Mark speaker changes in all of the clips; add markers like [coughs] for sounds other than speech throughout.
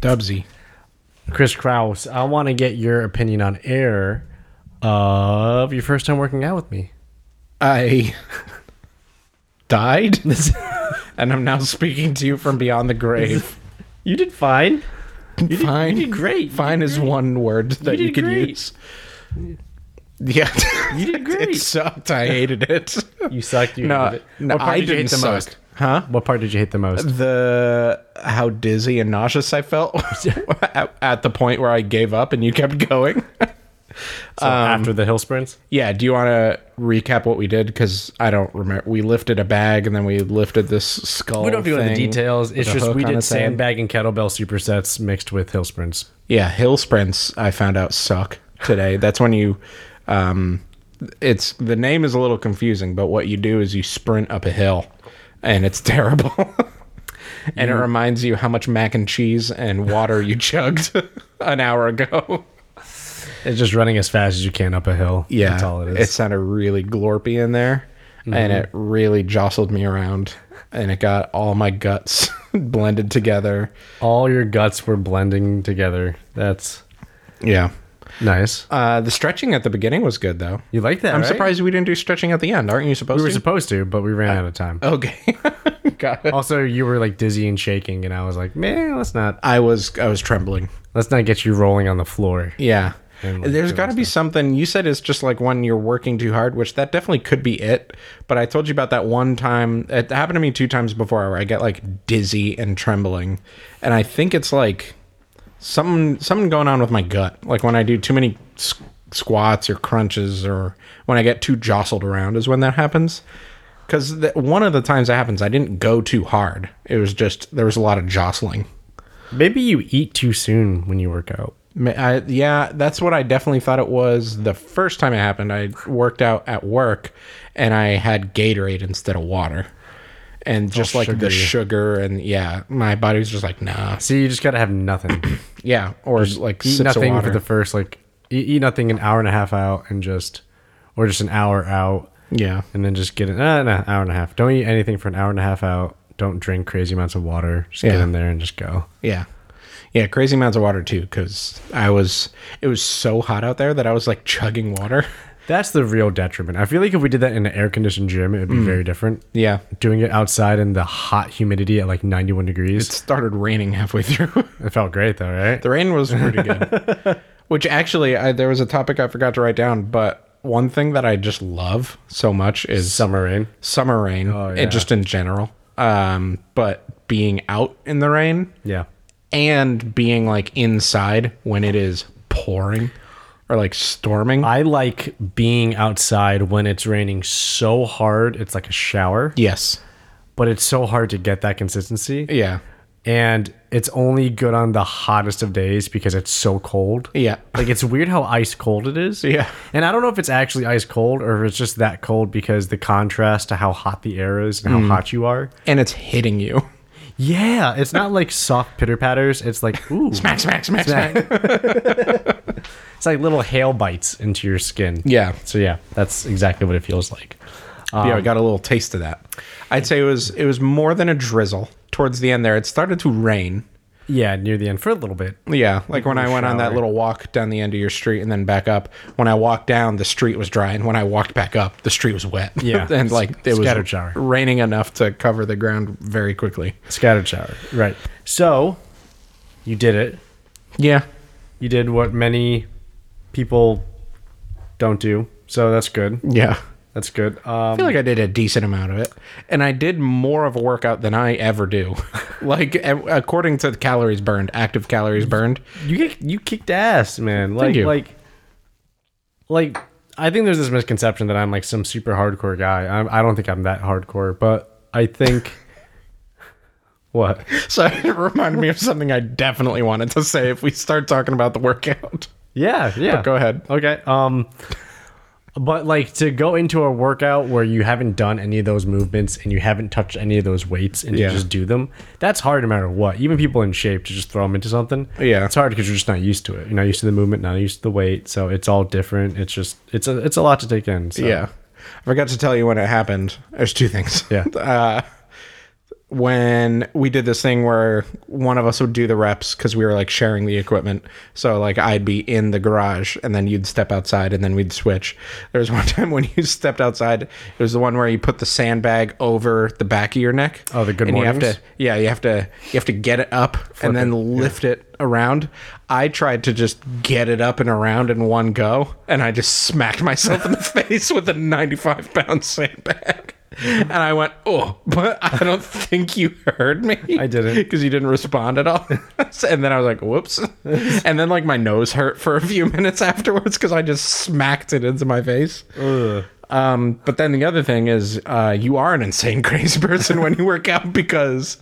Speaker 1: Dubsy.
Speaker 2: Chris Kraus, I want to get your opinion on air of your first time working out with me.
Speaker 1: I [laughs]
Speaker 2: [laughs]
Speaker 1: died, and I'm now speaking to you from beyond the grave.
Speaker 2: You did fine. You did,
Speaker 1: Fine.
Speaker 2: You did great.
Speaker 1: Fine is one word that
Speaker 2: You
Speaker 1: you,
Speaker 2: did
Speaker 1: can
Speaker 2: great.
Speaker 1: use. Yeah,
Speaker 2: You
Speaker 1: [laughs]
Speaker 2: did
Speaker 1: it
Speaker 2: great.
Speaker 1: sucked. I hated it.
Speaker 2: you sucked. You
Speaker 1: no,
Speaker 2: hated it.
Speaker 1: no,
Speaker 2: What part
Speaker 1: I
Speaker 2: did you hate
Speaker 1: didn't
Speaker 2: the
Speaker 1: suck.
Speaker 2: most?
Speaker 1: Huh? Um,
Speaker 2: What part did you hate the most?
Speaker 1: The how dizzy and nauseous I
Speaker 2: [laughs]
Speaker 1: felt [laughs] at, at the point where I gave up and you kept
Speaker 2: [laughs]
Speaker 1: going.
Speaker 2: So after the hill sprints?
Speaker 1: Yeah, do you want to recap what we did? Because I don't remember. We lifted a bag and then we lifted this skull.
Speaker 2: We don't do
Speaker 1: thing
Speaker 2: any the details.
Speaker 1: with
Speaker 2: It's
Speaker 1: a
Speaker 2: just
Speaker 1: hook
Speaker 2: we
Speaker 1: on
Speaker 2: did
Speaker 1: its end.
Speaker 2: sandbag and kettlebell supersets mixed with hill sprints.
Speaker 1: Yeah, hill sprints. I found out suck today. [laughs] That's when you. Um, it's the name is a little confusing, but what you do is you sprint up a hill, and it's [laughs] terrible. and it reminds you how much mac and cheese and water you [laughs] chugged an hour ago.
Speaker 2: It's just running as fast as you can up a hill.
Speaker 1: Yeah,
Speaker 2: That's all
Speaker 1: It
Speaker 2: it is. Mm-hmm.
Speaker 1: sounded really glorpy in there, and it really jostled me around, and it got all my guts [laughs] blended together.
Speaker 2: all your guts were blending together. That's
Speaker 1: Yeah.
Speaker 2: nice.
Speaker 1: Uh, the stretching at the beginning was good though.
Speaker 2: You like that?
Speaker 1: I'm
Speaker 2: right?
Speaker 1: surprised Uh, we didn't do stretching at the end. Aren't you supposed
Speaker 2: We were
Speaker 1: to?
Speaker 2: supposed to, but we ran out of time.
Speaker 1: okay. [laughs] got it.
Speaker 2: Also, you were like dizzy and shaking, and I was like, "Man, let's not
Speaker 1: I was I was trembling.
Speaker 2: let's not get you rolling on the floor."
Speaker 1: Yeah.
Speaker 2: And, like,
Speaker 1: There's
Speaker 2: doing
Speaker 1: got to be something you said it's just like when you're working too hard, which that definitely could be it. But I told you about that one time. It happened to me two times before where I get like dizzy and trembling, and I think it's like something something going on with my gut. Like when I do too many s- squats or crunches, or when I get too jostled around, is when that happens. Because one of the times that happens, I didn't go too hard. It was just there was a lot of jostling.
Speaker 2: Maybe you eat too soon when you work out.
Speaker 1: Ma- I, yeah, that's what I definitely thought it was the first time it happened. I worked out at work and I had Gatorade instead of water. And
Speaker 2: Oh,
Speaker 1: just like the sugar and yeah, my body was just like, nah.
Speaker 2: See, you just gotta
Speaker 1: [coughs]
Speaker 2: have nothing.
Speaker 1: Yeah. Or like
Speaker 2: eat
Speaker 1: sips of
Speaker 2: nothing
Speaker 1: water.
Speaker 2: for the first like e-, eat, eat nothing an hour and a half out, and just or just an hour out,
Speaker 1: yeah.
Speaker 2: and then just get an uh, no, hour and a half. Don't eat anything for an hour and a half out. Don't drink crazy amounts of water. Just get
Speaker 1: Yeah.
Speaker 2: in there and just go.
Speaker 1: Yeah. Yeah. Crazy amounts of water too. Cause I was, it was so hot out there that I was like chugging water. [laughs]
Speaker 2: That's the real detriment. I feel like if we did that in an air conditioned gym, it would be
Speaker 1: Mm.
Speaker 2: very different.
Speaker 1: Yeah.
Speaker 2: Doing it outside in the hot humidity at like 91 degrees.
Speaker 1: It started raining halfway through. [laughs]
Speaker 2: It felt great though, right?
Speaker 1: The rain was pretty good.
Speaker 2: [laughs]
Speaker 1: Which actually, I, there was a topic I forgot to write down, but one thing that I just love so much is
Speaker 2: Summer rain.
Speaker 1: summer rain,
Speaker 2: Oh, yeah.
Speaker 1: and just in general. Um, but being out in the rain
Speaker 2: Yeah.
Speaker 1: and being like inside when it is pouring or like storming.
Speaker 2: I like being outside when it's raining so hard, it's like a shower,
Speaker 1: yes.
Speaker 2: but it's so hard to get that consistency.
Speaker 1: Yeah.
Speaker 2: And it's only good on the hottest of days because it's so cold. [laughs]
Speaker 1: Yeah.
Speaker 2: Like it's weird how ice cold it is.
Speaker 1: Yeah.
Speaker 2: And I don't know if it's actually ice cold or if it's just that cold because the contrast to how hot the air is
Speaker 1: Mm.
Speaker 2: and how hot you are.
Speaker 1: And it's hitting you.
Speaker 2: Yeah, it's not like soft pitter patters. It's like ooh,
Speaker 1: Smack, smack, smack, smack.
Speaker 2: [laughs] it's like little hail bites into your skin.
Speaker 1: Yeah.
Speaker 2: So yeah, that's exactly what it feels like. Um,
Speaker 1: yeah, I got a little taste of that. I'd say it was it was more than a drizzle towards the end there. It started to rain.
Speaker 2: Yeah, near the end for a little bit.
Speaker 1: Yeah, like when I went on that
Speaker 2: shower.
Speaker 1: little walk down the end of your street and then back up. When I walked down, the street was dry, and when I walked back up, the street was wet.
Speaker 2: Yeah.
Speaker 1: [laughs] and like it
Speaker 2: Scattered
Speaker 1: was
Speaker 2: shower.
Speaker 1: raining enough to cover the ground very quickly.
Speaker 2: Scattered shower. Right. So you did it.
Speaker 1: Yeah,
Speaker 2: You did what many people don't do. So that's good.
Speaker 1: yeah.
Speaker 2: That's good.
Speaker 1: I
Speaker 2: Um,
Speaker 1: feel like I did a decent amount of it, and I did more of a workout than I ever do. [laughs] like a- according to the calories burned, active calories burned. [laughs]
Speaker 2: you kick- you kicked ass, man. Like
Speaker 1: you.
Speaker 2: like like I think there's this misconception that I'm like some super hardcore guy. I'm, I don't think I'm that hardcore, but I [laughs] think what
Speaker 1: So it reminded me of something I definitely wanted to say if we start talking about the workout.
Speaker 2: Yeah, yeah.
Speaker 1: go ahead.
Speaker 2: Okay. Um but like to go into a workout where you haven't done any of those movements and you haven't touched any of those weights and
Speaker 1: Yeah.
Speaker 2: you just do them, that's hard no matter what. Even people in shape to just throw them into something.
Speaker 1: Yeah.
Speaker 2: It's hard because you're just not used to it. You're not used to the movement, not used to the weight. So it's all different. It's just it's a it's a lot to take in. So.
Speaker 1: [laughs] Yeah. I forgot to tell you when it happened. There's two things.
Speaker 2: Yeah.
Speaker 1: Uh, when we did this thing where one of us would do the reps because we were like sharing the equipment. So like I'd be in the garage and then you'd step outside and then we'd switch. There was [laughs] one time when you stepped outside, it was the one where you put the sandbag over the back of your neck.
Speaker 2: Oh, the good
Speaker 1: and you have
Speaker 2: mornings?
Speaker 1: to yeah, you have to you have to get it up and then lift it around. I tried to just get it up and around in one go, and I just smacked myself in the [laughs] face with a 95 pound sandbag. And I went, oh, but I don't think you heard me.
Speaker 2: I didn't.
Speaker 1: Because you didn't respond at all. and then I was like, whoops. and then, like, my nose hurt for a few minutes afterwards because I just smacked it into my face. Um, but then the other thing is, uh, you are an insane crazy person when you work out because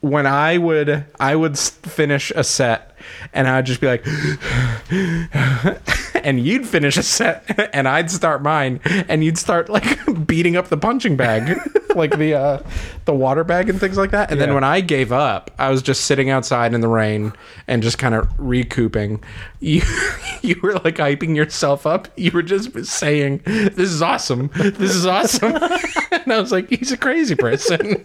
Speaker 1: when I would, I would s- finish a set and I'd just be like, [laughs] and you'd finish a set [laughs] and I'd start mine and you'd start like [laughs] beating up the punching bag, [laughs] like the, uh, the water bag and things like that. And then
Speaker 2: Yeah.
Speaker 1: when I gave up, I was just sitting outside in the rain and just kind of recouping. You, [laughs] you were like hyping yourself up. You were just saying, "This is awesome. This is awesome." [laughs] and I was like, "He's a crazy person."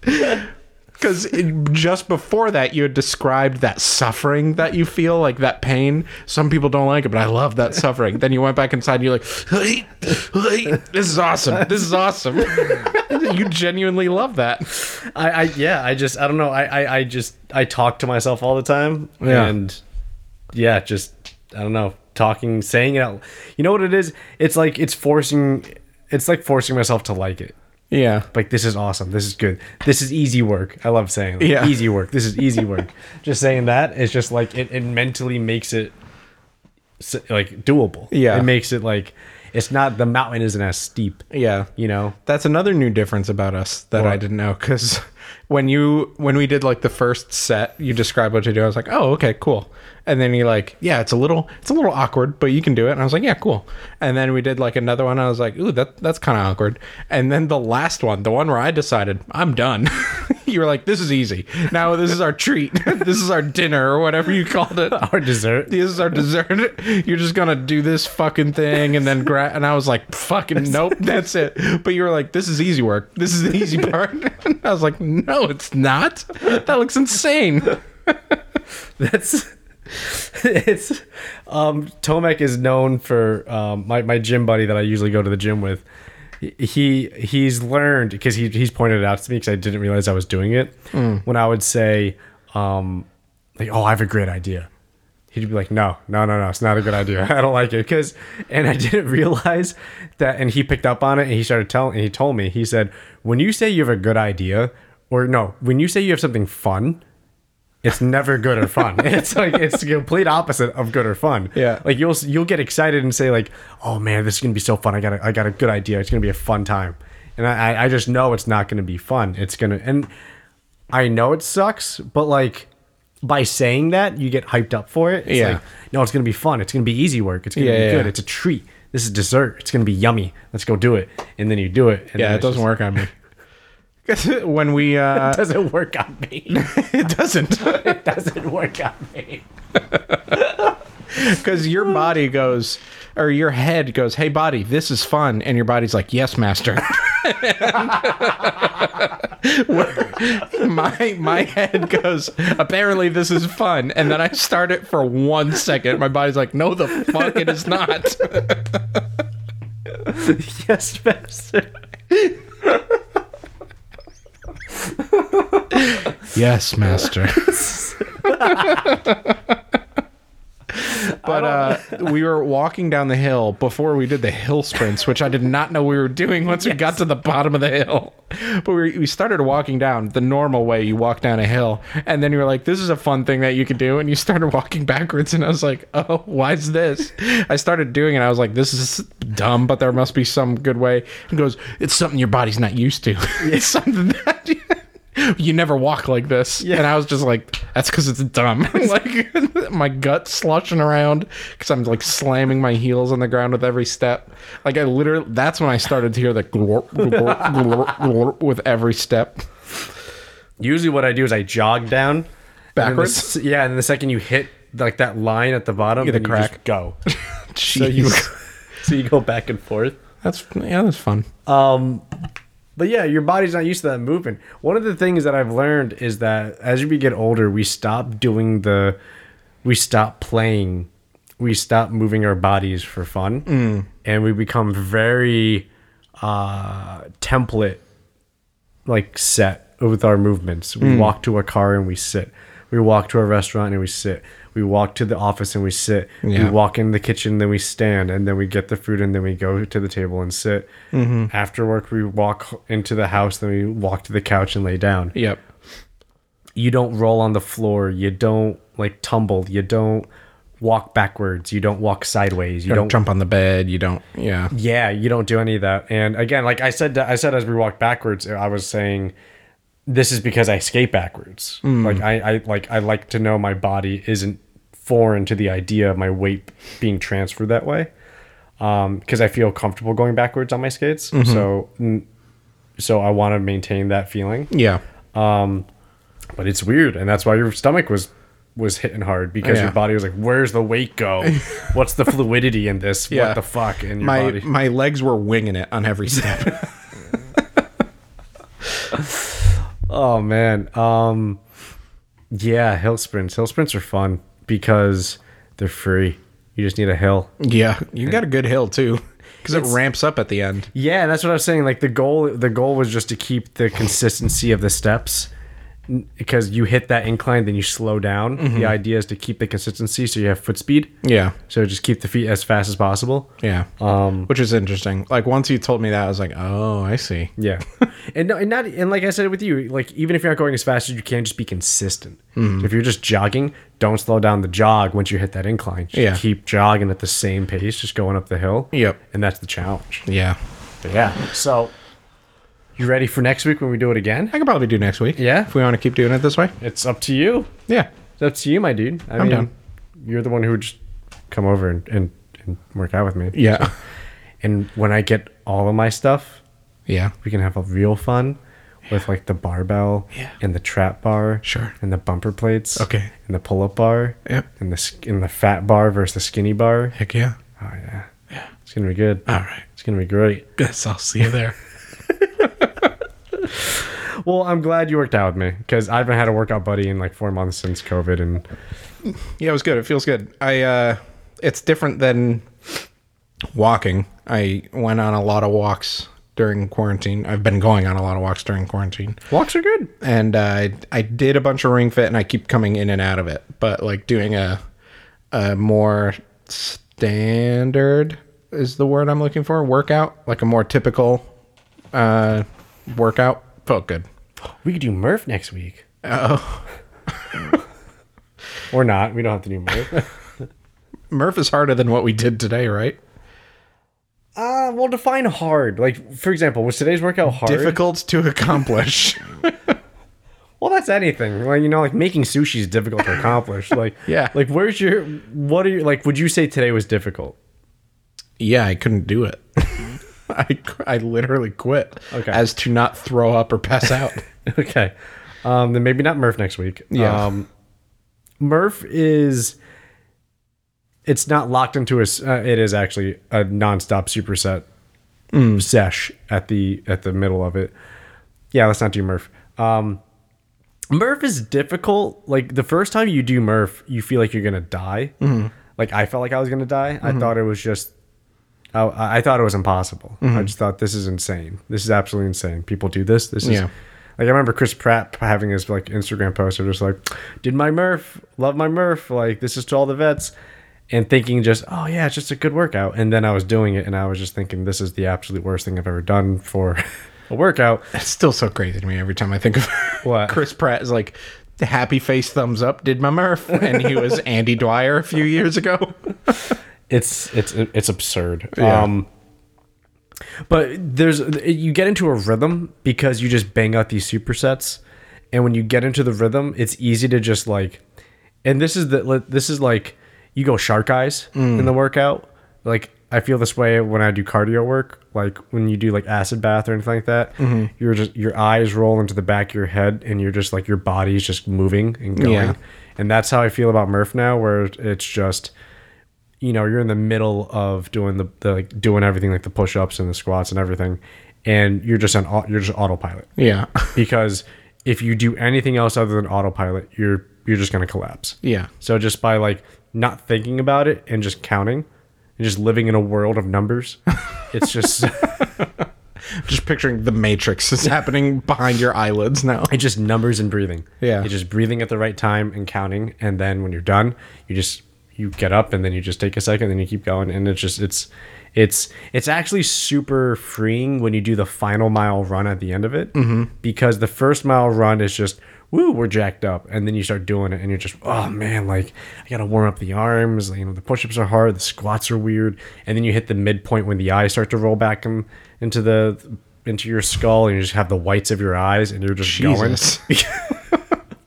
Speaker 1: Because just before that, you had described that suffering that you feel, like that pain. Some people don't like it, but I love that suffering. then you went back inside and you're like, "Hey, hey, this is awesome. This is awesome. [laughs] you genuinely love that.
Speaker 2: I, I yeah, I just I don't know. I, I, I just I talk to myself all the time.
Speaker 1: Yeah.
Speaker 2: And yeah, just I don't know, talking, saying it out you know what it is? It's like it's forcing it's like forcing myself to like it.
Speaker 1: Yeah.
Speaker 2: Like this is awesome. This is good. This is easy work. I love saying that.
Speaker 1: Yeah.
Speaker 2: easy work. This is
Speaker 1: [laughs]
Speaker 2: easy work. just saying that it's just like it, it mentally makes it s- like doable.
Speaker 1: Yeah.
Speaker 2: It makes it like it's not the mountain isn't as steep.
Speaker 1: Yeah.
Speaker 2: You know?
Speaker 1: That's another new difference about us that I
Speaker 2: What?
Speaker 1: didn't know because [laughs] when you when we did like the first set, you described what to do. I was like, oh, okay, cool. And then you like, yeah, it's a little it's a little awkward, but you can do it. And I was like, yeah, cool. And then we did like another one. I was like, ooh, that that's kind of awkward. And then the last one, the one where I decided I'm done. [laughs] you were like, this is easy. Now this is our treat. [laughs] this is our dinner or whatever you called it
Speaker 2: [laughs] Our dessert.
Speaker 1: this is our dessert. You're just gonna do this fucking thing and then gra-. and I was like, fucking [laughs] nope, that's it. But you were like, this is easy work. This is the [laughs] easy part. And I was like, no, it's not. That looks insane.
Speaker 2: [laughs] That's it's um Tomek is known for um my, my gym buddy that I usually go to the gym with. He he's learned because he he's pointed it out to me because I didn't realize I was doing it. When I would say, um, like, oh, I have a great idea. He'd be like, no, no, no, no, it's not a good idea. [laughs] I don't like it because, and I didn't [laughs] realize that. And he picked up on it and he started telling. And he told me he said, when you say you have a good idea, or no, when you say you have something fun, it's never good
Speaker 1: [laughs]
Speaker 2: or fun. It's like it's the complete opposite of good or fun.
Speaker 1: Yeah.
Speaker 2: Like you'll you'll get excited and say like, "Oh man, this is gonna be so fun! I got a, I got a good idea. It's gonna be a fun time." And I I- I just know it's not gonna be fun. It's gonna and I know it sucks, but like by saying that you get hyped up for it. It's
Speaker 1: Yeah.
Speaker 2: Like, no, it's gonna be fun. It's gonna be easy work. It's gonna
Speaker 1: Yeah,
Speaker 2: be
Speaker 1: yeah,
Speaker 2: good.
Speaker 1: yeah.
Speaker 2: It's a treat. This is dessert. It's gonna be yummy. Let's go do it. And then you do it. And
Speaker 1: Yeah, it doesn't work on me. 'Cause [laughs] when we uh
Speaker 2: [laughs] Doesn't work on me. [laughs]
Speaker 1: it doesn't.
Speaker 2: it doesn't work on me.
Speaker 1: Because your body goes or your head goes, Hey body, this is fun and your body's like, Yes, master. [laughs] my my head goes apparently this is fun and then i start it for one second my body's like no the fuck it is not
Speaker 2: Yes, master.
Speaker 1: yes master [laughs] but uh we were walking down the hill before we did the hill sprints which i did not know we were doing once we got to the bottom of the hill but we, we started walking down the normal way you walk down a hill and then you were like this is a fun thing that you could do and you started walking backwards and i was like oh why is this i started doing it i was like this is dumb but there must be some good way and goes it's something your body's not used to [laughs] it's something that [laughs] you never walk like this. And I was just like, that's because it's dumb. [laughs] like [laughs] my gut sloshing around because I'm like slamming my heels on the ground with every step. Like I literally, that's when I started to hear the glorp, glorp, glorp, glorp with every step. [laughs]
Speaker 2: usually what I do is I jog down and then the
Speaker 1: Backwards?
Speaker 2: s- yeah, and the second you hit like that line at the bottom,
Speaker 1: the
Speaker 2: then you just
Speaker 1: crack. [laughs]
Speaker 2: go.
Speaker 1: Jeez. [laughs]
Speaker 2: [laughs] so you so you go back and forth.
Speaker 1: that's yeah, that's fun.
Speaker 2: Um, But yeah, your body's not used to that movement. One of the things that I've learned is that as we get older, we stop doing the, we stop playing, we stop moving our bodies for fun,
Speaker 1: Mm.
Speaker 2: and we become very uh, template like set with our movements. We walk to our car and we sit. We walk to a restaurant and we sit. We walk to the office and we sit.
Speaker 1: Yeah.
Speaker 2: We walk in the kitchen, then we stand, and then we get the food, and then we go to the table and sit. After work, we walk into the house, then we walk to the couch and lay down.
Speaker 1: Yep.
Speaker 2: You don't roll on the floor. You don't like tumble. You don't walk backwards. You don't walk sideways. You
Speaker 1: You don't
Speaker 2: don't
Speaker 1: jump on the bed. You don't. Yeah.
Speaker 2: yeah you don't do any of that and again like i said i said as we walked backwards i was saying this is because i skate backwards
Speaker 1: Hmm.
Speaker 2: like I, I like i like to know my body isn't foreign to the idea of my weight being transferred that way um because i feel comfortable going backwards on my skates
Speaker 1: Mm-hmm.
Speaker 2: so mm, so i want to maintain that feeling
Speaker 1: Yeah.
Speaker 2: but it's weird and that's why your stomach was was hitting hard because
Speaker 1: Oh, Yeah.
Speaker 2: your body was like where's the weight
Speaker 1: [laughs]
Speaker 2: go what's the fluidity in this
Speaker 1: Yeah.
Speaker 2: what the fuck and your
Speaker 1: My
Speaker 2: body
Speaker 1: my legs were winging it on every [laughs] step.
Speaker 2: Oh man. Um yeah, hill sprints. Hill sprints are fun because they're free. You just need a hill.
Speaker 1: yeah. You got a good hill too, because it ramps up at the end.
Speaker 2: Yeah, and that's what I was saying. Like the goal the goal was just to keep the consistency of the steps. N- Because you hit that incline, then you slow down. The idea is to keep the consistency so you have foot speed.
Speaker 1: Yeah.
Speaker 2: So just keep the feet as fast as possible.
Speaker 1: Yeah. Um. Which is interesting. Like once you told me that, I was like, oh, I see.
Speaker 2: Yeah, [laughs] and no, and not and like I said with you, like even if you're not going as fast as you can, just be consistent.
Speaker 1: Mm-hmm.
Speaker 2: If you're just jogging, don't slow down the jog once you hit that incline. Just
Speaker 1: Yeah.
Speaker 2: keep jogging at the same pace, just going up the hill.
Speaker 1: Yep.
Speaker 2: and that's the challenge.
Speaker 1: Yeah.
Speaker 2: But yeah, so you ready for next week when we do it again?
Speaker 1: I could probably do next week.
Speaker 2: Yeah?
Speaker 1: If we want to keep doing it this way.
Speaker 2: It's up to you.
Speaker 1: Yeah.
Speaker 2: It's up to you, my dude. I am mean,
Speaker 1: down.
Speaker 2: You're the one who would just come over and, and and work out with me.
Speaker 1: Yeah.
Speaker 2: And when I get all of my stuff,
Speaker 1: Yeah.
Speaker 2: we can have a real fun with like the barbell
Speaker 1: Yeah.
Speaker 2: and the trap bar
Speaker 1: Sure.
Speaker 2: and the bumper plates
Speaker 1: Okay.
Speaker 2: and the pull-up bar
Speaker 1: Yep.
Speaker 2: and the sk- and the fat bar versus the skinny bar
Speaker 1: Heck yeah.
Speaker 2: oh yeah yeah it's gonna be good
Speaker 1: All right.
Speaker 2: it's gonna be great
Speaker 1: Guess I'll see you there.
Speaker 2: well i'm glad you worked out with me because i haven't had a workout buddy in like four months since covid and
Speaker 1: [laughs] Yeah, it was good. It feels good. I uh it's different than walking. I went on a lot of walks during quarantine. I've been going on a lot of walks during quarantine.
Speaker 2: walks are good
Speaker 1: And uh, I I did a bunch of ring fit and I keep coming in and out of it, but like doing a a more standard is the word I'm looking for, workout, like a more typical uh workout felt good.
Speaker 2: we could do murph next week
Speaker 1: Oh,
Speaker 2: [laughs] or not we don't have to
Speaker 1: [laughs]
Speaker 2: do murph
Speaker 1: Murph is harder than what we did today, right?
Speaker 2: uh well define hard like for example was today's workout hard
Speaker 1: Difficult to accomplish.
Speaker 2: Well, that's anything. Like you know, like making sushi is difficult
Speaker 1: [laughs]
Speaker 2: to accomplish. Like
Speaker 1: Yeah.
Speaker 2: like where's your what are you like? Would you say today was difficult? [laughs]
Speaker 1: yeah, I couldn't do it. [laughs] I, I literally quit
Speaker 2: Okay.
Speaker 1: as to not throw up or pass out.
Speaker 2: okay, um, then maybe not Murph next week.
Speaker 1: Yeah.
Speaker 2: um, Murph is. It's not locked into a. s- Uh, it is actually a nonstop superset
Speaker 1: Mm.
Speaker 2: sesh at the at the middle of it. Yeah, let's not do Murph. Um, Murph is difficult. Like the first time you do Murph, you feel like you're gonna die. Like I felt like I was gonna die. I thought it was just. I, I thought it was impossible. I just thought this is insane. This is absolutely insane. People do this. This is.
Speaker 1: Yeah.
Speaker 2: Like I remember Chris Pratt having his like Instagram post of just like, did my Murph, love my Murph, like this is to all the vets, and thinking just, oh yeah, it's just a good workout. And then I was doing it, and I was just thinking, this is the absolute worst thing I've ever done for [laughs] a workout.
Speaker 1: It's still so crazy to me every time I think of [laughs]
Speaker 2: What?
Speaker 1: Chris Pratt is like the happy face thumbs up did my Murph and he [laughs] was Andy Dwyer a few years ago.
Speaker 2: it's it's it's absurd.
Speaker 1: Yeah.
Speaker 2: Um but there's you get into a rhythm because you just bang out these supersets and when you get into the rhythm, it's easy to just like and this is the this is like you go shark eyes
Speaker 1: Mm.
Speaker 2: in the workout. Like I feel this way when I do cardio work, like when you do like acid bath or anything like that,
Speaker 1: Mm-hmm.
Speaker 2: you're just your eyes roll into the back of your head and you're just like your body's just moving and going.
Speaker 1: Yeah.
Speaker 2: And that's how I feel about Murph now where it's just you know you're in the middle of doing the, the like doing everything like the push-ups and the squats and everything and you're just on au- you're just autopilot
Speaker 1: Yeah.
Speaker 2: because if you do anything else other than autopilot, you're you're just gonna collapse.
Speaker 1: Yeah.
Speaker 2: So just by like not thinking about it and just counting and just living in a world of numbers, it's just
Speaker 1: Just picturing the Matrix is happening behind your eyelids now.
Speaker 2: [laughs] it's just numbers and breathing.
Speaker 1: Yeah.
Speaker 2: It's just breathing at the right time and counting and then when you're done, you just you get up and then you just take a second and you keep going and it's just it's it's it's actually super freeing when you do the final mile run at the end of it mm-hmm. because the first mile run is just woo we're jacked up and then you start doing it and you're just oh man like I gotta warm up the arms you know the push-ups are hard the squats are weird and then you hit the midpoint when the eyes start to roll back in, into the into your skull and you just have the whites of your eyes and you're just going
Speaker 1: Jesus.
Speaker 2: [laughs]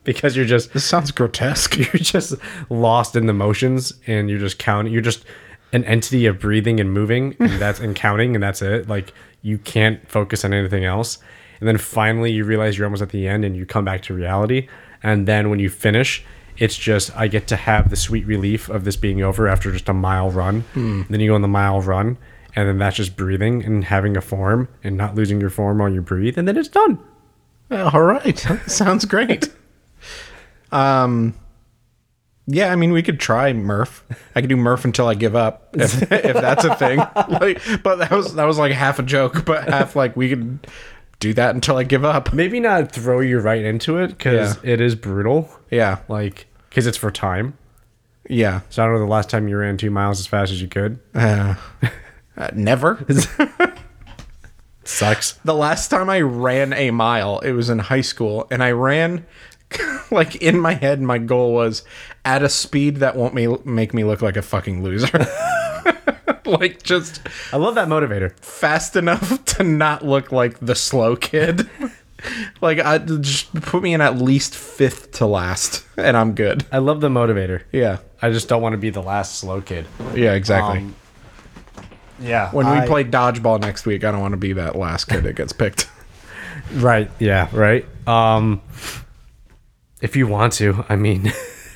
Speaker 2: because you're
Speaker 1: [laughs]
Speaker 2: just [laughs]
Speaker 1: This sounds grotesque.
Speaker 2: you're just lost in the motions and you're just counting you're just an entity of breathing and moving and that's and counting and that's it like you can't focus on anything else and then finally you realize you're almost at the end and you come back to reality and then when you finish it's just i get to have the sweet relief of this being over after just a mile run then you go on the mile run and then that's just breathing and having a form and not losing your form while you breathe and then it's done
Speaker 1: All right. Sounds great. Um yeah, I mean we could try Murph. I could do Murph until I give up if, [laughs] if that's a thing. Like, but that was that was like half a joke, but half like we could do that until I give up.
Speaker 2: maybe not throw you right into it because it is brutal
Speaker 1: Yeah.
Speaker 2: like because it's for time.
Speaker 1: Yeah.
Speaker 2: So I don't know the last time you ran two miles as fast as you could. [laughs]
Speaker 1: Uh, uh, never.
Speaker 2: sucks.
Speaker 1: [laughs] the last time I ran a mile, it was in high school, and I ran [laughs] like in my head. My goal was at a speed that won't me make me look like a fucking loser. [laughs] like just
Speaker 2: I love that motivator.
Speaker 1: fast enough [laughs] to not look like the slow kid. [laughs] like I just put me in at least fifth to last, [laughs] and I'm good.
Speaker 2: I love the motivator.
Speaker 1: Yeah,
Speaker 2: I just don't want to be the last slow kid.
Speaker 1: yeah, exactly.
Speaker 2: Um, yeah.
Speaker 1: when we
Speaker 2: I-
Speaker 1: play dodgeball next week, I don't want to be that last kid that gets picked. [laughs]
Speaker 2: right? Yeah, right. Um, if you want to, I mean, [laughs]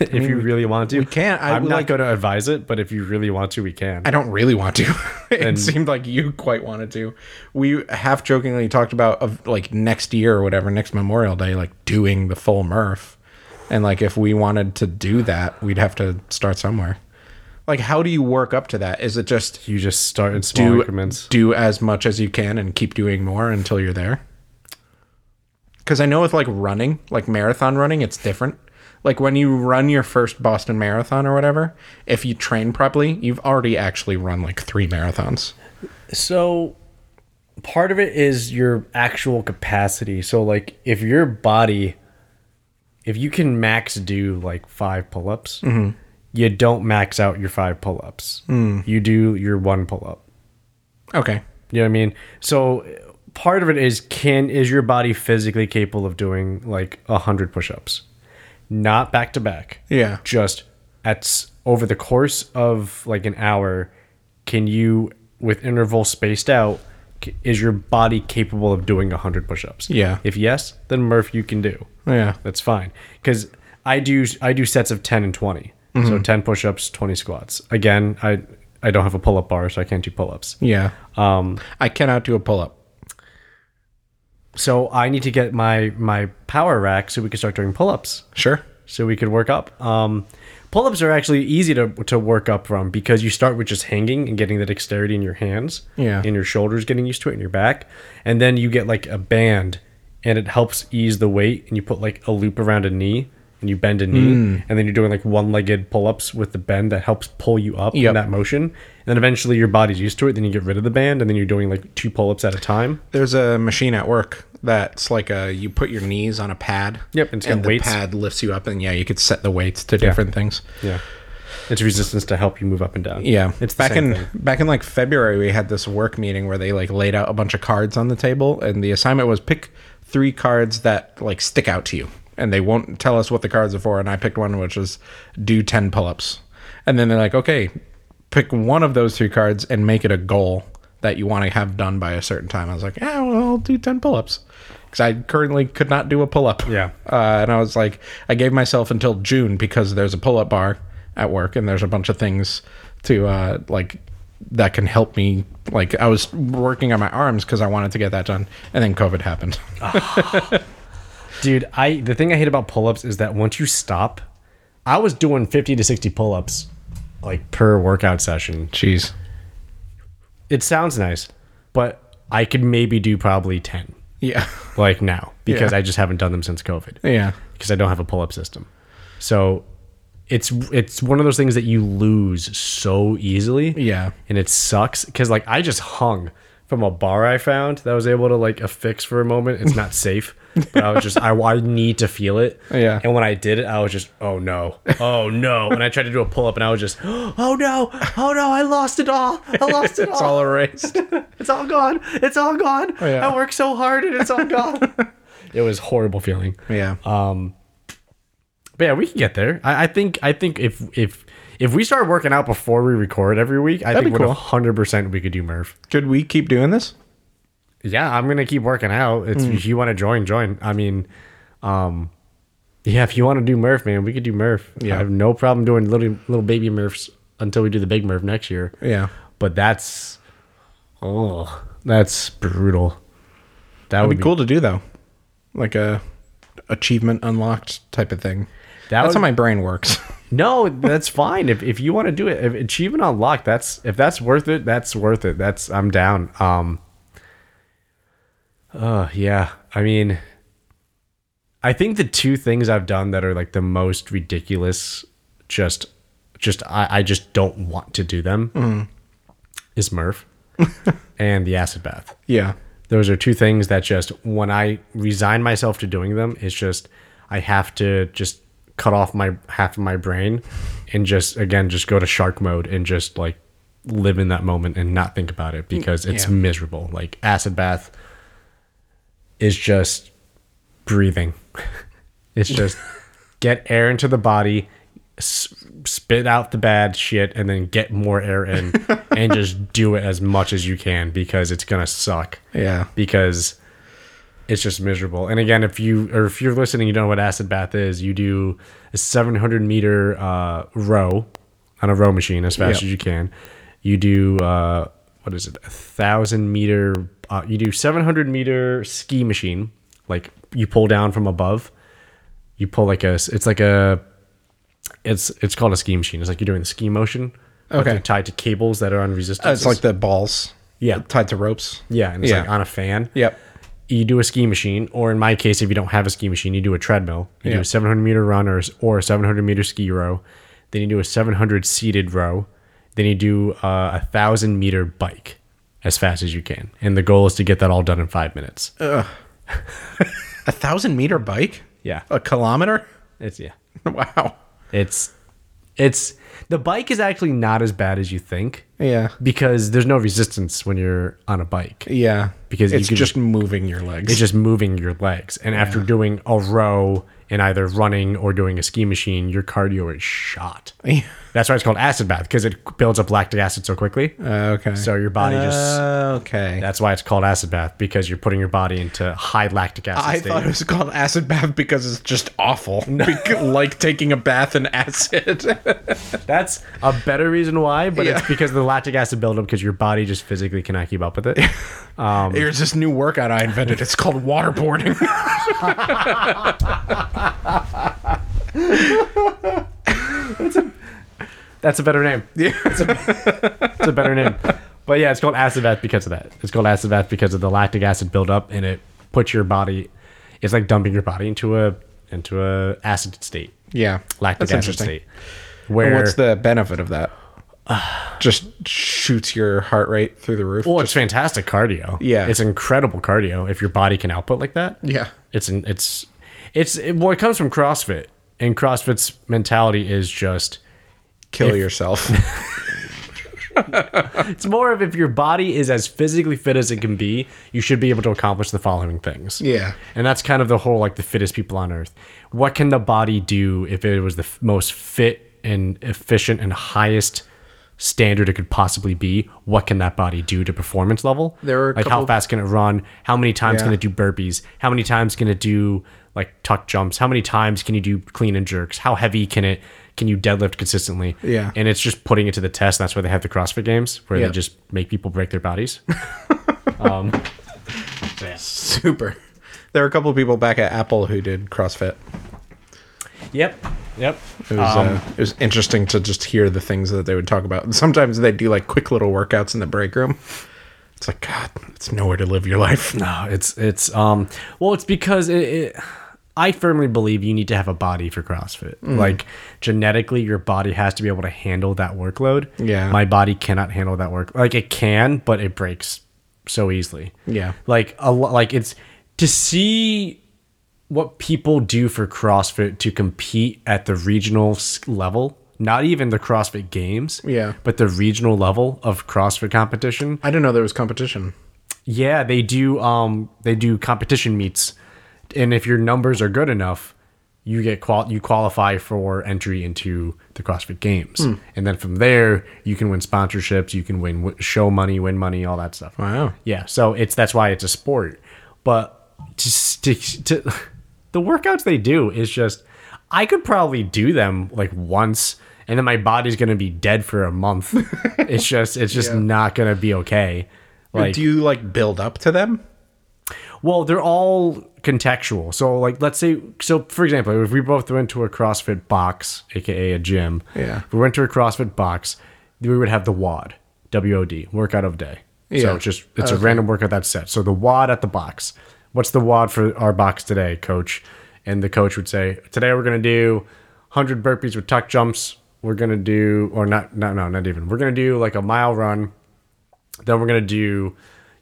Speaker 2: if you really want to, we
Speaker 1: can. I
Speaker 2: I'm
Speaker 1: would
Speaker 2: not
Speaker 1: like-
Speaker 2: going to advise it, but if you really want to, we can.
Speaker 1: I don't really want to. [laughs] it seemed like you quite wanted to. We half jokingly talked about of like next year or whatever, next Memorial Day, like doing the full Murph, and like if we wanted to do that, we'd have to start somewhere. Like, how do you work up to that? Is it just
Speaker 2: you just start in small
Speaker 1: do
Speaker 2: increments.
Speaker 1: do as much as you can and keep doing more until you're there? Because I know with like running, like marathon running, it's different. Like when you run your first Boston Marathon or whatever, if you train properly, you've already actually run like three marathons.
Speaker 2: So part of it is your actual capacity. So like if your body if you can max do like 5 pull-ups, you don't max out your 5 pull-ups. You do your one pull-up.
Speaker 1: Okay.
Speaker 2: You know what I mean? So part of it is can is your body physically capable of doing like 100 push-ups? Not back to back
Speaker 1: Yeah.
Speaker 2: just at s- over the course of like an hour can you with interval spaced out c- is your body capable of doing 100 push-ups
Speaker 1: Yeah.
Speaker 2: if yes then murph you can do
Speaker 1: Yeah.
Speaker 2: that's fine because i do i do sets of 10 and 20 so 10 push-ups 20 squats again i i don't have a pull-up bar so i can't do pull-ups
Speaker 1: Yeah.
Speaker 2: um
Speaker 1: I cannot do a pull up.
Speaker 2: so i need to get my my power rack so we can start doing pull-ups
Speaker 1: Sure.
Speaker 2: so we could work up. Um, pull-ups are actually easy to, to work up from because you start with just hanging and getting the dexterity in your hands,
Speaker 1: Yeah.
Speaker 2: and your shoulders getting used to it, and your back, and then you get like a band, and it helps ease the weight, and you put like a loop around a knee, and you bend a knee,
Speaker 1: Hmm.
Speaker 2: and then you're doing like one-legged pull-ups with the bend that helps pull you up
Speaker 1: Yep.
Speaker 2: in that motion, and then eventually your body's used to it, then you get rid of the band, and then you're doing like two pull-ups at a time.
Speaker 1: There's a machine at work that's like a you put your knees on a pad.
Speaker 2: Yep, and it's got
Speaker 1: and the
Speaker 2: weights.
Speaker 1: pad lifts you up, and yeah, you could set the weights to different things.
Speaker 2: Yeah. It's resistance to help you move up and down.
Speaker 1: Yeah,
Speaker 2: It's the
Speaker 1: back
Speaker 2: same
Speaker 1: in
Speaker 2: thing.
Speaker 1: back in like February. We had this work meeting where they like laid out a bunch of cards on the table, and the assignment was pick three cards that like stick out to you, and they won't tell us what the cards are for. And I picked one which was do ten pull-ups, and then they're like, okay, pick one of those three cards and make it a goal that you want to have done by a certain time. I was like, yeah, well, I'll do ten pull-ups because I currently could not do a pull-up.
Speaker 2: Yeah.
Speaker 1: Uh, and I was like, I gave myself until June because there's a pull up bar at work and there's a bunch of things to uh, like that can help me. Like I was working on my arms because I wanted to get that done, and then COVID
Speaker 2: [laughs]
Speaker 1: happened.
Speaker 2: Dude, I the thing I hate about pull-ups is that once you stop, I was doing 50 to 60 pull-ups like per workout session.
Speaker 1: Jeez.
Speaker 2: It sounds nice, but I could maybe do probably 10
Speaker 1: Yeah. [laughs]
Speaker 2: like now because
Speaker 1: Yeah.
Speaker 2: I just haven't done them since COVID
Speaker 1: Yeah.
Speaker 2: because I don't have a pull-up system. So it's it's one of those things that you lose so easily.
Speaker 1: Yeah.
Speaker 2: And it sucks cuz like I just hung from a bar I found that I was able to like affix for a moment.
Speaker 1: [laughs]
Speaker 2: It's not safe, but I was just I, I need to feel it.
Speaker 1: Yeah.
Speaker 2: And when I did it, I was just oh no. Oh no. And I tried to do a pull-up and I was just [gasps] oh no. Oh no, I lost it all. I lost
Speaker 1: [laughs]
Speaker 2: it
Speaker 1: It's
Speaker 2: all.
Speaker 1: all
Speaker 2: [laughs]
Speaker 1: erased.
Speaker 2: It's all gone. It's all gone.
Speaker 1: yeah.
Speaker 2: I worked so hard and it's
Speaker 1: [laughs]
Speaker 2: all gone. it was a horrible feeling.
Speaker 1: yeah.
Speaker 2: Uh, But yeah, we can get there. I, I think I think if if if we start working out before we record every week, I
Speaker 1: That'd
Speaker 2: think
Speaker 1: be
Speaker 2: we're
Speaker 1: cool.
Speaker 2: hundred percent we could do Murph.
Speaker 1: Could we keep doing this?
Speaker 2: Yeah, I'm gonna keep working out. It's if you want to join, join. I mean, um, yeah, if you want to do Murph, man, we could do Murph.
Speaker 1: Yeah.
Speaker 2: I have no problem doing little little baby Murphs until we do the big Murph next year.
Speaker 1: Yeah.
Speaker 2: But that's oh, that's brutal. That would
Speaker 1: It'd
Speaker 2: be,
Speaker 1: be cool to do though, like a achievement unlocked type of thing.
Speaker 2: That
Speaker 1: That's
Speaker 2: would-
Speaker 1: how my brain works. [laughs]
Speaker 2: No, that's fine. If if you want to do it, if achievement unlocked, that's if that's worth it, that's worth it. That's I'm down. Um uh, yeah. I mean I think the two things I've done that are like the most ridiculous just just I, I just don't want to do them is Murph and the acid bath
Speaker 1: yeah.
Speaker 2: those are two things that just when I resign myself to doing them, it's just I have to just cut off my half of my brain and just again just go to shark mode and just like live in that moment and not think about it because it's
Speaker 1: Yeah.
Speaker 2: miserable. Like acid bath is just breathing. [laughs]
Speaker 1: [laughs]
Speaker 2: It's just get air into the body, s- spit out the bad shit, and then get more
Speaker 1: [laughs]
Speaker 2: air in, and just do it as much as you can because it's gonna suck.
Speaker 1: Yeah.
Speaker 2: Because it's just miserable. And again, if you or if you're listening, you don't know what acid bath is. You do a 700 meter uh, row on a row machine as fast
Speaker 1: Yep.
Speaker 2: as you can. You do uh, what is it? A thousand meter. Uh, you do 700 meter ski machine. Like you pull down from above. You pull like a. It's like a. It's it's called a ski machine. It's like you're doing the ski motion. but
Speaker 1: Okay. Oh,
Speaker 2: they're Tied to cables that are on resistance.
Speaker 1: It's like the balls.
Speaker 2: Yeah.
Speaker 1: Tied to ropes.
Speaker 2: yeah, and it's
Speaker 1: yeah.
Speaker 2: like on a fan
Speaker 1: Yep.
Speaker 2: you do a ski machine, or in my case, if you don't have a ski machine, you do a treadmill. You do
Speaker 1: Yeah.
Speaker 2: a 700 meter run or, or a 700 meter ski row. Then you do a 700 seated row. Then you do uh, a 1,000 meter bike as fast as you can. And the goal is to get that all done in five minutes.
Speaker 1: A thousand meter bike?
Speaker 2: Yeah.
Speaker 1: A kilometer? [laughs]
Speaker 2: It's, yeah.
Speaker 1: Wow.
Speaker 2: It's, it's, the bike is actually not as bad as you think
Speaker 1: Yeah.
Speaker 2: because there's no resistance when you're on a bike.
Speaker 1: Yeah.
Speaker 2: Because you
Speaker 1: it's
Speaker 2: could-
Speaker 1: just moving your legs.
Speaker 2: It's just moving your legs. And after doing a row and either running or doing a ski machine, your cardio is shot.
Speaker 1: Yeah.
Speaker 2: That's why it's called acid bath because it builds up lactic acid so quickly.
Speaker 1: okay. Uh,
Speaker 2: So your body just.
Speaker 1: okay.
Speaker 2: That's why it's called acid bath because you're putting your body into high lactic acid
Speaker 1: I
Speaker 2: state.
Speaker 1: thought it was called acid bath because it's just [laughs] awful. Bec- like taking a bath in acid.
Speaker 2: That's a better reason why, but
Speaker 1: Yeah.
Speaker 2: it's because of the lactic acid buildup because your body just physically cannot keep up with it.
Speaker 1: [laughs] Here's this new workout I invented. It's called waterboarding.
Speaker 2: That's a better name. Yeah. It's a, it's a better name. But yeah, it's called acid bath because of that. It's called acid bath because of the lactic acid buildup and it puts your body it's like dumping your body into a into a acid state.
Speaker 1: [laughs] yeah.
Speaker 2: Lactic
Speaker 1: That's
Speaker 2: acid
Speaker 1: interesting.
Speaker 2: state. Where
Speaker 1: What's the benefit of [sighs] that? just shoots your heart rate through the roof.
Speaker 2: well, it's fantastic cardio.
Speaker 1: Yeah.
Speaker 2: It's incredible cardio if your body can output like that.
Speaker 1: yeah.
Speaker 2: It's an it's it's it, well, it comes from CrossFit. And CrossFit's mentality is just
Speaker 1: Kill yourself.
Speaker 2: It's more of if your body is as physically fit as it can be, you should be able to accomplish the following
Speaker 1: [laughs]
Speaker 2: things.
Speaker 1: Yeah.
Speaker 2: And that's kind of the whole like the fittest people on earth. What can the body do if it was the f- most fit and efficient and highest standard it could possibly be? What can that body do to performance level?
Speaker 1: There were a
Speaker 2: like how
Speaker 1: couple-
Speaker 2: fast can it run? How many times
Speaker 1: Yeah.
Speaker 2: can it do burpees? How many times can it do like tuck jumps? How many times can you do clean and jerks? How heavy can it can you deadlift consistently?
Speaker 1: Yeah.
Speaker 2: And it's just putting it to the test. And that's why they have the CrossFit games where
Speaker 1: Yeah.
Speaker 2: they just make people break their
Speaker 1: [laughs]
Speaker 2: bodies. um, so yeah.
Speaker 1: Super. There are a couple of people back at Apple who did CrossFit.
Speaker 2: Yep. Yep.
Speaker 1: It was, uh, it was interesting to just hear the things that they would talk about. And sometimes they do like quick little workouts in the break room. It's like God, it's nowhere to live your life.
Speaker 2: No, it's it's um well it's because it, it I firmly believe you need to have a body for CrossFit.
Speaker 1: Mm.
Speaker 2: Like genetically your body has to be able to handle that workload.
Speaker 1: Yeah.
Speaker 2: My body cannot handle that work. Like it can, but it breaks so easily.
Speaker 1: Yeah.
Speaker 2: Like a lo- like it's to see what people do for CrossFit to compete at the regional s- level, not even the CrossFit games,
Speaker 1: Yeah.
Speaker 2: but the regional level of CrossFit competition
Speaker 1: I didn't know there was competition.
Speaker 2: yeah, they do. Um, they do competition meets, and if your numbers are good enough, you get qual you qualify for entry into the CrossFit Games, and then from there you can win sponsorships, you can win w- show money, win money, all that stuff.
Speaker 1: Wow.
Speaker 2: Yeah, so it's that's why it's a sport. But just to, to the workouts they do is just I could probably do them like once and then my body's going to be dead for a month. it's just it's just not going to be okay. Like
Speaker 1: do you like build up to them?
Speaker 2: well, they're all contextual. So, like, let's say, so for example, if we both went to a CrossFit box, aka a gym,
Speaker 1: Yeah.
Speaker 2: if we went to a CrossFit box, we would have the WOD, W O D, workout of day.
Speaker 1: Yeah.
Speaker 2: So it's just it's a random workout that's set. So the WOD at the box. What's the WOD for our box today, coach? And the coach would say, today we're gonna do 100 burpees with tuck jumps. We're gonna do, or not, no, no, not even. We're gonna do like a mile run then we're gonna do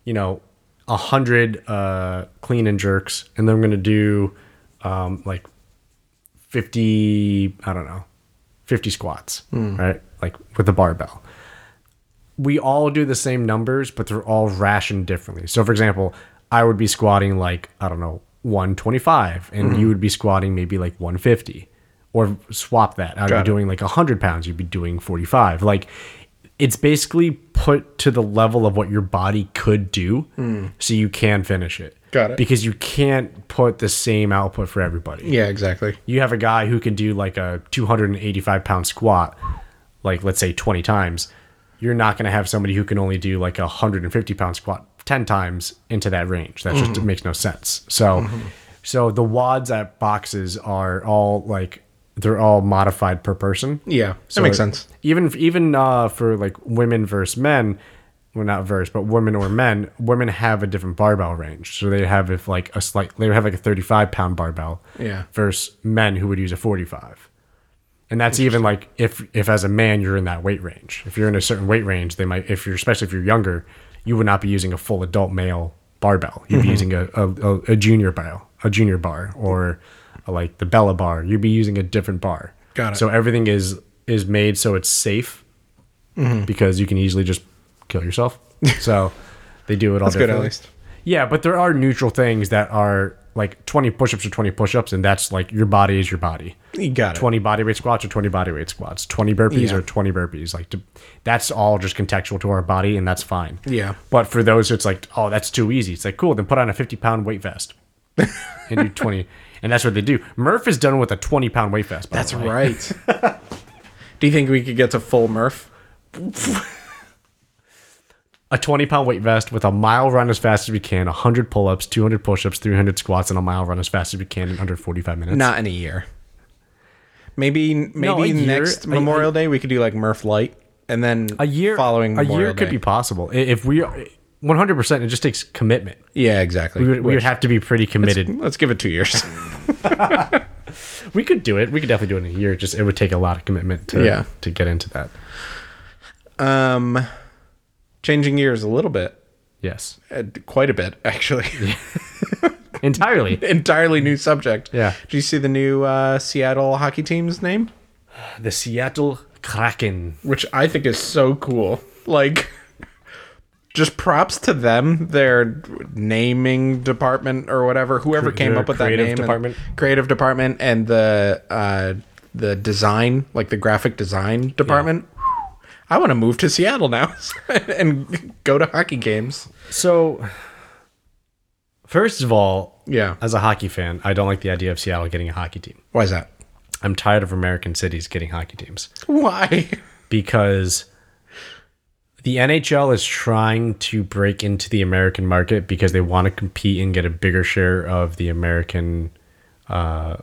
Speaker 2: you know a hundred uh clean and jerks and then we're gonna do um like 50 i don't know 50 squats
Speaker 1: Hmm.
Speaker 2: right like with a barbell we all do the same numbers but they're all rationed differently so for example i would be squatting like i don't know 125 and
Speaker 1: Hmm.
Speaker 2: you would be squatting maybe like 150 or swap that i'd
Speaker 1: Got it.
Speaker 2: be doing like 100 pounds you'd be doing 45 like it's basically put to the level of what your body could do so you can finish it
Speaker 1: Hmm. Got it.
Speaker 2: because you can't put the same output for everybody
Speaker 1: Yeah, exactly.
Speaker 2: you have a guy who can do like a 285 pound squat, like let's say 20 times, you're not going to have somebody who can only do like a 150 pound squat 10 times into that range. That just makes no sense. So, so the wads at boxes are all like, they're all modified per person.
Speaker 1: Yeah,
Speaker 2: So
Speaker 1: that makes
Speaker 2: it-
Speaker 1: sense.
Speaker 2: Even even uh, for like women versus men, well not verse, but women or men, women have a different barbell range. So they have if like a slight, they would have like a thirty-five pound barbell.
Speaker 1: Yeah.
Speaker 2: Versus men who would use a forty-five, and that's even like if if as a man you're in that weight range. If you're in a certain weight range, they might if you're especially if you're younger, you would not be using a full adult male barbell. You'd be
Speaker 1: Mm-hmm.
Speaker 2: using a, a, a, a junior bar, a junior bar, or a, like the Bella bar. You'd be using a different bar.
Speaker 1: Got it.
Speaker 2: So everything is is made so it's safe
Speaker 1: Mm-hmm.
Speaker 2: because you can easily just kill yourself.
Speaker 1: [laughs]
Speaker 2: So they do it all. That's
Speaker 1: good, at least.
Speaker 2: Yeah, but there are neutral things that are like 20 push-ups or 20 push-ups, and that's like your body is your body.
Speaker 1: You got it.
Speaker 2: 20 body weight squats or 20 body weight squats, 20 burpees
Speaker 1: Yeah.
Speaker 2: or 20 burpees. Like to, that's all just contextual to our body, and that's fine.
Speaker 1: Yeah.
Speaker 2: But for those, it's like, oh, that's too easy. It's like, cool, then put on a 50 pound weight vest and
Speaker 1: [laughs]
Speaker 2: do 20. And that's what they do. Murph is done with a 20 pound weight vest. By
Speaker 1: That's
Speaker 2: the way.
Speaker 1: right. [laughs] do you think we could get to full Murph?
Speaker 2: a 20 pound weight vest with a mile run as fast as we can, 100 pull ups, 200 push ups, 300 squats, and a mile run as fast as we can in under 45 minutes.
Speaker 1: Not in a year. Maybe maybe
Speaker 2: No, a year.
Speaker 1: next
Speaker 2: A-
Speaker 1: Memorial Day we could do like Murph Light, and then
Speaker 2: a year
Speaker 1: following
Speaker 2: a
Speaker 1: Memorial
Speaker 2: year could
Speaker 1: Day.
Speaker 2: be possible. I- If we are 100%, it just takes commitment.
Speaker 1: Yeah, exactly.
Speaker 2: We would, we would have to be pretty committed.
Speaker 1: [laughs] Let's give it two years. [laughs]
Speaker 2: We could do it. We could definitely do it in a year. Just it would take a lot of commitment to
Speaker 1: Yeah.
Speaker 2: to get into that.
Speaker 1: um, changing gears a little bit,
Speaker 2: Yes,
Speaker 1: uh, quite a bit [laughs] actually.
Speaker 2: entirely.
Speaker 1: Entirely new subject.
Speaker 2: Yeah.
Speaker 1: Do you see the new uh, Seattle hockey team's name?
Speaker 2: [laughs] the Seattle Kraken.
Speaker 1: which I think is so cool. Like, just props to them, their naming department or whatever, whoever came
Speaker 2: their
Speaker 1: up with that
Speaker 2: creative
Speaker 1: name, and-
Speaker 2: department?
Speaker 1: creative department, and the uh, the design, like the graphic design department. I want to move to Seattle now [laughs] and go to hockey games.
Speaker 2: So, first of all,
Speaker 1: Yeah,
Speaker 2: as a hockey fan, I don't like the idea of Seattle getting a hockey team.
Speaker 1: why is that?
Speaker 2: I'm tired of American cities getting hockey teams
Speaker 1: Why?
Speaker 2: because the NHL is trying to break into the American market because they want to compete and get a bigger share of the American uh,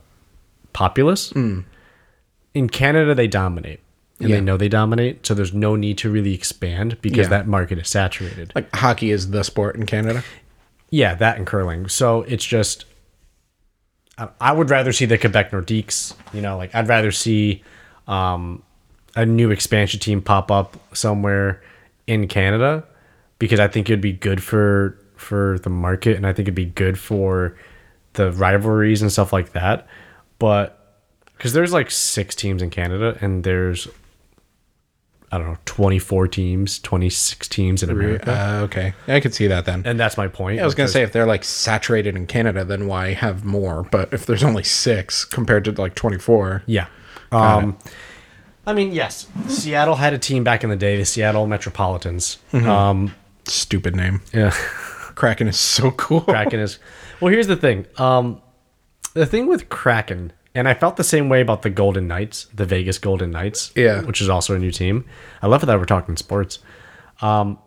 Speaker 2: populace. In Canada, they dominate.
Speaker 1: Hmm.
Speaker 2: And
Speaker 1: Yeah.
Speaker 2: they know they dominate, so there's no need to really expand because
Speaker 1: Yeah.
Speaker 2: that market is saturated.
Speaker 1: Like hockey is the sport in Canada.
Speaker 2: Yeah, that and curling. So it's just, I, I would rather see the Quebec Nordiques. You know, like I'd rather see um, a new expansion team pop up somewhere in Canada because I think it'd be good for for the market and I think it'd be good for the rivalries and stuff like that. But because there's like six teams in Canada and there's I don't know, 24 teams, 26 teams in America.
Speaker 1: Uh, okay, I could see that then.
Speaker 2: And that's my point.
Speaker 1: I was gonna say if they're like saturated in Canada, then why have more? But if there's only six compared to like 24,
Speaker 2: Yeah. Um, I mean, yes, Seattle had a team back in the day, the Seattle Metropolitans. Um,
Speaker 1: stupid name.
Speaker 2: yeah.
Speaker 1: Kraken is so [laughs] cool.
Speaker 2: Kraken is. Well, here's the thing. Um, the thing with Kraken, and I felt the same way about the Golden Knights, the Vegas Golden Knights,
Speaker 1: Yeah.
Speaker 2: which is also a new team. I love that we're talking sports. Um,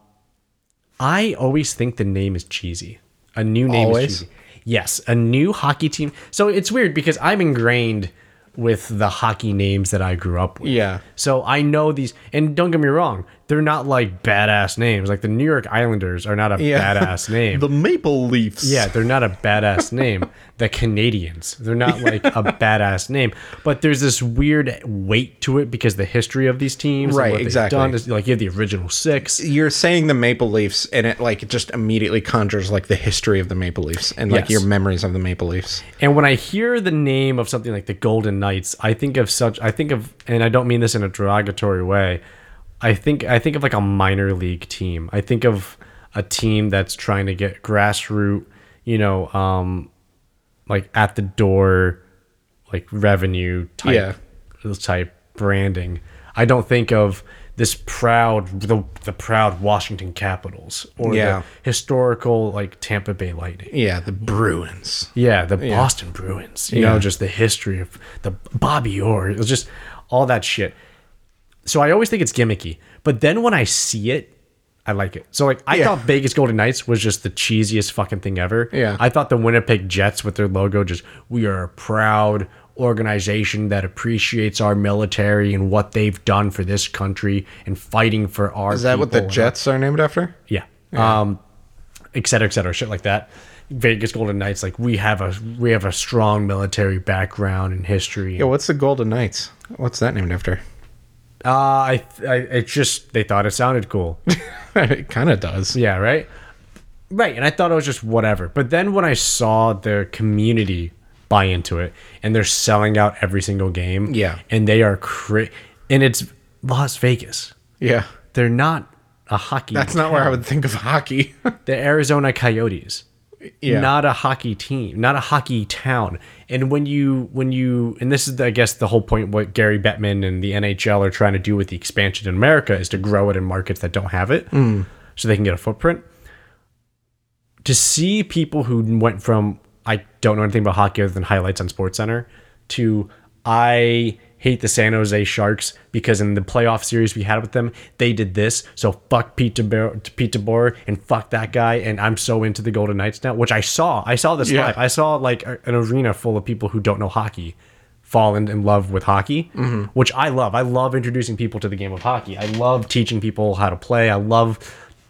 Speaker 2: I always think the name is cheesy. A new name
Speaker 1: Always?
Speaker 2: is cheesy. Yes, a new hockey team. So it's weird because I'm ingrained with the hockey names that I grew up with.
Speaker 1: Yeah.
Speaker 2: So I know these, and don't get me wrong, they're not like badass names. Like the New York Islanders are not a
Speaker 1: Yeah.
Speaker 2: badass
Speaker 1: [laughs]
Speaker 2: name.
Speaker 1: The Maple Leafs.
Speaker 2: Yeah, they're not a
Speaker 1: [laughs]
Speaker 2: badass name. The Canadians, they're not like a badass name. But there's this weird weight to it because the history of these teams, and
Speaker 1: Right,
Speaker 2: what they've
Speaker 1: exactly.
Speaker 2: done is, like you have the original six.
Speaker 1: You're saying the Maple Leafs, and it like it just immediately conjures like the history of the Maple Leafs and like
Speaker 2: Yes.
Speaker 1: your memories of the Maple Leafs.
Speaker 2: And when I hear the name of something like the Golden Knights, I think of such. I think of, and I don't mean this in a derogatory way. I think I think of like a minor league team. I think of a team that's trying to get grassroots, you know, um, like at the door, like revenue type,
Speaker 1: Yeah.
Speaker 2: type branding. I don't think of this proud the the proud Washington Capitals or
Speaker 1: Yeah.
Speaker 2: the historical like Tampa Bay Lightning.
Speaker 1: Yeah, the Bruins.
Speaker 2: Yeah, the Boston Bruins. You
Speaker 1: Yeah.
Speaker 2: know, just the history of the Bobby Orr. It was just all that shit. So I always think it's gimmicky, but then when I see it, I like it. So like I
Speaker 1: Yeah.
Speaker 2: thought Vegas Golden Knights was just the cheesiest fucking thing ever.
Speaker 1: Yeah.
Speaker 2: I thought the Winnipeg Jets with their logo just we are a proud organization that appreciates our military and what they've done for this country and fighting for our
Speaker 1: Is that what the
Speaker 2: people."
Speaker 1: Jets are named after?
Speaker 2: Yeah. Um, et cetera, et cetera, shit like that. Vegas Golden Knights, like we have a we have a strong military background and history.
Speaker 1: Yeah, what's the Golden Knights? What's that named after? [laughs]
Speaker 2: Uh, I, I it just they thought it sounded cool.
Speaker 1: [laughs] it kind of does.
Speaker 2: yeah, right, right. And I thought it was just whatever. But then when I saw the community buy into it and they're selling out every single game,
Speaker 1: Yeah.
Speaker 2: and they are cra- and it's Las Vegas.
Speaker 1: Yeah.
Speaker 2: They're not a hockey.
Speaker 1: That's not where I would think of hockey. [laughs]
Speaker 2: the Arizona Coyotes.
Speaker 1: Yeah.
Speaker 2: Not a hockey team, not a hockey town. And when you when you and this is the, I guess the whole point what Gary Bettman and the NHL are trying to do with the expansion in America is to grow it in markets that don't have it so they can get a footprint. To see people who went from I don't know anything about hockey other than highlights on Sports Center to I hate the San Jose Sharks because in the playoff series we had with them they did this so fuck Pete DeBoer, Pete DeBoer and fuck that guy and I'm so into the Golden Knights now which I saw I saw this
Speaker 1: Yeah.
Speaker 2: live I saw like a- an arena full of people who don't know hockey fall in, in love with hockey, which I love. I love introducing people to the game of hockey. I love teaching people how to play. I love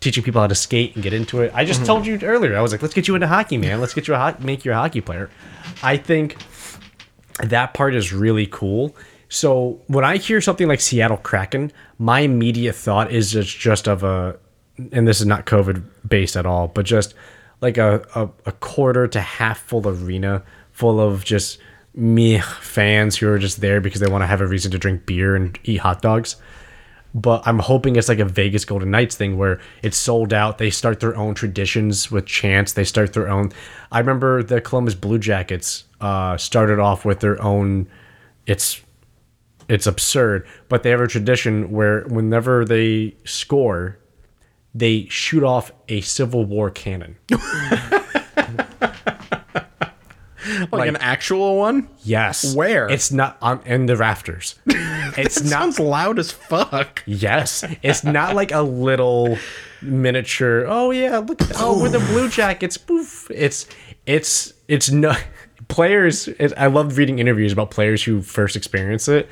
Speaker 2: teaching people how to skate and get into it. I just told you earlier, I was like, let's get you into hockey, man. Let's get you a hockey, make you a hockey player. I think that part is really cool. So when I hear something like Seattle Kraken, my immediate thought is just just of a, and this is not COVID based at all, but just like a, a, a quarter to half full arena full of just me fans who are just there because they want to have a reason to drink beer and eat hot dogs but I'm hoping it's like a Vegas Golden Knights thing where it's sold out. They start their own traditions with chants. They start their own. I remember the Columbus Blue Jackets uh, started off with their own. It's it's absurd, but they have a tradition where whenever they score, they
Speaker 1: [laughs]
Speaker 2: shoot off a Civil War cannon.
Speaker 1: like, an actual one.
Speaker 2: Yes.
Speaker 1: Where?
Speaker 2: It's not on in
Speaker 1: [laughs]
Speaker 2: the rafters. It's
Speaker 1: It
Speaker 2: not
Speaker 1: sounds loud as fuck.
Speaker 2: Yes. It's not like a little miniature. Oh yeah, look oh with the blue jackets. Poof. It's it's it's no players it, I love reading interviews about players who first experience it.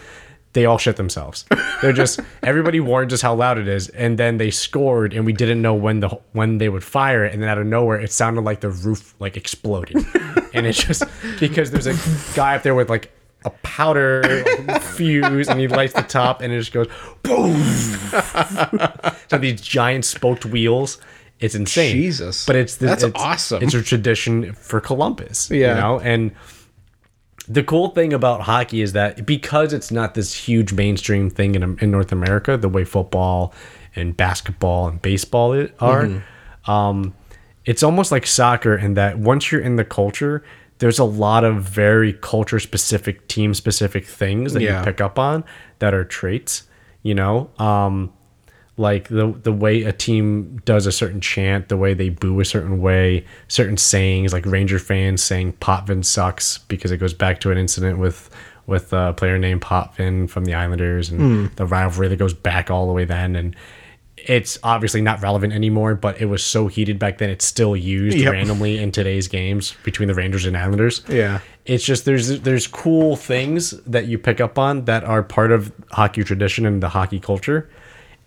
Speaker 2: They all shit themselves. They're just everybody warned us how loud it is, and then they scored, and we didn't know when the when they would fire it, and then out of nowhere, it sounded like the roof like exploded, and it's just because there's a guy up there with like a powder fuse, and he lights the top, and it just goes boom. So these giant spoked wheels. It's insane.
Speaker 1: Jesus.
Speaker 2: But it's the,
Speaker 1: That's
Speaker 2: it's-
Speaker 1: awesome.
Speaker 2: It's a tradition for Columbus.
Speaker 1: Yeah.
Speaker 2: You know, and the cool thing about hockey is that because it's not this huge mainstream thing in, in North America, the way football and basketball and baseball i- are,
Speaker 1: Mm-hmm.
Speaker 2: um, it's almost like soccer in that once you're in the culture, there's a lot of very culture specific, team specific things that
Speaker 1: Yeah.
Speaker 2: you pick up on that are traits, you know? Um, like the the way a team does a certain chant, the way they boo a certain way, certain sayings. Like Ranger fans saying "Potvin sucks" because it goes back to an incident with with a player named Potvin from the Islanders and the rivalry that goes back all the way then. And it's obviously not relevant anymore, but it was so heated back then. It's still used
Speaker 1: Yep.
Speaker 2: randomly in today's games between the Rangers and Islanders
Speaker 1: Yeah.
Speaker 2: it's just there's there's cool things that you pick up on that are part of hockey tradition and the hockey culture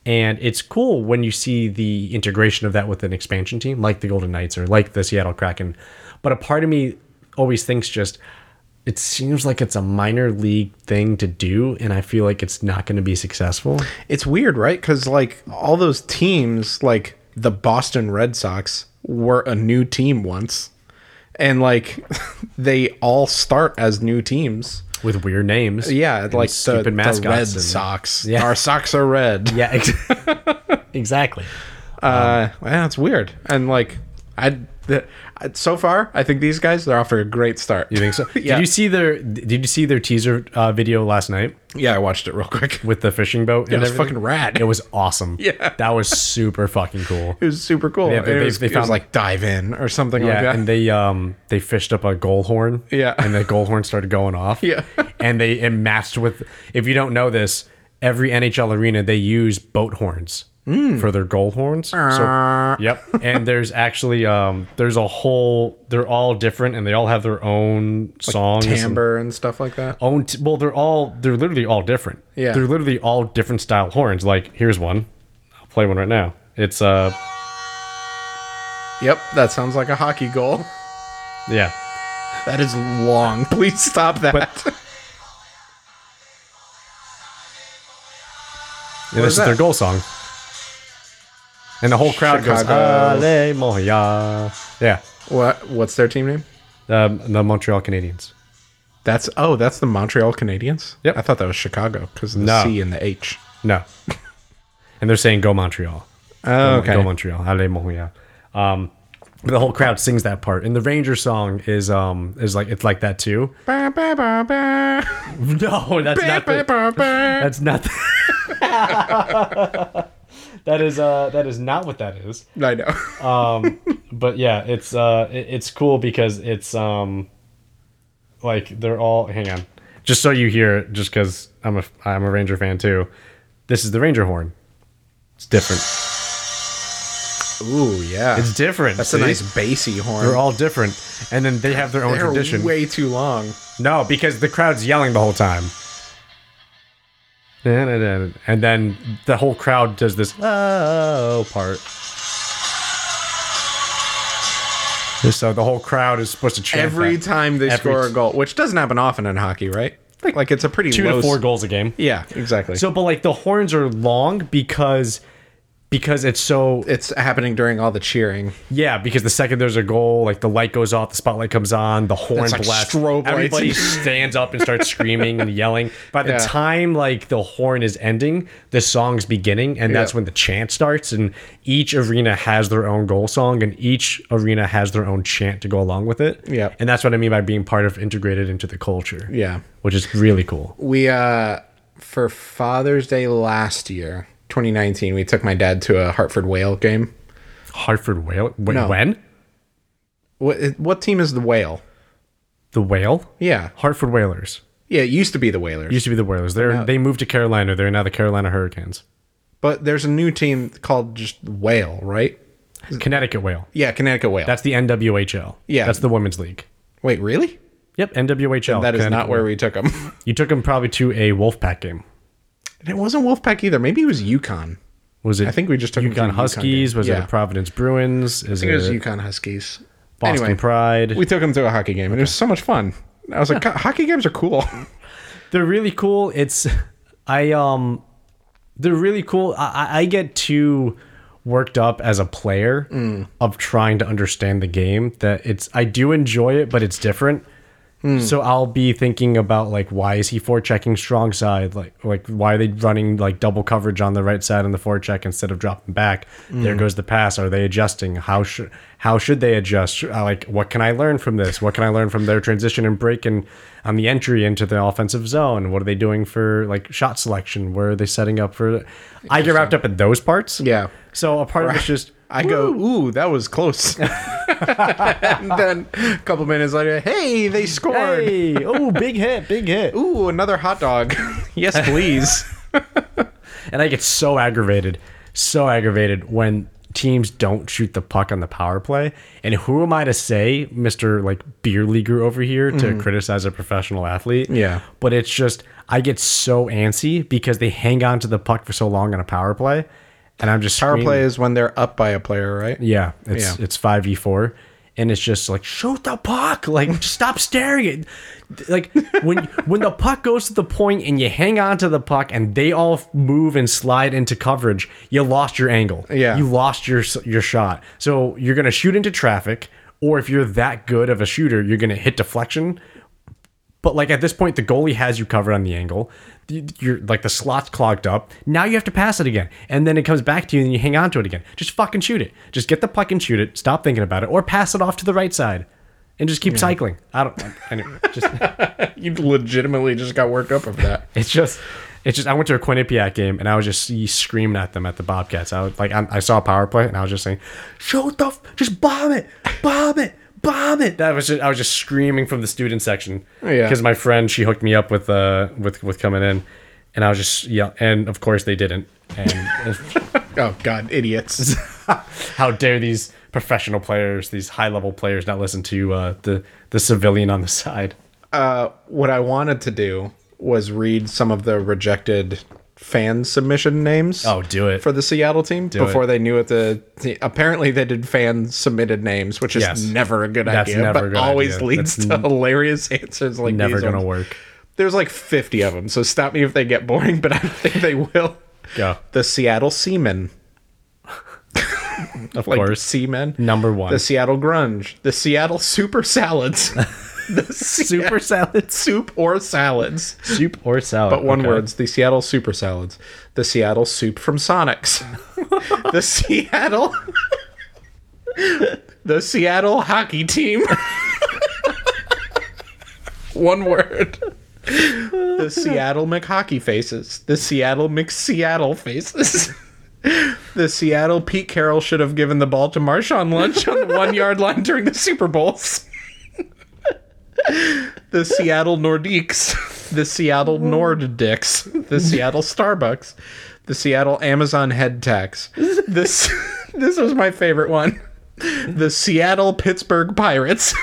Speaker 2: and it's cool when you see the integration of that with an expansion team like the golden knights or like the seattle kraken but a part of me always thinks just it seems like it's a minor league thing to do and i feel like it's not going to be successful
Speaker 1: It's weird, right? Because like all those teams, like the Boston Red Sox, were a new team once, and like [laughs] they all start as new teams.
Speaker 2: with weird names
Speaker 1: Yeah,
Speaker 2: and
Speaker 1: like the,
Speaker 2: stupid
Speaker 1: the
Speaker 2: mascots
Speaker 1: Red
Speaker 2: and-
Speaker 1: Sox.
Speaker 2: [laughs] Yeah.
Speaker 1: Our socks are red.
Speaker 2: yeah ex- [laughs]
Speaker 1: [laughs]
Speaker 2: exactly
Speaker 1: Uh, yeah, it's weird. And like, I, the, I so far, I think these guys they're off to a great start. You [laughs]
Speaker 2: think so
Speaker 1: yeah,
Speaker 2: did you see their did you see their teaser uh, video last night
Speaker 1: yeah. I watched [laughs] it real quick.
Speaker 2: with the fishing boat. and
Speaker 1: It was
Speaker 2: everything.
Speaker 1: fucking rad.
Speaker 2: It was awesome.
Speaker 1: [laughs] Yeah.
Speaker 2: that was super fucking cool.
Speaker 1: It was super cool.
Speaker 2: Yeah,
Speaker 1: And
Speaker 2: they-
Speaker 1: it,
Speaker 2: they-
Speaker 1: was,
Speaker 2: they
Speaker 1: it was
Speaker 2: found-
Speaker 1: like dive in or something like
Speaker 2: Yeah,
Speaker 1: that.
Speaker 2: and they um they fished up a goal horn.
Speaker 1: Yeah.
Speaker 2: and the goal horn started going off.
Speaker 1: Yeah.
Speaker 2: [laughs] and they it matched with. If you don't know this, every NHL arena they use boat horns
Speaker 1: Hmm.
Speaker 2: for their goal horns.
Speaker 1: Uh.
Speaker 2: So, yep, and there's actually um there's a whole they're all different and they all have their own songs and-
Speaker 1: timbre and stuff like that.
Speaker 2: own t- well they're all they're literally all different
Speaker 1: Yeah.
Speaker 2: they're literally all different style horns like here's one i'll play one right now it's uh
Speaker 1: Yep, that sounds like a hockey goal.
Speaker 2: yeah
Speaker 1: That is long. [laughs] Please stop that.
Speaker 2: Yeah,
Speaker 1: is
Speaker 2: this is their
Speaker 1: that?
Speaker 2: goal song and the whole crowd
Speaker 1: Chicago.
Speaker 2: goes Ale Moya. yeah
Speaker 1: what? What's their team name?
Speaker 2: um, the montreal canadiens
Speaker 1: That's oh, that's the Montreal Canadiens.
Speaker 2: Yep.
Speaker 1: I thought that was Chicago because the
Speaker 2: No.
Speaker 1: C and the H.
Speaker 2: no [laughs] and they're saying go montreal
Speaker 1: Oh, okay.
Speaker 2: Go Montreal. Allez Montreal. Um, but the whole crowd sings that part, and the Ranger song is um is like it's like that too.
Speaker 1: Ba, ba, ba, ba.
Speaker 2: [laughs] No, that's
Speaker 1: Ba,
Speaker 2: not
Speaker 1: ba,
Speaker 2: the,
Speaker 1: ba, ba.
Speaker 2: That's not. [laughs] that is uh that is not what that is.
Speaker 1: I know.
Speaker 2: [laughs] Um, but yeah, it's uh it- it's cool because it's um like they're all hang on. Just so you hear it, just because I'm a I'm a Ranger fan too. This is the Ranger horn. It's different.
Speaker 1: Ooh, yeah.
Speaker 2: It's different.
Speaker 1: That's a
Speaker 2: see?
Speaker 1: nice bassy horn.
Speaker 2: They're all different, and then they have their own
Speaker 1: They're
Speaker 2: tradition.
Speaker 1: way too long.
Speaker 2: No, because the crowd's yelling the whole time. And then the whole crowd does this oh part. So uh, the whole crowd is supposed to chant
Speaker 1: Every
Speaker 2: that.
Speaker 1: time they
Speaker 2: Every
Speaker 1: score a
Speaker 2: t-
Speaker 1: goal, which doesn't happen often in hockey, right? Like, it's a pretty
Speaker 2: two
Speaker 1: low
Speaker 2: to four
Speaker 1: s-
Speaker 2: goals a game.
Speaker 1: Yeah, exactly. So
Speaker 2: So, but like the horns are long because because it's so
Speaker 1: it's happening during all the cheering.
Speaker 2: yeah because the second there's a goal like the light goes off the spotlight comes on the horn
Speaker 1: It's like
Speaker 2: blasts
Speaker 1: strobe lights. [laughs]
Speaker 2: everybody stands up and starts screaming and yelling by the
Speaker 1: Yeah.
Speaker 2: time like the horn is ending the song's beginning and that's
Speaker 1: Yeah.
Speaker 2: when the chant starts and each arena has their own goal song and each arena has their own chant to go along with it
Speaker 1: Yeah.
Speaker 2: and that's what i mean by being part of integrated into the culture
Speaker 1: Yeah.
Speaker 2: which is really cool
Speaker 1: We uh for Father's Day last year, 2019, we took my dad to a Hartford Whale game.
Speaker 2: hartford whale wait,
Speaker 1: No.
Speaker 2: when
Speaker 1: What what team is the Whale?
Speaker 2: the whale,
Speaker 1: Yeah.
Speaker 2: Hartford Whalers.
Speaker 1: Yeah, it used to be the Whalers.
Speaker 2: Used to be the Whalers. They're
Speaker 1: now-
Speaker 2: they moved to Carolina. They're now the Carolina Hurricanes.
Speaker 1: But there's a new team called just Whale, right?
Speaker 2: Connecticut Whale.
Speaker 1: Yeah, Connecticut Whale.
Speaker 2: That's the NWHL.
Speaker 1: Yeah.
Speaker 2: That's the women's league.
Speaker 1: Wait, really?
Speaker 2: Yep, NWHL.
Speaker 1: That is
Speaker 2: Connecticut
Speaker 1: not where
Speaker 2: Whale.
Speaker 1: we [laughs] took him.
Speaker 2: you took him probably to a Wolfpack game.
Speaker 1: and it wasn't Wolfpack either. Maybe it was Yukon.
Speaker 2: Was it?
Speaker 1: I think we just took him to
Speaker 2: Yukon
Speaker 1: a UConn
Speaker 2: Huskies.
Speaker 1: game.
Speaker 2: was it
Speaker 1: Yeah.
Speaker 2: a Providence Bruins? Is
Speaker 1: I think it was
Speaker 2: it,
Speaker 1: Yukon Huskies.
Speaker 2: Boston
Speaker 1: anyway,
Speaker 2: Pride?
Speaker 1: we took him to a hockey game, and it was so much fun. I was like, "God, hockey games are cool. [laughs]
Speaker 2: they're really cool. It's [laughs] I um they're really cool. I, I- I get too worked up as a player of trying to understand the game that it's I do enjoy it, but it's different. So I'll be thinking about like why is he forechecking strong side like like why are they running like double coverage on the right side on the forecheck instead of dropping back there goes the pass are they adjusting how should how should they adjust Sh- uh, like what can I learn from this what can I learn from their transition and break and on the entry into the offensive zone what are they doing for like shot selection where are they setting up for I get wrapped up in those parts
Speaker 1: Yeah.
Speaker 2: so a part of it's just
Speaker 1: I go, ooh, that was
Speaker 2: [laughs]
Speaker 1: close. and then a couple minutes later, hey, they scored.
Speaker 2: hey oh big hit big hit
Speaker 1: Ooh, another hot
Speaker 2: [laughs]
Speaker 1: dog. yes, please.
Speaker 2: And I get so aggravated, so aggravated when teams don't shoot the puck on the power play. And who am I to say, Mr. like beer leaguer over here, to criticize a professional athlete?
Speaker 1: Mm-hmm. Yeah.
Speaker 2: But it's just I get so antsy because they hang on to the puck for so long on a power play. And I'm just
Speaker 1: Power
Speaker 2: screaming-
Speaker 1: play is when they're up by a player, right?
Speaker 2: yeah, it's
Speaker 1: Yeah.
Speaker 2: it's five v four, and it's just like shoot the puck, like [laughs] stop staring at, like when when the puck goes to the point and you hang on to the puck and they all move and slide into coverage, you lost your angle.
Speaker 1: Yeah.
Speaker 2: you lost your your shot. So you're gonna shoot into traffic, or if you're that good of a shooter, you're gonna hit deflection. But like at this point, the goalie has you covered on the angle. You- You're like the slot's clogged up. Now you have to pass it again, and then it comes back to you, and you hang on to it again. Just fucking shoot it. Just get the puck and shoot it. Stop thinking about it, or pass it off to the right side, and just keep cycling. I don't. Anyway, just
Speaker 1: You legitimately just got worked up over that.
Speaker 2: it's just. It's just I went to a Quinnipiac game and I was just screaming at them at the Bobcats. I was like I, I saw a power play and I was just saying, "Shoot the f- just bomb it, bomb it, bomb it." That was just I was just screaming from the student section
Speaker 1: Oh, Yeah.
Speaker 2: because my friend she hooked me up with uh with with coming in, and I was just yeah and of course they didn't. And [laughs]
Speaker 1: Oh God, idiots!
Speaker 2: how dare these professional players, these high level players, not listen to uh, the the civilian on the side?
Speaker 1: uh, what I wanted to do was read some of the rejected fan submission names.
Speaker 2: Oh, do it.
Speaker 1: for the Seattle team before
Speaker 2: it.
Speaker 1: they knew it. The, the- apparently they did fan submitted names, which is
Speaker 2: Yes.
Speaker 1: never a good
Speaker 2: That's
Speaker 1: idea,
Speaker 2: never
Speaker 1: but
Speaker 2: a good
Speaker 1: always
Speaker 2: idea.
Speaker 1: leads
Speaker 2: That's
Speaker 1: to hilarious answers. Like
Speaker 2: Never
Speaker 1: these
Speaker 2: gonna
Speaker 1: ones.
Speaker 2: work.
Speaker 1: There's like 50 of them, so stop me if they get boring, but I think they will.
Speaker 2: Go.
Speaker 1: The Seattle Seamen.
Speaker 2: [laughs] Of
Speaker 1: like
Speaker 2: course.
Speaker 1: Seamen.
Speaker 2: Number one.
Speaker 1: The [laughs] Seattle Grunge. The Seattle Super
Speaker 2: [laughs]
Speaker 1: Salads. the Seattle
Speaker 2: Super salads.
Speaker 1: Soup or Salads.
Speaker 2: Soup or salad.
Speaker 1: But one
Speaker 2: okay.
Speaker 1: words, the Seattle Super Salads. The Seattle Soup from Sonics. the Seattle The Seattle hockey team. [laughs] one word. The Seattle McHockey faces. The Seattle McSeattle faces. [laughs] The Seattle Pete Carroll should have given the ball to Marshawn Lynch on the one yard line during the Super Bowls. The Seattle Nordiques. The Seattle Norddicks. The Seattle Starbucks. The Seattle Amazon Head Tax. This [laughs] this was my favorite one. The Seattle Pittsburgh Pirates.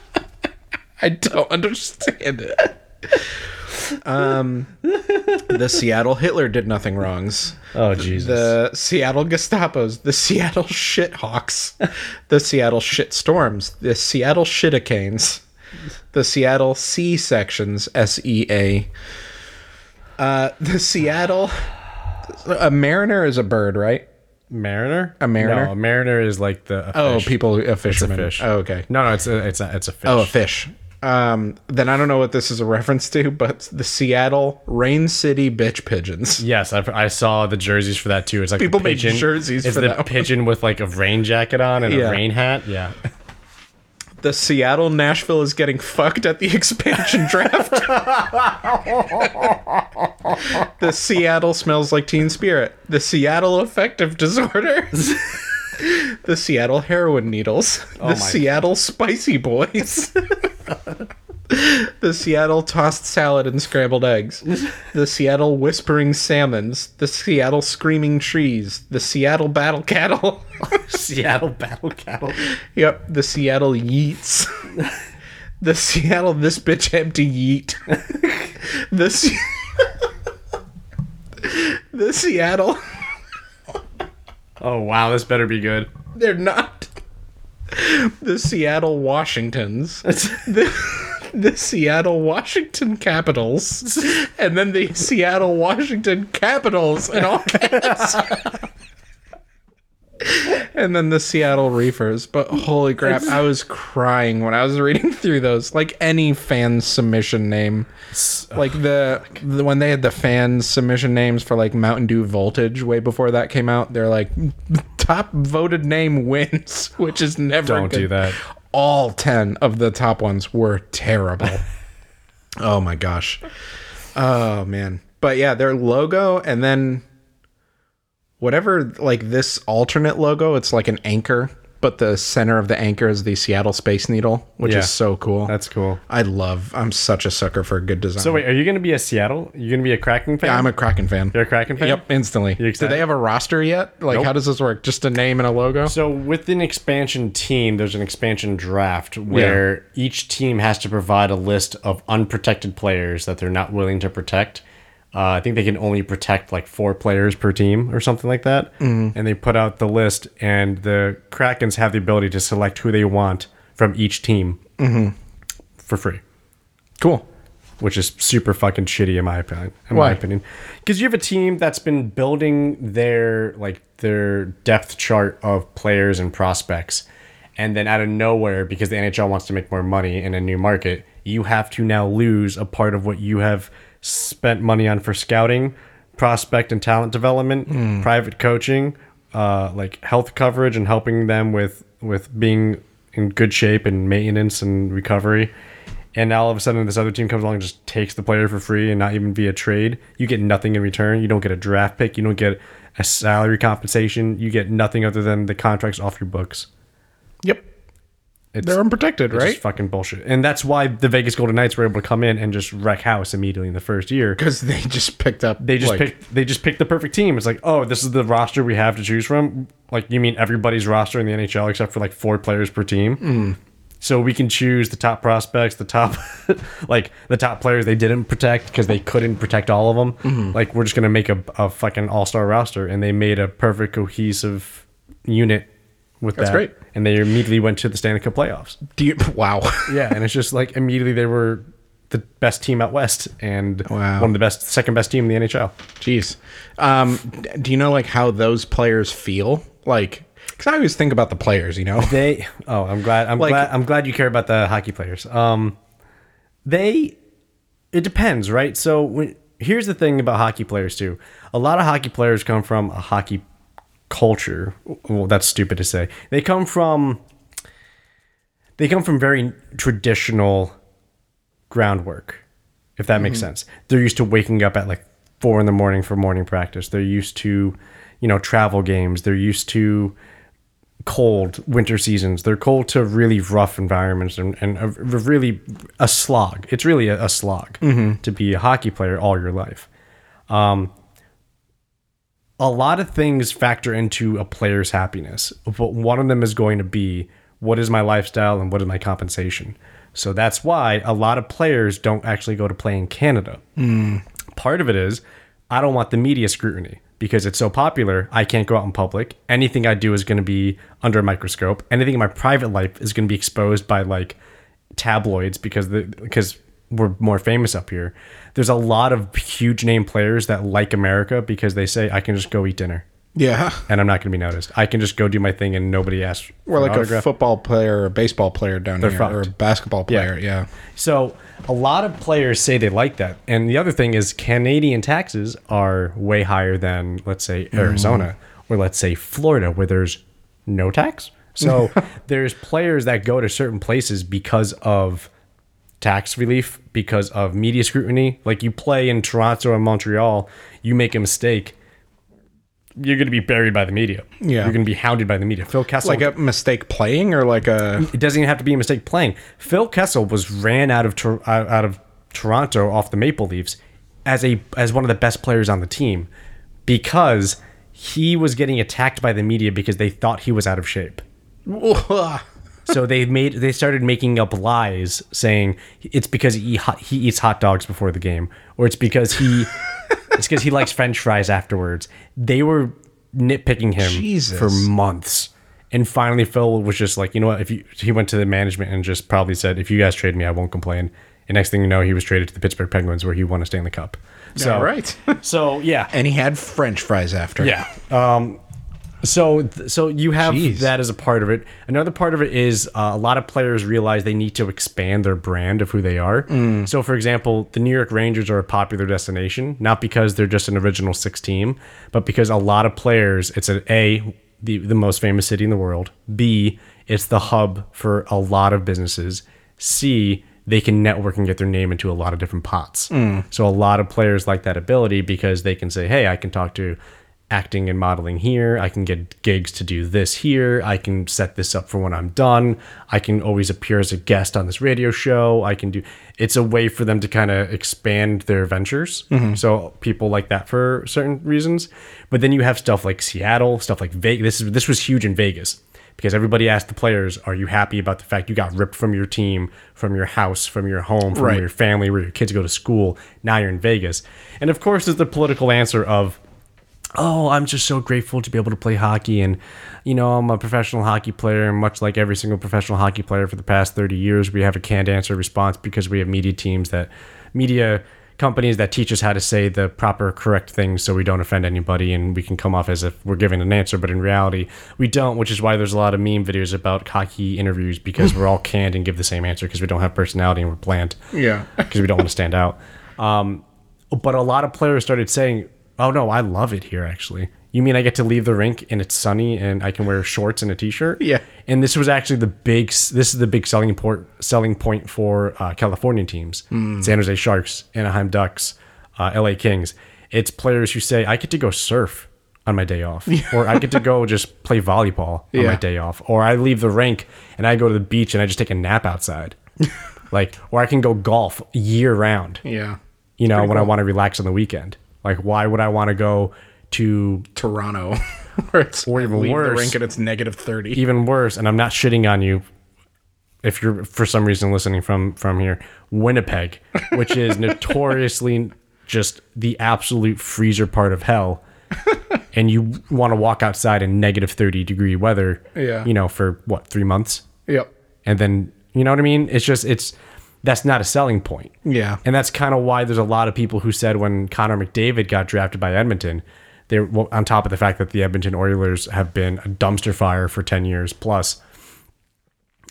Speaker 1: [laughs] I don't understand it. Um, the Seattle Hitler did nothing wrongs.
Speaker 2: Oh Jesus.
Speaker 1: The Seattle Gestapos, the Seattle [laughs] Shithawks, the Seattle Shitstorms, the Seattle Shitacanes, the Seattle C sections, S E A. Uh, the Seattle. A mariner is a bird, right?
Speaker 2: Mariner?
Speaker 1: A mariner?
Speaker 2: No, a mariner is like the a
Speaker 1: Oh,
Speaker 2: fish.
Speaker 1: people, a fisherman.
Speaker 2: fish.
Speaker 1: Oh, okay.
Speaker 2: No, no, it's a it's a it's a fish.
Speaker 1: Oh, a fish. Um, then I don't know what this is a reference to, but the Seattle Rain City Bitch Pigeons.
Speaker 2: Yes, I, I saw the jerseys for that too. It's like
Speaker 1: People
Speaker 2: the
Speaker 1: made
Speaker 2: pigeon.
Speaker 1: jerseys
Speaker 2: It's
Speaker 1: for
Speaker 2: the
Speaker 1: that one.
Speaker 2: pigeon with like a rain jacket on and
Speaker 1: Yeah.
Speaker 2: a rain
Speaker 1: [laughs]
Speaker 2: hat. Yeah,
Speaker 1: The Seattle Nashville is getting fucked at the [laughs] expansion draft. the Seattle smells like teen spirit. The Seattle affective disorder. the Seattle heroin needles. the
Speaker 2: my-
Speaker 1: Seattle spicy boys. the Seattle tossed salad and scrambled eggs, the Seattle whispering salmons, the Seattle screaming trees, the Seattle battle cattle.
Speaker 2: Seattle battle cattle.
Speaker 1: yep, the Seattle yeets. [laughs] the Seattle this bitch empty yeet. [laughs] the Se- [laughs] the Seattle
Speaker 2: Oh wow, this better
Speaker 1: [laughs]
Speaker 2: be good.
Speaker 1: they're not. The Seattle Washingtons. the, the Seattle Washington Capitals and then the Seattle Washington Capitals in all caps. and then the Seattle Reefers. But holy crap, I was crying when I was reading [laughs] through those. Like any fan submission name. Like the, the when they had the fan submission names for like Mountain Dew Voltage way before that came out, they're like [laughs] top voted name wins, [laughs] which is never
Speaker 2: Don't
Speaker 1: good
Speaker 2: do that.
Speaker 1: all 10 of the top ones were
Speaker 2: [laughs]
Speaker 1: terrible. oh my gosh. Oh man. But yeah, their logo and then whatever like this alternate logo, it's like an anchor, but the center of the anchor is the Seattle Space Needle, which
Speaker 2: Yeah.
Speaker 1: is so cool.
Speaker 2: That's cool.
Speaker 1: I love. I'm such a sucker for good design.
Speaker 2: So wait, are you gonna be a Seattle? You're gonna be a Kraken fan?
Speaker 1: I'm a Kraken fan.
Speaker 2: You're a Kraken fan.
Speaker 1: Yep, instantly. Do
Speaker 2: excited?
Speaker 1: they have a roster yet? Like how does this work? Just a name and a logo?
Speaker 2: So with an expansion team, there's an expansion draft where each team has to provide a list of unprotected players that they're not willing to protect. Uh, I think they can only protect like four players per team or something like that. And they put out the list, and the Krakens have the ability to select who they want from each team for free,
Speaker 1: Cool.
Speaker 2: which is super fucking shitty in my opinion. In
Speaker 1: Why?
Speaker 2: my opinion, because you have a team that's been building their like their depth chart of players and prospects, and then out of nowhere, because the NHL wants to make more money in a new market, you have to now lose a part of what you have spent money on for scouting, prospect and talent development, private coaching, uh, like health coverage, and helping them with with being in good shape and maintenance and recovery. And now all of a sudden, this other team comes along and just takes the player for free and not even via trade. You get nothing in return. You don't get a draft pick. You don't get a salary compensation. You get nothing other than the contracts off your books.
Speaker 1: Yep.
Speaker 2: It's,
Speaker 1: They're unprotected, [laughs]
Speaker 2: it's
Speaker 1: right?
Speaker 2: just fucking bullshit. And that's why the Vegas Golden Knights were able to come in and just wreck house immediately in the first year.
Speaker 1: Because they just picked up.
Speaker 2: They just
Speaker 1: like,
Speaker 2: picked. They just picked the perfect team. It's like, oh, this is the roster we have to choose from. Like, you mean everybody's roster in the NHL except for like four players per team.
Speaker 1: Mm.
Speaker 2: So we can choose the top prospects, the top, [laughs] like the top players they didn't protect because they couldn't protect all of them.
Speaker 1: Mm-hmm.
Speaker 2: Like we're just gonna make a, a fucking all star roster, and they made a perfect cohesive unit with that.
Speaker 1: great.
Speaker 2: And they immediately went to the Stanley Cup playoffs.
Speaker 1: Do you, [laughs] wow.
Speaker 2: Yeah, and it's just like immediately they were the best team out west and
Speaker 1: Wow.
Speaker 2: one of the best, second best team in the NHL.
Speaker 1: Jeez. Um, d- do you know like how those players feel? Like, because I always think about the players, you know?
Speaker 2: They oh, I'm glad I'm
Speaker 1: Like-
Speaker 2: glad I'm glad you care about the hockey players. Um they it depends, right? So when, here's the thing about hockey players too. A lot of hockey players come from a hockey culture. Well, that's stupid to say. They come from they come from very traditional groundwork, if that makes sense. They're used to waking up at like four in the morning for morning practice. They're used to, you know, travel games. They're used to cold winter seasons. They're cold to really rough environments and, and a, a really a slog. It's really a, a slog to be a hockey player all your life. Um, a lot of things factor into a player's happiness, but one of them is going to be what is my lifestyle and what is my compensation. So that's why a lot of players don't actually go to play in Canada part of it is I don't want the media scrutiny because it's so popular. I can't go out in public. Anything I do is going to be under a microscope. Anything in my private life is going to be exposed by like tabloids because the because we're more famous up here. There's a lot of huge name players that like America because they say I can just go eat dinner
Speaker 1: [laughs] Yeah.
Speaker 2: and I'm not going to be noticed. I can just go do my thing and nobody asks.
Speaker 1: Or
Speaker 2: for
Speaker 1: like a
Speaker 2: autograph.
Speaker 1: football player or a baseball player down here,
Speaker 2: fucked.
Speaker 1: or a basketball player. Yeah.
Speaker 2: So a lot of players say they like that. And the other thing is Canadian taxes are way higher than let's say
Speaker 1: Mm.
Speaker 2: Arizona or let's say Florida where there's no tax.
Speaker 1: [laughs]
Speaker 2: So there's players that go to certain places because of tax relief, because of media scrutiny. Like you play in Toronto or Montreal, you make a mistake, you're going to be buried by the media.
Speaker 1: Yeah.
Speaker 2: You're going to be hounded by the media. Phil Kessel.
Speaker 1: Like a mistake playing or like [laughs] a
Speaker 2: it doesn't even have to be a mistake playing. Phil Kessel was ran out of Tor- out out of Toronto off the Maple Leafs as a as one of the best players on the team because he was getting attacked by the media because they thought he was out of shape. So they made they started making up lies saying it's because he eat hot, he eats hot dogs before the game or it's because
Speaker 1: [laughs]
Speaker 2: he it's because he likes french fries afterwards. They were nitpicking him
Speaker 1: Jesus.
Speaker 2: for months. And finally Phil was just like, "You know what? If you he went to the management and just probably said, "If you guys trade me, I won't complain." And next thing you know, he was traded to the Pittsburgh Penguins where he won a Stanley Cup. So
Speaker 1: all right.
Speaker 2: So yeah.
Speaker 1: [laughs] and he had French fries after.
Speaker 2: Yeah. Um, so th- so you have
Speaker 1: Jeez.
Speaker 2: that as a part of it. Another part of it is uh, a lot of players realize they need to expand their brand of who they are. So for example, the New York Rangers are a popular destination not because they're just an original 6 team, but because a lot of players it's an A the the most famous city in the world. B it's the hub for a lot of businesses. C they can network and get their name into a lot of different pots. So a lot of players like that ability because they can say, "Hey, I can talk to acting and modeling here. I can get gigs to do this here. I can set this up for when I'm done. I can always appear as a guest on this radio show. I can do it's a way for them to kind of expand their ventures. So people like that for certain reasons. But then you have stuff like Seattle, stuff like Vegas. This is this was huge in Vegas because everybody asked the players, "Are you happy about the fact you got ripped from your team, from your house, from your home, from
Speaker 1: Right.
Speaker 2: your family, where your kids go to school? Now you're in Vegas." And of course, there's the political answer of, "Oh, I'm just so grateful to be able to play hockey, and you know, I'm a professional hockey player, and much like every single professional hockey player for the past 30 years, we have a canned answer response because we have media teams that media." Companies that teach us how to say the proper, correct things so we don't offend anybody and we can come off as if we're giving an answer, but in reality, we don't, which is why there's a lot of meme videos about cocky interviews because we're all canned and give the same answer because we don't have personality and we're bland
Speaker 1: Yeah.
Speaker 2: because we don't want to stand out. Um, but a lot of players started saying, "Oh no, I love it here. Actually, you mean I get to leave the rink and it's sunny and I can wear shorts and a t-shirt?
Speaker 1: Yeah.
Speaker 2: And this was actually the big. s- This is the big selling port selling point for uh, Californian teams:
Speaker 1: Hmm.
Speaker 2: San Jose Sharks, Anaheim Ducks, uh, L.A. Kings. It's players who say, "I get to go surf." On my day off, or I get to go just play volleyball on my
Speaker 1: Yeah.
Speaker 2: day off, or I leave the rink and I go to the beach and I just take a nap outside, like, or I can go golf year round
Speaker 1: Yeah.
Speaker 2: you know, when I want to relax on the weekend. Like, why would I want to go to
Speaker 1: Toronto, [laughs] where it's or
Speaker 2: even
Speaker 1: leave
Speaker 2: worse.
Speaker 1: the rink and it's negative thirty.
Speaker 2: even worse? And I'm not shitting on you if you're for some reason listening from from here, Winnipeg, which is notoriously just the absolute freezer part of hell. and you want to walk outside in negative 30 degree weather,
Speaker 1: Yeah.
Speaker 2: you know, for what, three months?
Speaker 1: Yep.
Speaker 2: And then, you know what I mean? It's just, it's, that's not a selling point.
Speaker 1: Yeah.
Speaker 2: And that's kind of why there's a lot of people who said when Connor McDavid got drafted by Edmonton, they were well, on top of the fact that the Edmonton Oilers have been a dumpster fire for 10 years plus.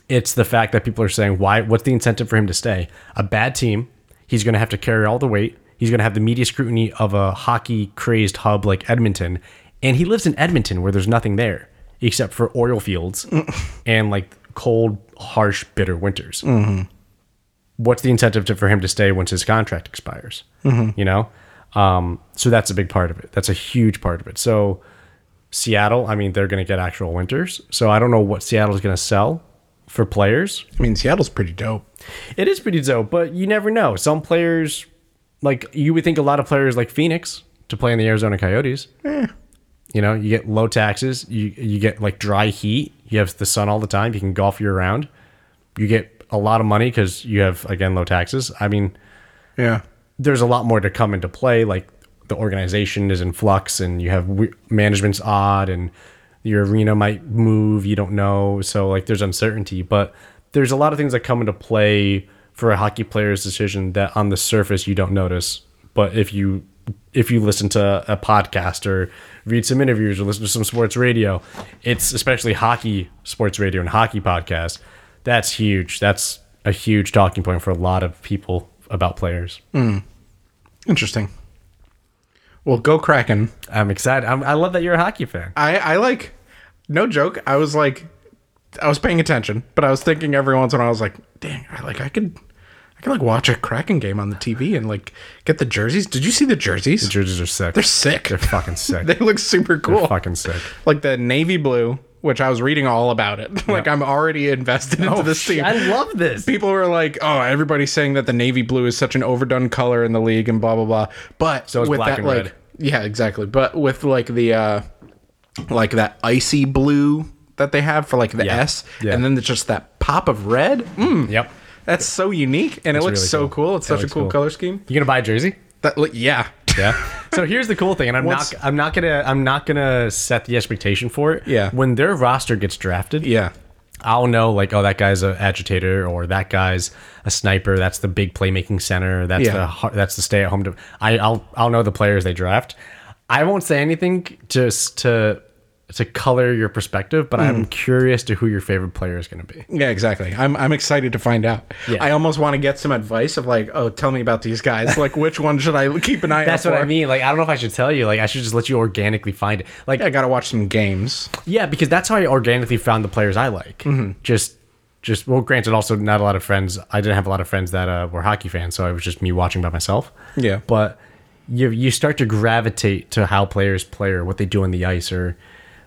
Speaker 2: It's the fact that people are saying, why? What's the incentive for him to stay? A bad team. He's going to have to carry all the weight. He's going to have the media scrutiny of a hockey crazed hub like Edmonton. And he lives in Edmonton where there's nothing there except for oil fields and like cold, harsh, bitter winters what's the incentive to, for him to stay once his contract expires? You know, um, so that's a big part of it. That's a huge part of it. So Seattle, I mean, they're going to get actual winters. So I don't know what Seattle's going to sell for players.
Speaker 1: I mean, Seattle's pretty dope.
Speaker 2: It is pretty dope, but you never know. Some players, like you would think, a lot of players like Phoenix to play in the Arizona Coyotes. You know, you get low taxes, you you get like dry heat, you have the sun all the time, you can golf year round, you get a lot of money because you have again low taxes. I mean,
Speaker 1: Yeah.
Speaker 2: there's a lot more to come into play. Like the organization is in flux, and you have we- management's odd, and your arena might move. You don't know, so like there's uncertainty. But there's a lot of things that come into play for a hockey player's decision that on the surface you don't notice, but if you if you listen to a podcast or read some interviews or listen to some sports radio, it's especially hockey sports radio and hockey podcasts. That's huge. That's a huge talking point for a lot of people about players.
Speaker 1: Interesting. Well, go Kraken.
Speaker 2: I'm excited. I'm, I love that you're a hockey fan.
Speaker 1: I, I like, no joke. I was like, I was paying attention, but I was thinking every once in a while, I was like, dang, I like, I could, I I could like watch a Kraken game on the TV and like get the jerseys. Did you see the jerseys?
Speaker 2: The jerseys are sick.
Speaker 1: They're sick. [laughs]
Speaker 2: They're fucking sick.
Speaker 1: they look super cool.
Speaker 2: They're fucking sick.
Speaker 1: like the navy blue, which I was reading all about it. [laughs] like I'm already invested into this team.
Speaker 2: I love this.
Speaker 1: People were like, "Oh, everybody's saying that the navy blue is such an overdone color in the league and blah blah blah." But
Speaker 2: it's
Speaker 1: with
Speaker 2: black
Speaker 1: that
Speaker 2: and
Speaker 1: like
Speaker 2: red.
Speaker 1: yeah, exactly. But with like the uh like that icy blue that they have for like the
Speaker 2: Yeah.
Speaker 1: S
Speaker 2: Yeah.
Speaker 1: and then there's just that pop of red. Mm,
Speaker 2: Yep.
Speaker 1: that's so unique and it looks
Speaker 2: really
Speaker 1: so
Speaker 2: cool.
Speaker 1: cool. It's
Speaker 2: It
Speaker 1: such a
Speaker 2: looks
Speaker 1: cool,
Speaker 2: cool.
Speaker 1: color scheme.
Speaker 2: You gonna buy a jersey?
Speaker 1: That look yeah. [laughs]
Speaker 2: Yeah. so here's the cool thing, and I'm
Speaker 1: Once-
Speaker 2: not I'm not gonna I'm not gonna set the expectation for it.
Speaker 1: Yeah.
Speaker 2: When their roster gets drafted,
Speaker 1: Yeah.
Speaker 2: I'll know like, oh, that guy's an agitator, or that guy's a sniper. That's the big playmaking center. That's
Speaker 1: Yeah.
Speaker 2: the har- that's the stay at home. De- I, I'll I'll know the players they draft. I won't say anything just to to color your perspective, but I'm curious to who your favorite player is going to be.
Speaker 1: Yeah, exactly. I'm I'm excited to find out.
Speaker 2: Yeah.
Speaker 1: I almost want to get some advice of like, oh, tell me about these guys. Like, which one should I keep an eye
Speaker 2: [laughs] That's
Speaker 1: out
Speaker 2: what I
Speaker 1: for?
Speaker 2: mean. Like, I don't know if I should tell you. Like, I should just let you organically find it. Like,
Speaker 1: I gotta watch some games.
Speaker 2: Yeah, because that's how I organically found the players I like. Just, just well, granted, also not a lot of friends. I didn't have a lot of friends that uh, were hockey fans, so it was just me watching by myself.
Speaker 1: Yeah.
Speaker 2: but you you start to gravitate to how players play or what they do on the ice, or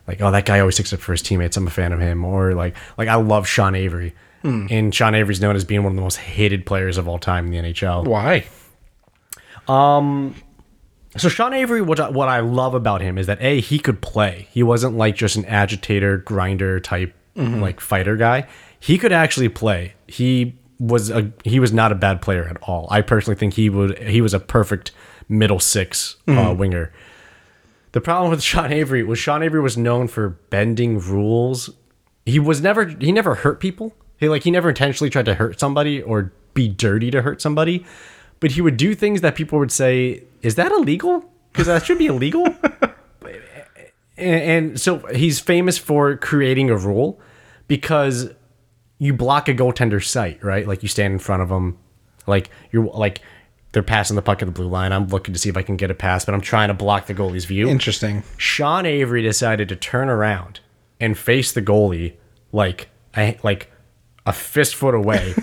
Speaker 2: like, oh, that guy always sticks up for his teammates. I'm a fan of him, or like, like I love Sean Avery, and Sean Avery's known as being one of the most hated players of all time in the NHL.
Speaker 1: Why?
Speaker 2: So Sean Avery, what I, what I love about him is that a he could play. He wasn't like just an agitator, grinder type like fighter guy. He could actually play. He was a he was not a bad player at all. I personally think he would he was a perfect middle 6 uh, winger. The problem with [laughs] Sean Avery was Sean Avery was known for bending rules. He was never he never hurt people. He like he never intentionally tried to hurt somebody or be dirty to hurt somebody, but he would do things that people would say, "Is that illegal?" Because that should be illegal. and, and so he's famous for creating a rule because you block a goaltender's sight, right? Like you stand in front of them, like you're like they're passing the puck at the blue line. I'm looking to see if I can get a pass, but I'm trying to block the goalie's view.
Speaker 1: Interesting.
Speaker 2: Sean Avery decided to turn around and face the goalie like a, like a fist
Speaker 1: [laughs]
Speaker 2: foot away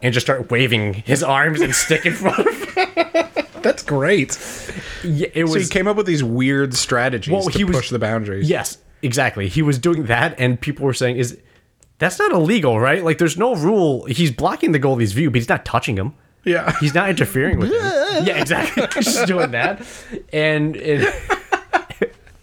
Speaker 2: and just start waving his arms and stick in front of him.
Speaker 1: That's great.
Speaker 2: Yeah,
Speaker 1: [laughs]
Speaker 2: It
Speaker 1: So he
Speaker 2: was
Speaker 1: came up with these weird strategies
Speaker 2: Well,
Speaker 1: to
Speaker 2: he was-
Speaker 1: push the boundaries.
Speaker 2: yes, exactly. He was doing that and people were saying is that's not illegal, right? Like there's no rule. He's blocking the goalie's view, but he's not touching him.
Speaker 1: Yeah.
Speaker 2: He's not interfering with him.
Speaker 1: [laughs]
Speaker 2: yeah, exactly. [laughs] He's just doing that. And it, [laughs]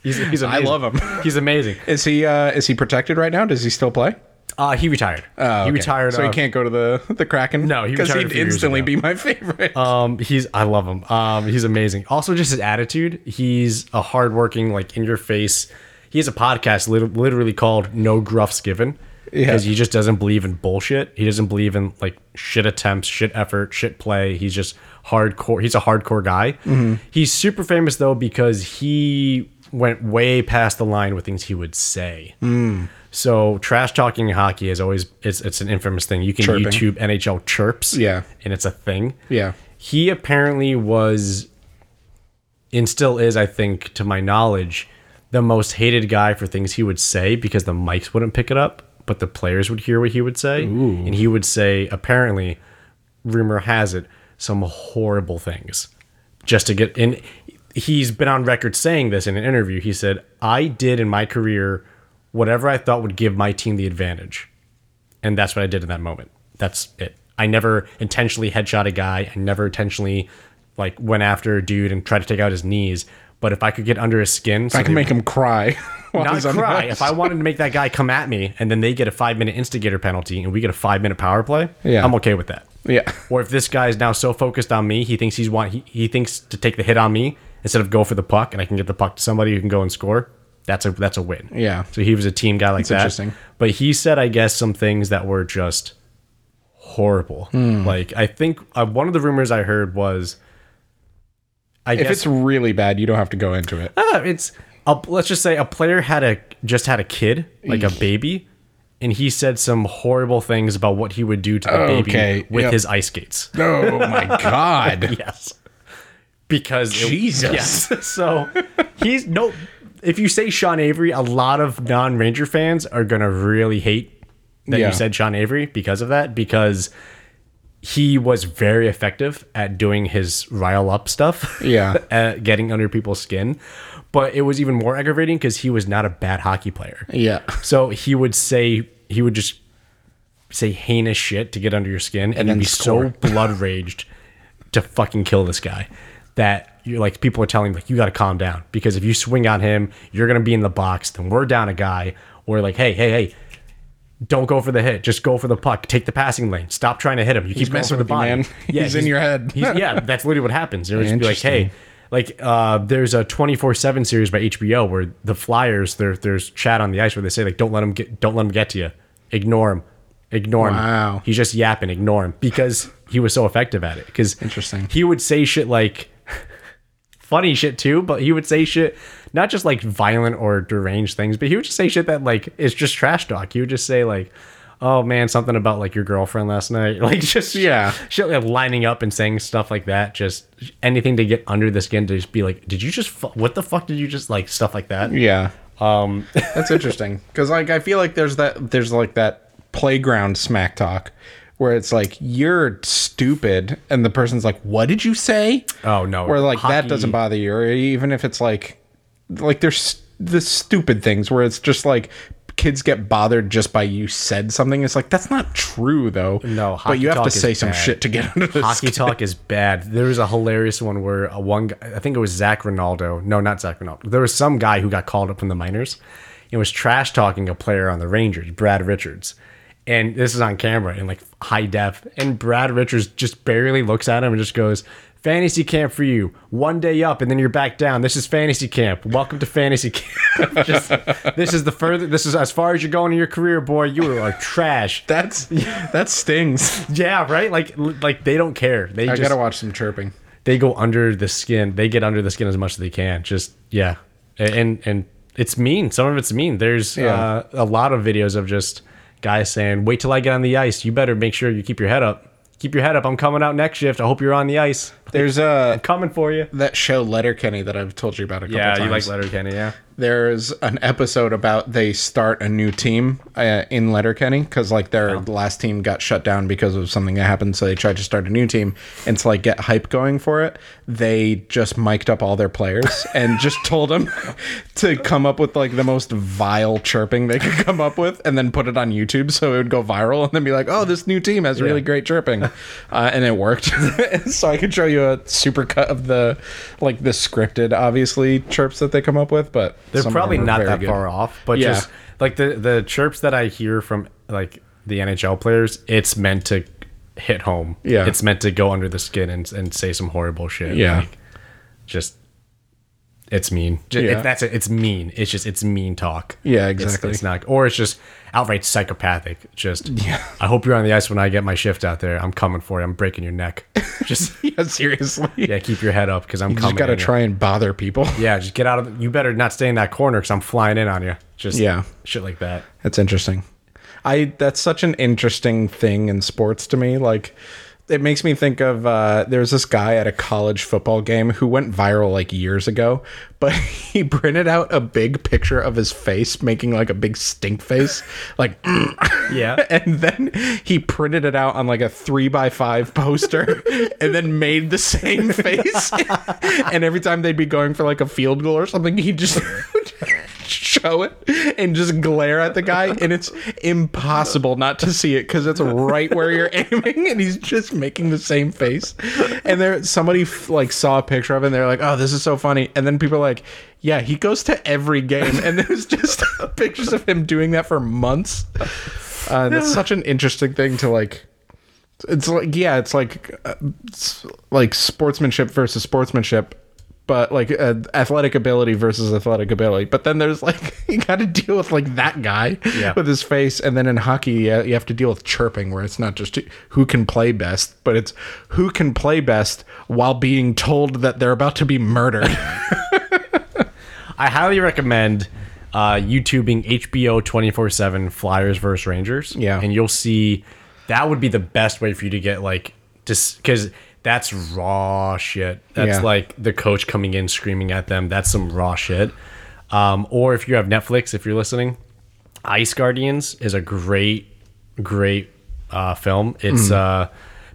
Speaker 2: he's, he's amazing.
Speaker 1: love him.
Speaker 2: He's amazing.
Speaker 1: Is he uh is he protected right now? Does he still play?
Speaker 2: Uh, he retired. He
Speaker 1: Oh, okay.
Speaker 2: retired.
Speaker 1: So he
Speaker 2: uh,
Speaker 1: can't go to the [laughs] the Kraken.
Speaker 2: No, he
Speaker 1: because
Speaker 2: retired a
Speaker 1: he'd
Speaker 2: few years
Speaker 1: instantly
Speaker 2: ago.
Speaker 1: be my favorite.
Speaker 2: Um, he's I love him. Um, he's amazing. Also, just his attitude. He's a hardworking, like in your face. He has a podcast lit- literally called "No Gruffs Given" because he just doesn't believe in bullshit. He doesn't believe in like shit attempts, shit effort, shit play. He's just hardcore. He's a hardcore guy.
Speaker 1: Mm-hmm.
Speaker 2: He's super famous though because he went way past the line with things he would say.
Speaker 1: Mm.
Speaker 2: So trash talking in hockey is always it's it's an infamous thing. You can
Speaker 1: Chirping.
Speaker 2: YouTube NHL chirps.
Speaker 1: Yeah.
Speaker 2: And it's a thing.
Speaker 1: Yeah.
Speaker 2: He apparently was and still is, I think, to my knowledge, the most hated guy for things he would say because the mics wouldn't pick it up, but the players would hear what he would say. And he would say, apparently, rumor has it, some horrible things just to get and he's been on record saying this in an interview. He said, I did in my career whatever I thought would give my team the advantage. And that's what I did in that moment. That's it. I never intentionally headshot a guy. I never intentionally like went after a dude and tried to take out his knees. But if I could get under his skin, so
Speaker 1: I can
Speaker 2: they-
Speaker 1: make him cry. [laughs] while
Speaker 2: not
Speaker 1: he's on the
Speaker 2: cry.
Speaker 1: ice.
Speaker 2: If I wanted to make that guy come at me and then they get a five minute instigator penalty and we get a five minute power play,
Speaker 1: Yeah.
Speaker 2: I'm okay with that.
Speaker 1: [laughs] Yeah.
Speaker 2: Or if this guy is now so focused on me, he thinks he's want he, he thinks to take the hit on me instead of go for the puck, and I can get the puck to somebody who can go and score. That's a that's a win.
Speaker 1: Yeah.
Speaker 2: So he was a team guy like that.
Speaker 1: interesting.
Speaker 2: But he said, I guess, some things that were just horrible. Like I think uh, one of the rumors I heard was, I
Speaker 1: If
Speaker 2: guess
Speaker 1: it's really bad, you don't have to go into
Speaker 2: [laughs]
Speaker 1: it.
Speaker 2: Ah, it's a, let's just say a player had a just had a kid, like a baby, and he said some horrible things about what he would do to the
Speaker 1: Okay,
Speaker 2: baby with
Speaker 1: yep.
Speaker 2: his ice skates.
Speaker 1: Oh my
Speaker 2: [laughs]
Speaker 1: god.
Speaker 2: Yes, because it-
Speaker 1: Jesus.
Speaker 2: yes. [laughs] So he's no. If you say Sean Avery, a lot of non-Ranger fans are gonna really hate that
Speaker 1: Yeah.
Speaker 2: you said Sean Avery because of that because he was very effective at doing his rile up stuff.
Speaker 1: Yeah.
Speaker 2: [laughs] at getting under people's skin. But it was even more aggravating because he was not a bad hockey player.
Speaker 1: Yeah.
Speaker 2: So he would say he would just say heinous shit to get under your skin, and,
Speaker 1: then
Speaker 2: you'd be
Speaker 1: score. [laughs]
Speaker 2: so blood raged to fucking kill this guy that you're like people are telling him, like you got to calm down because if you swing on him, you're gonna be in the box. Then we're down a guy. We're like, hey, hey, hey. Don't go for the hit. Just go for the puck. Take the passing lane. Stop trying to hit him. You keep
Speaker 1: messing
Speaker 2: messing with the
Speaker 1: with you,
Speaker 2: body.
Speaker 1: man. He's in your head. [laughs]
Speaker 2: he's- yeah, that's literally what happens. It would just be like,
Speaker 1: Interesting.
Speaker 2: hey, like uh, there's a 24/7 series by HBO where the Flyers there there's chat on the ice where they say like don't let him get don't let him get to you. Ignore him. Ignore
Speaker 1: Wow.
Speaker 2: him. He's just yapping, ignore him because he was so effective at it cuz
Speaker 1: Interesting.
Speaker 2: He would say shit like funny shit too, but he would say shit not just like violent or deranged things, but he would just say shit that like is just trash talk. He would just say like, "Oh man, something about like your girlfriend last night," [laughs] like just
Speaker 1: Yeah.
Speaker 2: shit like lining up and saying stuff like that. Just anything to get under the skin to just be like, "Did you just fu- what the fuck did you just like stuff like that?"
Speaker 1: Yeah. Um that's interesting cuz like I feel like there's that there's like that playground smack talk where it's like you're stupid and the person's like what did you say?
Speaker 2: Oh no,
Speaker 1: Where like that
Speaker 2: Hockey-
Speaker 1: doesn't bother you or even if it's like like there's the stupid things where it's just like kids get bothered just by you said something it's like that's not true though
Speaker 2: No,
Speaker 1: but
Speaker 2: hockey
Speaker 1: you have
Speaker 2: talk
Speaker 1: to
Speaker 2: is
Speaker 1: say some
Speaker 2: bad.
Speaker 1: shit to get [laughs] under the
Speaker 2: Hockey
Speaker 1: skin.
Speaker 2: talk is bad. There was a hilarious one where a one guy, I think it was Zach Ronaldo. No, not Zach Ronaldo. There was some guy who got called up from the minors and was trash talking a player on the Rangers, Brad Richards. And this is on camera in like high def. And Brad Richards just barely looks at him and just goes, Fantasy camp for you. One day up and then you're back down. This is fantasy camp. Welcome to fantasy [laughs] camp. just, this is the further, this is as far as you're going in your career, boy. You are trash. [laughs]
Speaker 1: that's that stings
Speaker 2: Yeah, right? Like, like they don't care. They
Speaker 1: i
Speaker 2: just,
Speaker 1: gotta watch some chirping
Speaker 2: they go under the skin. They get under the skin as much as they can. Just yeah, A- and and it's mean. Some of it's mean. There's uh, a lot of videos of just guys saying, "Wait till I get on the ice. You better make sure you keep your head up. Keep your head up. I'm coming out next shift. I hope you're on the ice.
Speaker 1: there's a
Speaker 2: Coming for you."
Speaker 1: that show Letterkenny that I've told you about a couple times.
Speaker 2: Letterkenny, yeah.
Speaker 1: There's an episode about they start a new team uh, in Letterkenny because like their last team got shut down because of something that happened, so they tried to start a new team and to like get hype going for it, they just mic'd up all their players and just told them [laughs] to come up with like the most vile chirping they could come up with, and then put it on YouTube so it would go viral, and then be like, oh, this new team has really great chirping, uh, and it worked. [laughs] so I could show you a super cut of the like the scripted, obviously chirps that they come up with, but
Speaker 2: They're
Speaker 1: some of
Speaker 2: probably
Speaker 1: them are
Speaker 2: not
Speaker 1: very
Speaker 2: that
Speaker 1: good. [laughs]
Speaker 2: far off, but
Speaker 1: Yeah.
Speaker 2: just like the the chirps that I hear from like the NHL players, it's meant to hit home.
Speaker 1: Yeah.
Speaker 2: it's meant to go under the skin and and say some horrible shit.
Speaker 1: Yeah.
Speaker 2: like, just it's mean. Ju-
Speaker 1: Yeah.
Speaker 2: it- that's it. It's mean. It's just it's mean talk.
Speaker 1: Yeah,
Speaker 2: It's-
Speaker 1: exactly.
Speaker 2: It's, not, or it's just outright psychopathic. Just yeah. I hope you're on the ice when I get my shift out there. I'm coming for you. I'm breaking your
Speaker 1: [laughs]
Speaker 2: neck. Just
Speaker 1: Yeah, seriously.
Speaker 2: yeah, keep your head up because I'm
Speaker 1: You
Speaker 2: coming.
Speaker 1: just gotta
Speaker 2: in.
Speaker 1: try and bother people.
Speaker 2: Yeah, just get out of. The, you better not stay in that corner because I'm flying in on you. Just
Speaker 1: Yeah.
Speaker 2: shit like that.
Speaker 1: That's interesting. I that's such an interesting thing in sports to me. Like it makes me think of uh, there's this guy at a college football game who went viral like years ago, but [laughs] he printed out a big picture of his face making like a big stink face, like [clears throat]
Speaker 2: Yeah,
Speaker 1: [laughs] and then he printed it out on like a three by five poster and then made the same face and every time they'd be going for like a field goal or something he'd just show it and just glare at the guy and it's impossible not to see it because it's right where you're aiming and he's just making the same face and there somebody f- like saw a picture of it and they're like oh this is so funny and then people are like yeah he goes to every game and there's just [laughs] pictures of him doing that for months uh, that's such an interesting thing to like. It's like yeah, it's like uh, it's like sportsmanship versus sportsmanship, but like uh, athletic ability versus athletic ability. But then there's [laughs] like you got to deal with like that guy
Speaker 2: Yeah.
Speaker 1: with his face, and then in hockey uh, you have to deal with chirping, where it's not just who can play best, but it's who can play best while being told that they're about to be murdered.
Speaker 2: I highly recommend uh, YouTubing HBO twenty four seven Flyers versus Rangers.
Speaker 1: Yeah.
Speaker 2: and you'll see that would be the best way for you to get like just because that's raw shit. That's
Speaker 1: Yeah.
Speaker 2: like the coach coming in screaming at them. That's some raw shit. Um, or if you have Netflix, if you're listening,
Speaker 1: Hmm.
Speaker 2: Ice Guardians is a great, great uh, film. It's uh,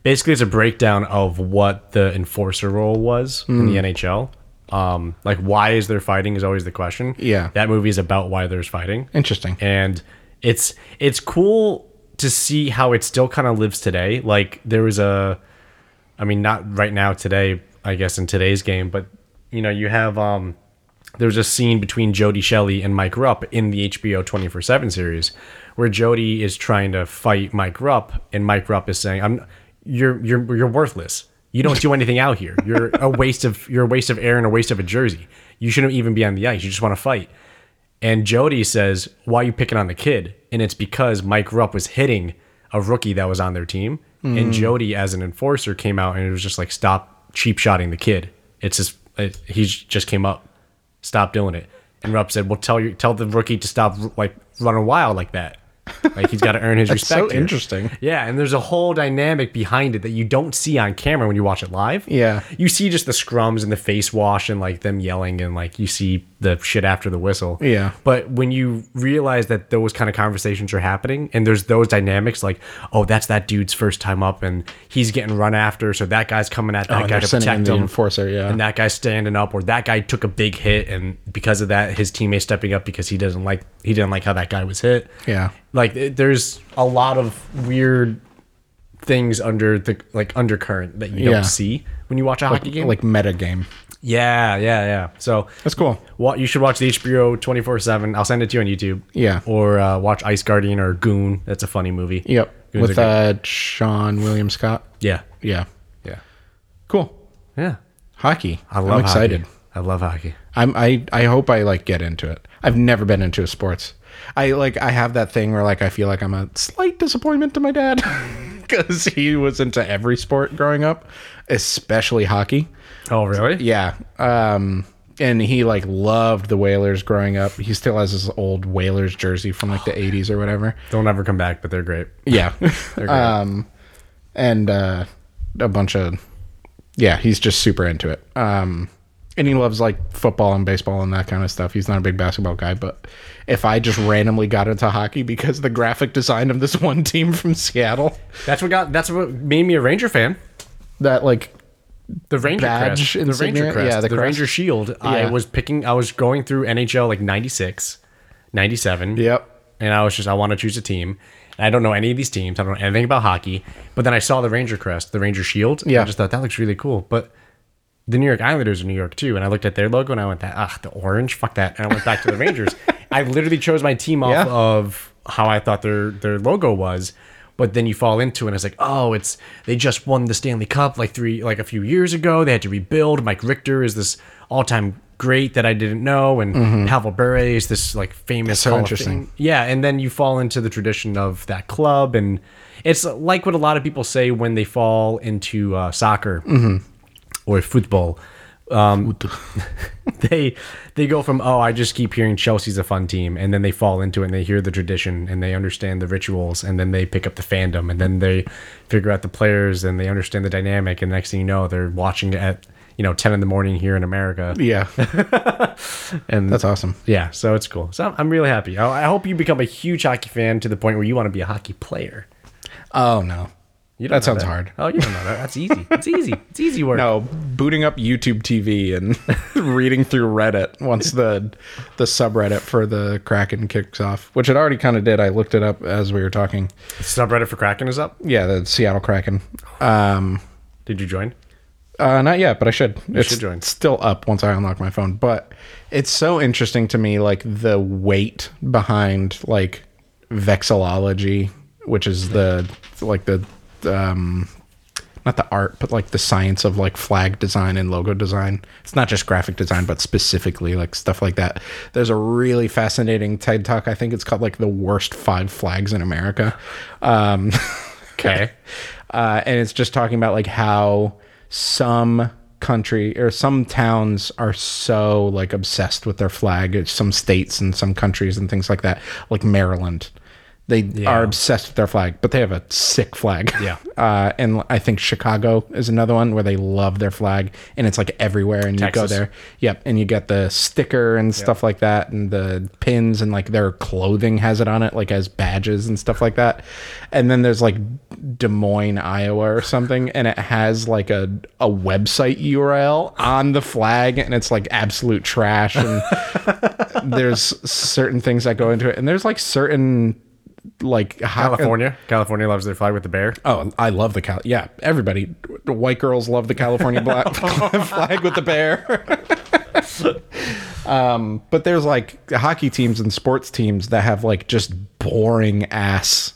Speaker 2: basically it's a breakdown of what the enforcer role was in
Speaker 1: Hmm.
Speaker 2: the NHL. Um, like why is there fighting is always the question.
Speaker 1: Yeah.
Speaker 2: that movie is about why there's fighting
Speaker 1: [laughs] Interesting.
Speaker 2: and it's it's cool to see how it still kind of lives today like there was a i mean not right now today i guess in today's game but you know you have um there's a scene between Jody Shelley and Mike Rupp in the HBO 24/7 series where Jody is trying to fight Mike Rupp and Mike Rupp is saying I'm you're you're you're worthless you don't do anything out here you're a waste of you're a waste of air and a waste of a jersey you shouldn't even be on the ice you just want to fight and Jody says, Why are you picking on the kid? And it's because Mike Rupp was hitting a rookie that was on their team.
Speaker 1: Hmm.
Speaker 2: And Jody, as an enforcer, came out and it was just like, Stop cheap shotting the kid. It's just, it, he j- just came up. Stop doing it. And Rupp said, Well, tell, your, tell the rookie to stop like running wild like that. Like he's got to
Speaker 1: [laughs]
Speaker 2: earn his respect.
Speaker 1: so
Speaker 2: here."
Speaker 1: interesting.
Speaker 2: Yeah, and there's a whole dynamic behind it that you don't see on camera when you watch it live.
Speaker 1: Yeah.
Speaker 2: You see just the scrums and the face wash and like them yelling and like you see the shit after the whistle.
Speaker 1: Yeah.
Speaker 2: But when you realize that those kind of conversations are happening and there's those dynamics like, oh, that's that dude's first time up and he's getting run after, so that guy's coming at that
Speaker 1: and
Speaker 2: guy
Speaker 1: Oh, they're
Speaker 2: to
Speaker 1: sending in
Speaker 2: protect
Speaker 1: the
Speaker 2: him.
Speaker 1: enforcer, yeah.
Speaker 2: And that guy's standing up or that guy took a big hit and because of that his teammate stepping up because he doesn't like he didn't like how that guy was hit
Speaker 1: Yeah.
Speaker 2: like it- there's a lot of weird things under the like undercurrent that you
Speaker 1: Yeah.
Speaker 2: don't see when you watch a hockey game.
Speaker 1: Like meta game.
Speaker 2: yeah, yeah, yeah. So
Speaker 1: That's cool.
Speaker 2: what you should watch the HBO 24/7. I'll send it to you on YouTube.
Speaker 1: Yeah.
Speaker 2: Or uh, watch Ice Guardian or Goon. That's a funny movie.
Speaker 1: Yep.
Speaker 2: Goons
Speaker 1: With
Speaker 2: are
Speaker 1: uh Sean William Scott.
Speaker 2: good. yeah.
Speaker 1: Yeah.
Speaker 2: Yeah.
Speaker 1: Cool.
Speaker 2: Yeah.
Speaker 1: Hockey.
Speaker 2: I love
Speaker 1: I'm excited.
Speaker 2: Hockey. I love hockey.
Speaker 1: I'm I I hope I like get into it. I've never been into sports. I like I have that thing where like I feel like I'm a slight disappointment to my dad [laughs] because he was into every sport growing up, especially hockey.
Speaker 2: Oh, really?
Speaker 1: Yeah. Um and he like loved the Whalers growing up. He still has his old Whalers jersey from like the 80s or whatever.
Speaker 2: They'll never come back, but they're great.
Speaker 1: Yeah. [laughs]
Speaker 2: They're great.
Speaker 1: um and uh a bunch of yeah, he's just super into it. Um and he loves like football and baseball and that kind of stuff. He's not a big basketball guy, but if I just randomly got into hockey because the graphic design of this [laughs] one team from Seattle,
Speaker 2: that's what got. That's what made me a Ranger fan.
Speaker 1: that like
Speaker 2: The Ranger
Speaker 1: Badge
Speaker 2: crest, the
Speaker 1: insignia?
Speaker 2: Ranger crest,
Speaker 1: Yeah,
Speaker 2: the,
Speaker 1: the crest.
Speaker 2: Ranger shield. I
Speaker 1: Yeah.
Speaker 2: was picking. I was going through NHL like 96, 97.
Speaker 1: Yep.
Speaker 2: And I was just, I want to choose a team. And I don't know any of these teams. I don't know anything about hockey. But then I saw the Ranger crest, the Ranger shield. and I
Speaker 1: Yeah.
Speaker 2: just thought that looks really cool. But the New York Islanders are New York too. And I looked at their logo and I went, that ah, the orange, fuck that. And I went back to
Speaker 1: [laughs]
Speaker 2: the Rangers. I literally chose my team off
Speaker 1: Yeah.
Speaker 2: of how I thought their their logo was. But then you fall into it and it's like, oh, it's they just won the Stanley Cup like three like a few years ago. They had to rebuild. Mike Richter is this all time great that I didn't know, and
Speaker 1: Mm-hmm.
Speaker 2: Pavel Bure is this like famous.
Speaker 1: so
Speaker 2: Hall of
Speaker 1: interesting.
Speaker 2: Fame- Yeah, and then you fall into the tradition of that club, and it's like what a lot of people say when they fall into uh, soccer
Speaker 1: Mm-hmm.
Speaker 2: or football. Um, [laughs] they they go from oh I just keep hearing Chelsea's a fun team and then they fall into it and they hear the tradition and they understand the rituals and then they pick up the fandom and then they figure out the players and they understand the dynamic and next thing you know they're watching at you know 10 in the morning here in America
Speaker 1: Yeah.
Speaker 2: and
Speaker 1: That's awesome.
Speaker 2: yeah so it's cool so I'm, I'm really happy I, I hope you become a huge hockey fan to the point where you want to be a hockey player
Speaker 1: [laughs] Oh no.
Speaker 2: you don't
Speaker 1: That
Speaker 2: know
Speaker 1: sounds hard.
Speaker 2: oh you don't know that that's easy it's easy it's easy
Speaker 1: [laughs]
Speaker 2: work
Speaker 1: No, booting up YouTube TV and [laughs] reading through Reddit once the the subreddit for the Kraken kicks off, which it already kind of did. I looked it up as we were talking.
Speaker 2: subreddit for Kraken is up
Speaker 1: Yeah, the Seattle Kraken. Um,
Speaker 2: did you join
Speaker 1: uh, not yet, but I should. it's
Speaker 2: should join.
Speaker 1: Still up once I unlock my phone, but it's so interesting to me, like the weight behind like vexillology, which is the like the um, not the art, but like the science of like flag design and logo design. It's not just graphic design, but specifically like stuff like that. There's a really fascinating TED talk. I think it's called like the worst five flags in America. Um, [laughs]
Speaker 2: Okay.
Speaker 1: uh, and it's just talking about like how some country or some towns are so like obsessed with their flag. It's some states and some countries and things like that, like Maryland. They are obsessed with their flag, but they have a sick flag.
Speaker 2: Yeah.
Speaker 1: [laughs] Uh, and I think Chicago is another one where they love their flag, and it's like everywhere. And you go
Speaker 2: Texas.
Speaker 1: there, yep, and you get the sticker and stuff like that, and the pins, and like their clothing has it on it, like as badges and stuff like that. And then there's like Des Moines, Iowa, or something, and it has like a a website URL on the flag, and it's like absolute trash. And there's certain things that go into it, and there's like certain like how,
Speaker 2: California. California loves their flag with the bear.
Speaker 1: Oh, I love the Cal. Yeah, everybody. The white girls love the
Speaker 2: [laughs]
Speaker 1: California black [laughs] flag with the bear. [laughs] um, but there's like hockey teams and sports teams that have like just boring ass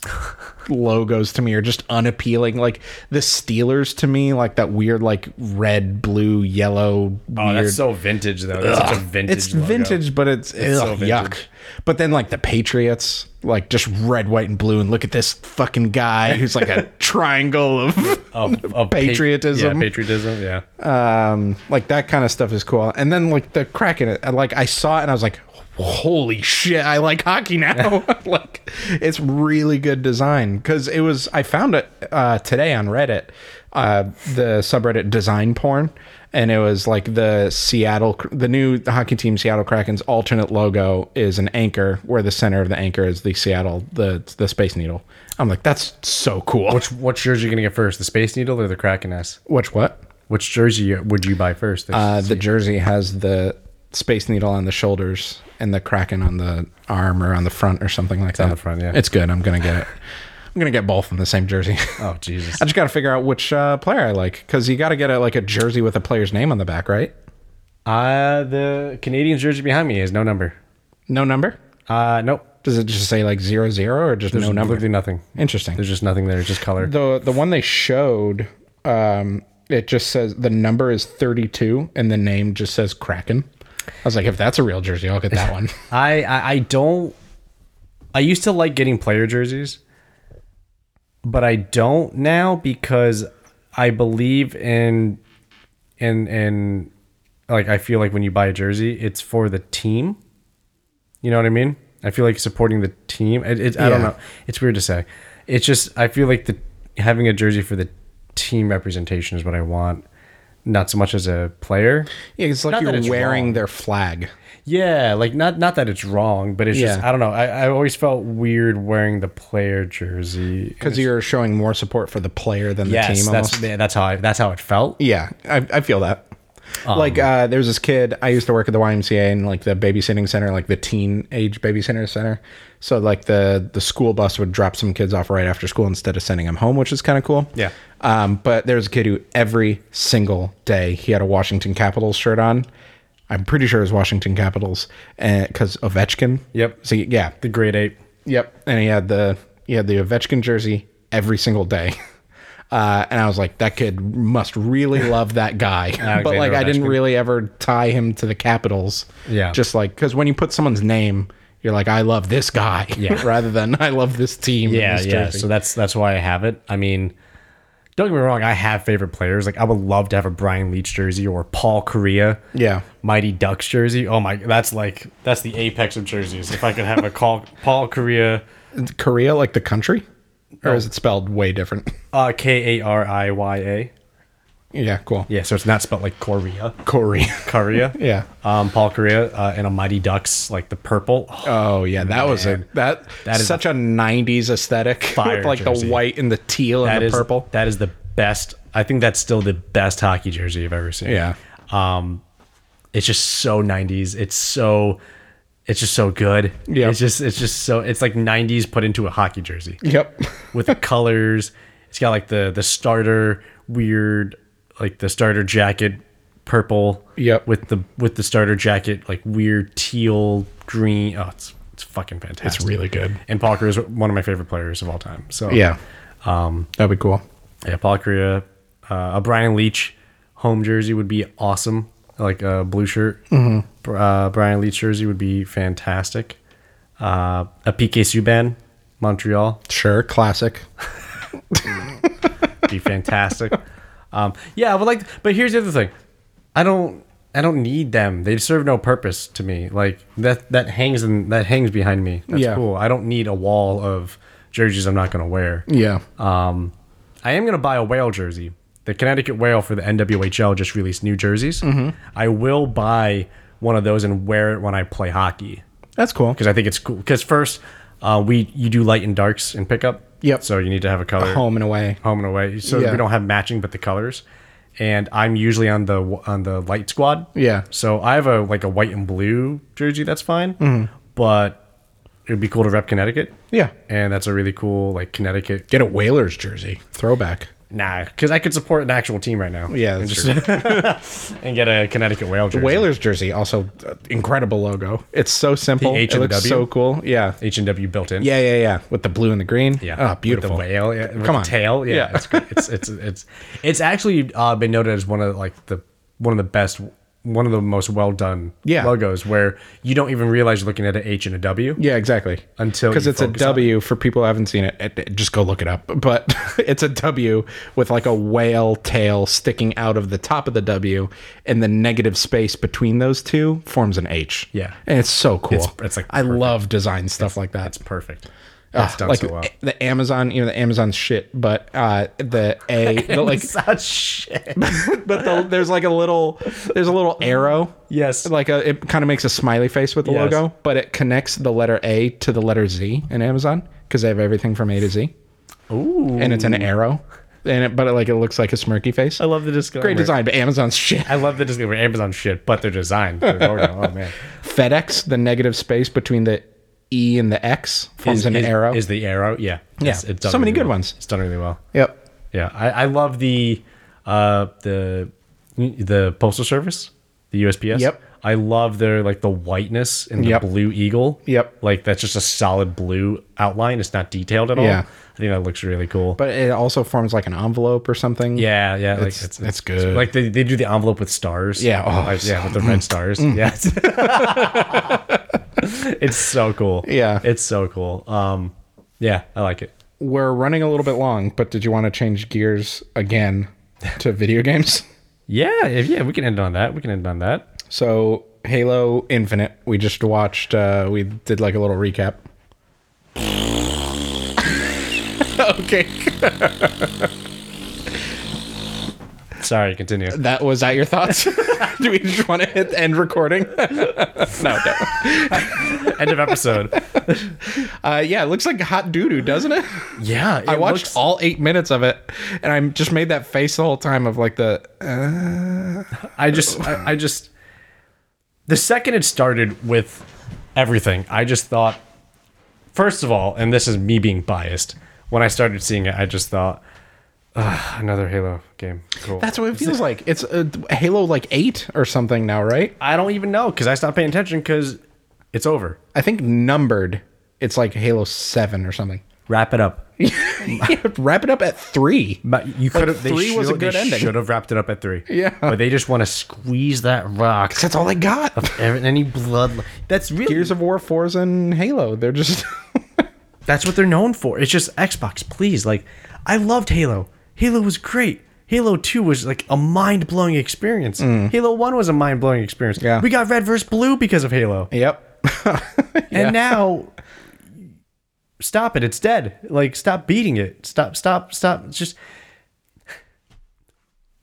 Speaker 1: logos to me or just unappealing. Like the Steelers to me, like that weird like red, blue, yellow.
Speaker 2: Oh,
Speaker 1: weird.
Speaker 2: that's so vintage though. That's such a vintage.
Speaker 1: It's
Speaker 2: logo.
Speaker 1: vintage, but it's,
Speaker 2: so
Speaker 1: ugh,
Speaker 2: vintage.
Speaker 1: yuck. But then like the Patriots, like just red, white, and blue, and look at this fucking guy who's like
Speaker 2: [laughs]
Speaker 1: a triangle of
Speaker 2: Of, of pa-
Speaker 1: Patriotism.
Speaker 2: yeah, patriotism. Yeah.
Speaker 1: um like that kind of stuff is cool. And then like the crack in it, I, like I saw it and I was like, holy shit, I like hockey now. [laughs] like it's really good design because it was I found it uh, today on Reddit, uh, the subreddit design porn. And it was like the Seattle, the new hockey team Seattle Kraken's alternate logo is an anchor, where the center of the anchor is the Seattle, the the Space Needle. I'm like, that's so cool.
Speaker 2: Which what jersey you gonna get first, the Space Needle or the Kraken S?
Speaker 1: which what?
Speaker 2: Which jersey would you buy first?
Speaker 1: Uh, the jersey has the Space Needle on the shoulders and the Kraken on the arm or on the front or something like that.
Speaker 2: the front, yeah.
Speaker 1: It's good. I'm gonna get it. I'm gonna get both in the same jersey. [laughs]
Speaker 2: oh Jesus.
Speaker 1: I just gotta figure out which uh, player I like because you gotta get a, like a jersey with a player's name on the back, right?
Speaker 2: Uh the Canadian jersey behind me is no number.
Speaker 1: No number.
Speaker 2: Uh nope.
Speaker 1: Does it just say like zero zero or just no number?
Speaker 2: Literally nothing.
Speaker 1: Interesting.
Speaker 2: There's just nothing there. It's just color.
Speaker 1: The the one they showed, um, it just says the number is 32 and the name just says Kraken. I was like, if that's a real jersey, I'll get
Speaker 2: [laughs]
Speaker 1: that one.
Speaker 2: I, I I don't. I used to like getting player jerseys, but I don't now because I believe in in in like I feel like when you buy a jersey, it's for the team. You know what I mean? I feel like supporting the team. It, it, I don't
Speaker 1: Yeah.
Speaker 2: know. It's weird to say. It's just I feel like the having a jersey for the team representation is what I want, not so much as a player.
Speaker 1: Yeah, it's like
Speaker 2: Not that
Speaker 1: you're
Speaker 2: it's
Speaker 1: wearing
Speaker 2: wrong.
Speaker 1: their flag.
Speaker 2: Yeah, like not not that it's wrong, but it's just
Speaker 1: Yeah.
Speaker 2: I don't know. I, I always felt weird wearing the player jersey
Speaker 1: because you're showing more support for the player than the
Speaker 2: yes,
Speaker 1: team.
Speaker 2: that's
Speaker 1: almost.
Speaker 2: yeah, that's how I, that's how it felt.
Speaker 1: yeah, I, I feel that.
Speaker 2: Um,
Speaker 1: like uh, there was this kid I used to work at the YMCA and like the babysitting center, like the teen age babysitting center. So like the the school bus would drop some kids off right after school instead of sending them home, which is kind of cool.
Speaker 2: Yeah.
Speaker 1: Um, but there was a kid who every single day he had a Washington Capitals shirt on. I'm pretty sure it was Washington Capitals because Ovechkin.
Speaker 2: Yep.
Speaker 1: So yeah,
Speaker 2: The grade eight.
Speaker 1: Yep. And he had the he had the Ovechkin jersey every single day. [laughs] Uh, and I was like, that kid must
Speaker 2: [laughs]
Speaker 1: really love that guy. but like, I didn't
Speaker 2: Ovechkin.
Speaker 1: really ever tie him to the Capitals.
Speaker 2: Yeah.
Speaker 1: Just like, because when you put someone's name, you're like, I love this guy.
Speaker 2: [laughs] Yeah.
Speaker 1: [laughs] rather than I love this team. and
Speaker 2: Yeah,
Speaker 1: this
Speaker 2: yeah.
Speaker 1: jersey."
Speaker 2: So that's that's why I have it. I mean, don't get me wrong. I have favorite players. Like I would love to have a Brian Leach jersey or Paul Correa.
Speaker 1: yeah.
Speaker 2: Mighty Ducks jersey. Oh my, that's like that's the apex of jerseys. If I could have a call, [laughs] Paul Correa,
Speaker 1: Korea, like the country?
Speaker 2: Oh.
Speaker 1: Or is it spelled way different? [laughs]
Speaker 2: uh, K A R I Y A.
Speaker 1: yeah, cool.
Speaker 2: Yeah, so it's not spelled like Correa.
Speaker 1: Korea.
Speaker 2: Correa.
Speaker 1: yeah.
Speaker 2: um, Paul Correa uh, and a Mighty Ducks, like the purple.
Speaker 1: Oh yeah, that was a
Speaker 2: Man.
Speaker 1: that that
Speaker 2: That
Speaker 1: is
Speaker 2: is
Speaker 1: such a '90s aesthetic [laughs]
Speaker 2: fire
Speaker 1: with like
Speaker 2: jersey.
Speaker 1: the white and the teal and
Speaker 2: That
Speaker 1: the
Speaker 2: is-
Speaker 1: purple.
Speaker 2: That is the best. I think that's still the best hockey jersey I've ever seen.
Speaker 1: Yeah.
Speaker 2: it's just so '90s. It's so, it's just so good.
Speaker 1: Yeah.
Speaker 2: it's just it's just so it's like '90s put into a hockey jersey
Speaker 1: Yep.
Speaker 2: with
Speaker 1: [laughs]
Speaker 2: the colors. It's got like the the starter weird, like the starter jacket purple.
Speaker 1: Yep.
Speaker 2: with the with the starter jacket like weird teal green. Oh, it's it's fucking fantastic.
Speaker 1: good.
Speaker 2: and Paul Crewe is one of my favorite players of all time. So
Speaker 1: Yeah. Um, that'd be cool.
Speaker 2: yeah, Paul Crewe, uh, a Brian Leach home jersey would be awesome. Like a blue shirt,
Speaker 1: Mm-hmm.
Speaker 2: Br- uh, Brian Leach jersey would be fantastic. Uh, a PK Subban Montreal
Speaker 1: Sure, classic. [laughs]
Speaker 2: would be fantastic. um, yeah, I would like, but here's the other thing. I don't. I don't need them. They serve no purpose to me. Like that that hangs and that hangs behind me. That's
Speaker 1: Yeah.
Speaker 2: cool. I don't need a wall of jerseys I'm not going to wear.
Speaker 1: Yeah.
Speaker 2: Um, I am going to buy a whale jersey. The Connecticut Whale for the NWHL just released new jerseys.
Speaker 1: Mm-hmm.
Speaker 2: I will buy one of those and wear it when I play hockey
Speaker 1: That's cool.
Speaker 2: because I think it's cool. Because first, uh, we you do light and darks in pickup.
Speaker 1: Yep.
Speaker 2: So you need to have a color
Speaker 1: Home and away.
Speaker 2: home and away. So
Speaker 1: Yeah.
Speaker 2: we don't have matching, but the colors. And I'm usually on the on the light squad.
Speaker 1: Yeah.
Speaker 2: So I have a like a white and blue jersey. That's fine. But it would be cool to rep Connecticut.
Speaker 1: Mm-hmm. Yeah.
Speaker 2: And that's a really cool like Connecticut
Speaker 1: Get a Whalers jersey. Throwback.
Speaker 2: Nah, because I could support an actual team right now.
Speaker 1: Yeah,
Speaker 2: and,
Speaker 1: that's
Speaker 2: [laughs] and get a Connecticut Whale jersey.
Speaker 1: Whalers jersey also uh, incredible logo. It's so simple.
Speaker 2: The H
Speaker 1: it
Speaker 2: and the
Speaker 1: looks
Speaker 2: W?
Speaker 1: so cool. Yeah.
Speaker 2: H and W built in.
Speaker 1: Yeah, yeah, yeah. With the blue and the green.
Speaker 2: yeah.
Speaker 1: Oh, beautiful.
Speaker 2: With the whale, yeah. With
Speaker 1: Come
Speaker 2: the
Speaker 1: on.
Speaker 2: tail. Yeah,
Speaker 1: Yeah.
Speaker 2: It's, good. it's it's it's it's actually uh, been noted as one of like the one of the best, one of the most well done
Speaker 1: Yeah.
Speaker 2: logos where you don't even realize you're looking at an H and a W.
Speaker 1: Yeah, exactly.
Speaker 2: Until
Speaker 1: because
Speaker 2: you
Speaker 1: it's a
Speaker 2: focus on
Speaker 1: W for people who haven't seen it, it- it- Just go look it up. [laughs] But it's a W with like a whale tail sticking out of the top of the W, and the negative space between those two forms an H.
Speaker 2: Yeah.
Speaker 1: and it's so cool.
Speaker 2: It's- it's, like,
Speaker 1: I love design stuff like that.
Speaker 2: That's perfect. That's
Speaker 1: Ah,
Speaker 2: done
Speaker 1: like [laughs]
Speaker 2: so well.
Speaker 1: a- the Amazon, you know, the Amazon shit, but uh, the
Speaker 2: [laughs]
Speaker 1: A, the, like, [laughs]
Speaker 2: Such shit.
Speaker 1: but the, there's like a little, there's a little arrow.
Speaker 2: Yes.
Speaker 1: Like a, it kind of makes a smiley face with the
Speaker 2: Yes.
Speaker 1: logo, but it connects the letter A to the letter Z in Amazon because they have everything from A to Z,
Speaker 2: Ooh.
Speaker 1: and it's an arrow, and it, but it, like it looks like a smirky face.
Speaker 2: I love the disclaimer.
Speaker 1: Great design, but Amazon's shit.
Speaker 2: I love the disclaimer. Amazon shit, but their design. their logo, oh man.
Speaker 1: FedEx, the negative space between the E and the X forms an arrow.
Speaker 2: Is the arrow? Yeah. Yeah.
Speaker 1: So many good ones.
Speaker 2: It's done really well.
Speaker 1: yep.
Speaker 2: Yeah. I, I love the uh the the postal service, the USPS.
Speaker 1: Yep.
Speaker 2: I love their like the whiteness and the
Speaker 1: Yep.
Speaker 2: blue eagle.
Speaker 1: Yep.
Speaker 2: Like that's just a solid blue outline. It's not detailed at all.
Speaker 1: Yeah.
Speaker 2: I think that looks really cool.
Speaker 1: But it also forms like an envelope or something.
Speaker 2: yeah, yeah, like
Speaker 1: It's- that's good.
Speaker 2: Like they, they do the envelope with stars.
Speaker 1: Yeah, oh, Mm-hmm.
Speaker 2: Like, yeah, with the red stars. Yeah, [laughs] it's so cool.
Speaker 1: Yeah.
Speaker 2: it's so cool. Um, yeah, I like it.
Speaker 1: we're running a little bit long, but did you want to change gears again to video games?
Speaker 2: Yeah, if, yeah, we can end on that. We can end on that.
Speaker 1: So Halo Infinite, we just watched. Uh, we did like a little recap. [laughs] okay,
Speaker 2: Sorry, continue.
Speaker 1: that was that your thoughts? [laughs] Do we just want to hit end recording? [laughs] [laughs]
Speaker 2: [laughs]
Speaker 1: no, no.
Speaker 2: end of episode.
Speaker 1: Uh, yeah, it looks like hot doo doo, doesn't it?
Speaker 2: Yeah,
Speaker 1: I watched all eight minutes of it, and I just made that face the whole time of like the
Speaker 2: I just, I, I just, the second it started with everything, I just thought, first of all, and this is me being biased. When I started seeing it, I just thought, Ugh, another Halo game. Cool.
Speaker 1: That's what it [laughs] feels like. It's uh, Halo like eight or something now, right?
Speaker 2: I don't even know because I stopped paying attention because it's over.
Speaker 1: I think numbered, it's like Halo Seven or [laughs] something.
Speaker 2: Wrap it up.
Speaker 1: Wrap it up at three.
Speaker 2: But you could have.
Speaker 1: three
Speaker 2: they
Speaker 1: was a
Speaker 2: should- they
Speaker 1: good ending.
Speaker 2: Should have wrapped it up at three.
Speaker 1: [laughs] Yeah.
Speaker 2: But they just want to squeeze that rock.
Speaker 1: That's all I got.
Speaker 2: Every- Any blood. That's really.
Speaker 1: Gears of War, Forza, and Halo. They're just [laughs]
Speaker 2: That's what they're known for. It's just Xbox, please. Like, I loved Halo. Halo was great. Halo 2 was like a mind blowing experience. Halo 1 was a mind blowing experience.
Speaker 1: Mm. Yeah.
Speaker 2: We got Red vs. Blue because
Speaker 1: [laughs]
Speaker 2: of Halo.
Speaker 1: yep.
Speaker 2: And now, stop it. It's dead. Like, stop beating it. Stop, stop, stop. It's just. [sighs]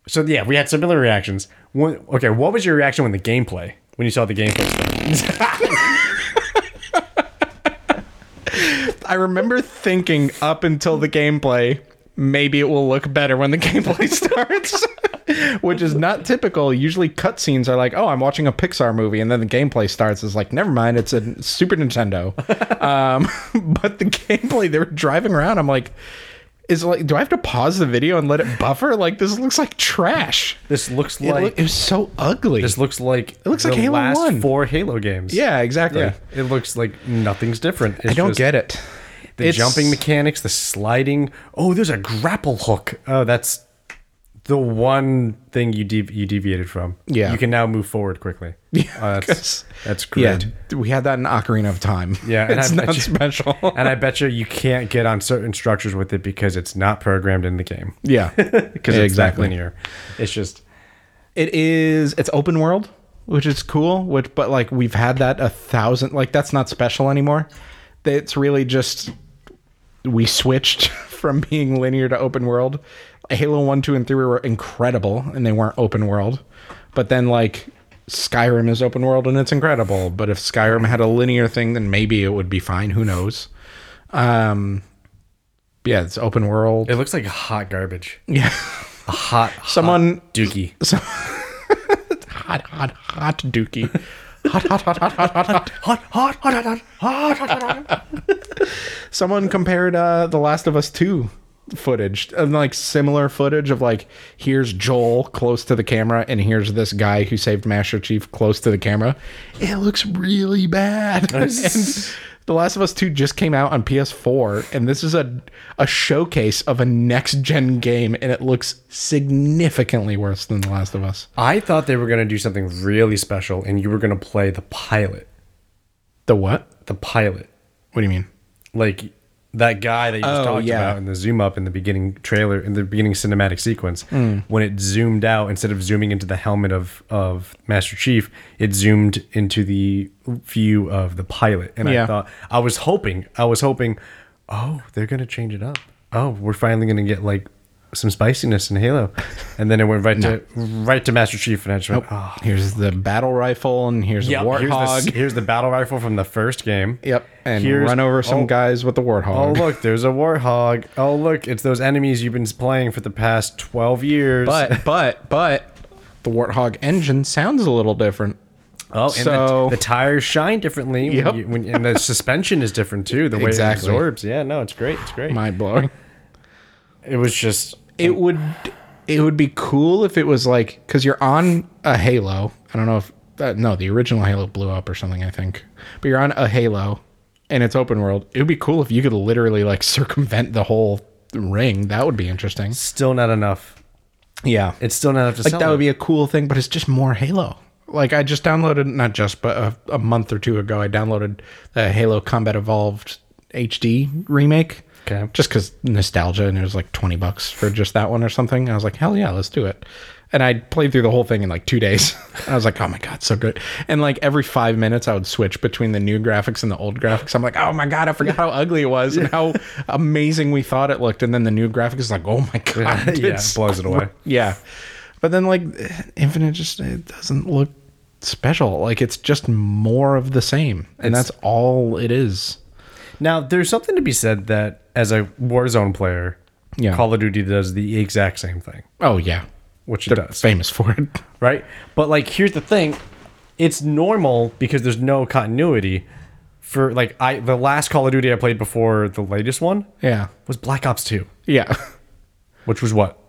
Speaker 2: So, yeah, we had similar reactions. When, okay, what was your reaction when the gameplay, when you saw the gameplay stuff?
Speaker 1: I remember thinking up until the gameplay, maybe it will look better when the [laughs] gameplay starts. [laughs] Which is not typical. Usually, cutscenes are like, "Oh, I'm watching a Pixar movie," and then the gameplay starts. It's like, "Never mind, it's a Super [laughs] Nintendo." um, but the gameplay, they were driving around. I'm like, "Is like, do I have to pause the video and let it buffer? Like, this looks like trash.
Speaker 2: this looks
Speaker 1: It,
Speaker 2: like.
Speaker 1: loo- it was so ugly."
Speaker 2: This looks like it
Speaker 1: looks like Halo 1.
Speaker 2: four Halo games.
Speaker 1: yeah, exactly.
Speaker 2: yeah. It looks like nothing's different.
Speaker 1: I
Speaker 2: It's
Speaker 1: don't
Speaker 2: just
Speaker 1: get it.
Speaker 2: the
Speaker 1: It's-
Speaker 2: jumping mechanics, the sliding. Oh, there's a grapple hook. Oh, that's the one thing you dev you deviated from.
Speaker 1: Yeah.
Speaker 2: you can now move
Speaker 1: [laughs]
Speaker 2: forward quickly. Yeah, that's
Speaker 1: 'cause-
Speaker 2: that's great.
Speaker 1: Yeah, we had that in Ocarina of Time.
Speaker 2: Yeah,
Speaker 1: [laughs]
Speaker 2: and
Speaker 1: it's
Speaker 2: I
Speaker 1: not
Speaker 2: bet you-
Speaker 1: special.
Speaker 2: [laughs] And I bet you you can't get on certain structures with it because it's not programmed in
Speaker 1: [laughs]
Speaker 2: the game. [laughs]
Speaker 1: yeah,
Speaker 2: Because it's exactly. linear. It's just
Speaker 1: It is. It's open world. which is cool. Which, but like we've had that a thousand. Like that's not special anymore. It's really just we switched [laughs] from being linear to open world. Halo One, Two, and Three were incredible, and they weren't open world. But then like Skyrim is open world and it's incredible. But if Skyrim had a linear thing, then maybe it would be fine. Who knows? Um, yeah, it's open world.
Speaker 2: It looks like hot garbage.
Speaker 1: yeah,
Speaker 2: A hot, hot
Speaker 1: someone
Speaker 2: dookie.
Speaker 1: [laughs] hot, hot, hot dookie. hot, hot, hot, hot, hot, hot, hot.
Speaker 2: Hot, hot, hot, hot, hot, hot, hot, hot, hot, hot.
Speaker 1: Someone compared uh, The Last of Us 2 footage and like similar footage of like here's Joel close to the camera and here's this guy who saved Master Chief close to the camera. It looks really bad. [laughs] and The Last of Us 2 just came out on PS4 and this is a a showcase of a next gen game and it looks significantly worse than The Last of Us.
Speaker 2: I thought they were gonna do something really special, and you were gonna play the pilot.
Speaker 1: The what?
Speaker 2: The pilot,
Speaker 1: What do you mean?
Speaker 2: like that guy that you just
Speaker 1: Oh,
Speaker 2: talked
Speaker 1: yeah.
Speaker 2: about in the zoom up in the beginning trailer, in the beginning cinematic sequence,
Speaker 1: Hmm.
Speaker 2: when it zoomed out instead of zooming into the helmet of of Master Chief, it zoomed into the view of the pilot, and I
Speaker 1: Yeah.
Speaker 2: thought I was hoping, I was hoping, oh, they're gonna change it up. Oh, we're finally gonna get like some spiciness in Halo, and then it
Speaker 1: [laughs]
Speaker 2: went right to right to Master Chief, and I just went, oh.
Speaker 1: Here's the battle rifle and here's
Speaker 2: Yep,
Speaker 1: the
Speaker 2: here's the-
Speaker 1: warthog.
Speaker 2: Here's the, battle rifle from the first game.
Speaker 1: Yep, and
Speaker 2: Here's-
Speaker 1: run over some
Speaker 2: oh,
Speaker 1: guys with the
Speaker 2: Oh
Speaker 1: warthog.
Speaker 2: look, there's a warthog. Oh look, it's those enemies you've been playing for the past twelve years.
Speaker 1: [laughs] but but but the warthog engine sounds a little different.
Speaker 2: [laughs] oh, and
Speaker 1: so-
Speaker 2: the, the tires shine differently.
Speaker 1: Yep.
Speaker 2: When you, when, and the suspension is different too. The way
Speaker 1: Exactly.
Speaker 2: it absorbs. Yeah, no, it's great. It's great.
Speaker 1: Mind blowing.
Speaker 2: it was just
Speaker 1: [laughs] It would it would be cool if it was like because you're on a Halo. I don't know if uh, no the original Halo blew up or something. I think, but you're on a Halo and it's open world. It would be cool if you could literally like [laughs] circumvent the whole ring. That would be interesting.
Speaker 2: still not enough.
Speaker 1: Yeah,
Speaker 2: It's still not enough to
Speaker 1: like
Speaker 2: sell.
Speaker 1: that would
Speaker 2: it.
Speaker 1: be a cool thing but it's just more halo like i just downloaded not just but a, a month or two ago i downloaded the halo combat evolved hd remake
Speaker 2: Okay.
Speaker 1: just because nostalgia and it was like 20 bucks for just that one or something i was like hell yeah let's do it and i played through the whole thing in like two days [laughs] i was like oh my god so good and like every five minutes i would switch between the new graphics and the old graphics i'm like oh my god i forgot
Speaker 2: [laughs]
Speaker 1: how ugly it was and how amazing we thought it looked and then the new graphics is like oh my god
Speaker 2: [laughs] yeah,
Speaker 1: it's
Speaker 2: it blows
Speaker 1: [laughs]
Speaker 2: it away.
Speaker 1: yeah. But then like Infinite just it doesn't look special. Like it's just more of the same. And that's all it is.
Speaker 2: Now, there's something to be said that as a Warzone player,
Speaker 1: Yeah.
Speaker 2: Call of Duty does the exact same thing,
Speaker 1: Oh yeah.
Speaker 2: which it
Speaker 1: They're
Speaker 2: does.
Speaker 1: famous for it. [laughs]
Speaker 2: right? But like, here's the thing: it's normal because there's no continuity. For like, I the last Call of Duty I played before the latest one
Speaker 1: Yeah.
Speaker 2: was Black Ops Two,
Speaker 1: [laughs] Yeah.
Speaker 2: which was what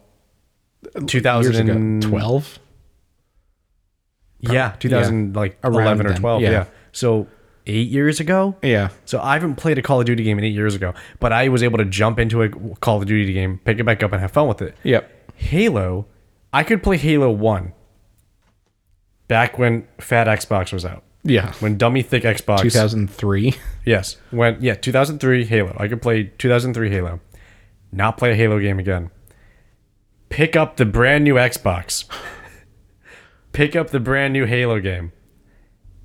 Speaker 2: 2012.
Speaker 1: Twelve?
Speaker 2: Yeah, 2000 like
Speaker 1: Around
Speaker 2: 11 or
Speaker 1: then,
Speaker 2: 12.
Speaker 1: yeah.
Speaker 2: yeah, so eight years ago.
Speaker 1: Yeah.
Speaker 2: So I haven't played a Call of Duty game in eight years ago, but I was able to jump into a Call of Duty game, pick it back up, and have fun with it.
Speaker 1: Yep.
Speaker 2: Halo, I could play Halo One back when Fat Xbox was out,
Speaker 1: Yeah.
Speaker 2: when Dummy Thick Xbox.
Speaker 1: Two thousand three. [laughs]
Speaker 2: Yes, when yeah, 2003 Halo. I could play 2003 Halo. Not play a Halo game again. Pick up the brand new Xbox.
Speaker 1: [laughs]
Speaker 2: Pick up the brand new Halo game,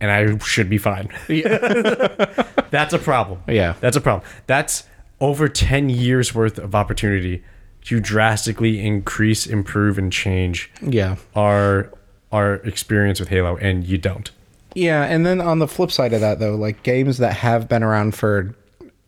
Speaker 2: and I should
Speaker 1: [laughs]
Speaker 2: be fine. [laughs] That's a problem.
Speaker 1: Yeah.
Speaker 2: That's a problem. That's over 10 years worth of opportunity to drastically increase, improve, and change
Speaker 1: Yeah.
Speaker 2: our our experience with Halo, and you don't.
Speaker 1: Yeah, and then on the flip side of that though, like games that have been around for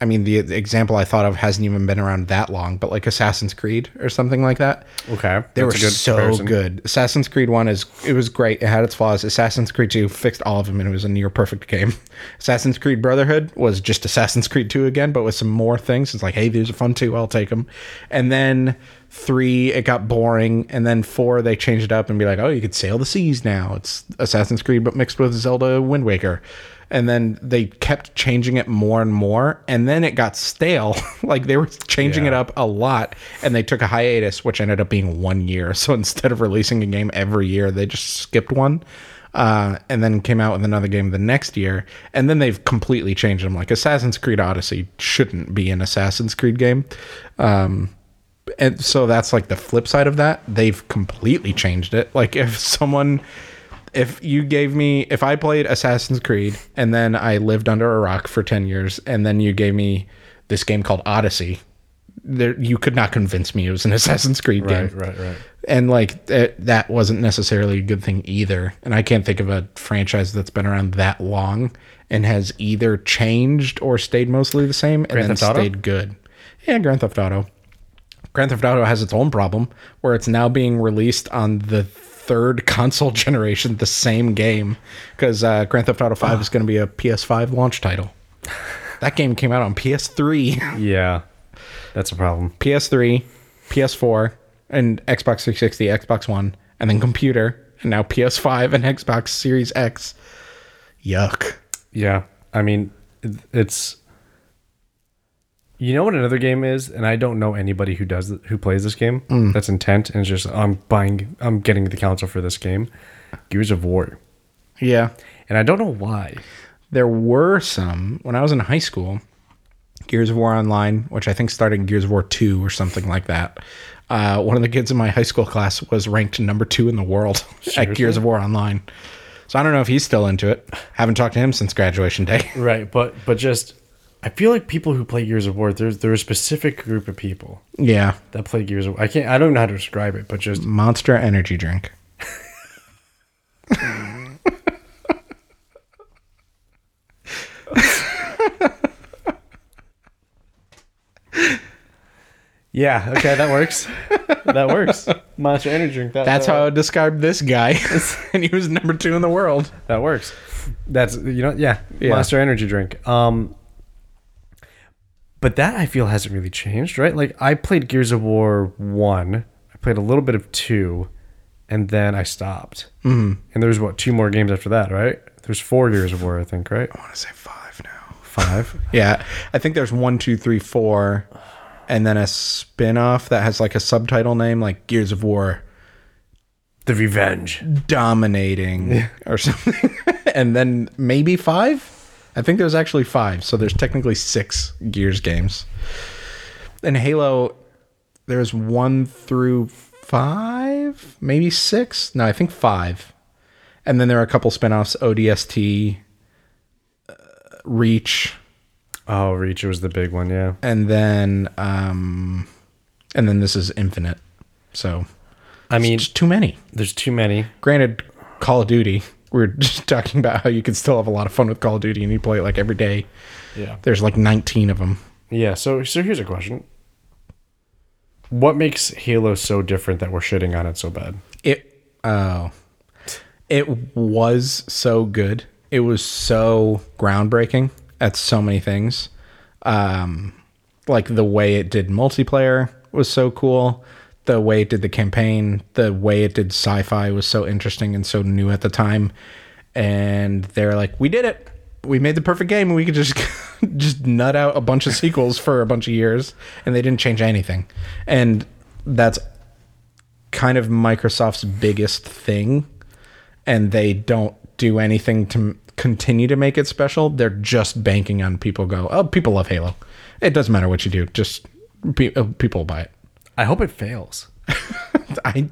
Speaker 1: I mean the example I thought of hasn't even been around that long, but like Assassin's Creed or something like that.
Speaker 2: Okay.
Speaker 1: They were so good. Assassin's Creed One is it was great. It had its flaws. Assassin's Creed Two fixed all of them, and it was a near perfect game. [laughs] Assassin's Creed Brotherhood was just Assassin's Creed Two again, but with some more things. It's like, hey, these are fun too. I'll take them. And then three, it got boring, and then four, they changed it up and be like, oh, you could sail the seas now. It's Assassin's Creed, but mixed with Zelda Wind Waker. And then they kept changing it more and more, and then it got stale. [laughs] like they were changing it
Speaker 2: Yeah.
Speaker 1: up up a lot and they took a hiatus which ended up being one year [laughs] so instead of releasing a game every year they just skipped one uh, and then came out with another game the next year and then they've completely changed them like assassin's creed odyssey shouldn't be an assassin's creed game um, and so that's like the flip side of that they've completely changed it like if someone If you gave me, if I played Assassin's Creed and then I lived under a rock for 10 years and then you gave me this game called Odyssey, there, you could not convince me it was an Assassin's Creed
Speaker 2: Right,
Speaker 1: game.
Speaker 2: right, right.
Speaker 1: And like th- that wasn't necessarily a good thing either. And I can't think of a franchise that's been around that long and has either changed or stayed mostly the same and then
Speaker 2: Theft Auto?
Speaker 1: stayed good. Yeah, Grand Theft Auto. Grand Theft Auto has its own problem where it's now being released on the third [laughs] console generation, the same game, because uh, Grand Theft Auto 5 is going to be a PS5 launch title.
Speaker 2: [sighs]
Speaker 1: That game came out on PS3,
Speaker 2: Yeah, that's a problem.
Speaker 1: PS3, PS4, and Xbox 360, Xbox One, and then computer, and now PS5 and Xbox Series X. Yuck.
Speaker 2: Yeah, I mean, it- it's. You know what another game is, and I don't know anybody who does who plays this game. That's intent, and it's just I'm buying, I'm getting the console for this game, Gears of War,
Speaker 1: Yeah.
Speaker 2: and I don't know why.
Speaker 1: there were some when I was in high school. Gears of War Online, which I think started in Gears of War Two or something like that. Uh, one of the kids in my high school class was ranked number two in the world [laughs] at Gears of War Online. So I don't know if he's still into it. Haven't talked to him since graduation day. [laughs]
Speaker 2: Right, but but just, I feel like people who play Gears of War, there's there's a specific group of people
Speaker 1: yeah,
Speaker 2: that play Gears of. I can't, I don't know how to describe it, but just
Speaker 1: Monster Energy Drink.
Speaker 2: yeah, okay, that works, [laughs] that works. Monster Energy Drink. That,
Speaker 1: That's
Speaker 2: that
Speaker 1: how I would describe this guy, [laughs] and he was number two in the world.
Speaker 2: that works. That's you know, yeah,
Speaker 1: Yeah.
Speaker 2: Monster Energy drink. Um, but that I feel hasn't really changed, right? Like I played Gears of War one, I played a little bit of two, and then I stopped. Mm. And there was what two more games after that, right? There's four Gears of War, I think, right?
Speaker 1: I want to say five now.
Speaker 2: Five.
Speaker 1: Yeah, I think there's one, two, three, four, and then a spin off that has like a subtitle name, like Gears of War
Speaker 2: the Revenge.
Speaker 1: dominating [laughs] or something. and then maybe five? I think there's actually five. So there's technically six Gears games. And Halo, there's one through five, maybe six. No, I think five. And then there are a couple spin offs ODST, uh, Reach,
Speaker 2: Oh, Reach was the big one, yeah.
Speaker 1: and then. Um, and then this is Infinite. So
Speaker 2: I mean,
Speaker 1: it's too many.
Speaker 2: there's too many.
Speaker 1: granted call of duty we were [laughs] just talking about how you could still have a lot of fun with call of duty and you play it like every day
Speaker 2: Yeah.
Speaker 1: there's like 19 of them
Speaker 2: Yeah, so so here's a question. What makes Halo so different that we're shitting on it so bad?
Speaker 1: it oh it was so good it was so groundbreaking at so many things um like the way it did multiplayer was so cool the way it did the campaign the way it did sci-fi was so interesting and so new at the time and they're like we did it we made the perfect game and we could just [laughs] just nut out a bunch of sequels for a bunch of years and they didn't change anything and that's kind of Microsoft's biggest thing, and they don't do anything to m- continue to make it special. They're just banking on people go, oh, people love Halo. It doesn't matter what you do, just pe- uh, people will buy it. [laughs]
Speaker 2: I hope it fails.
Speaker 1: I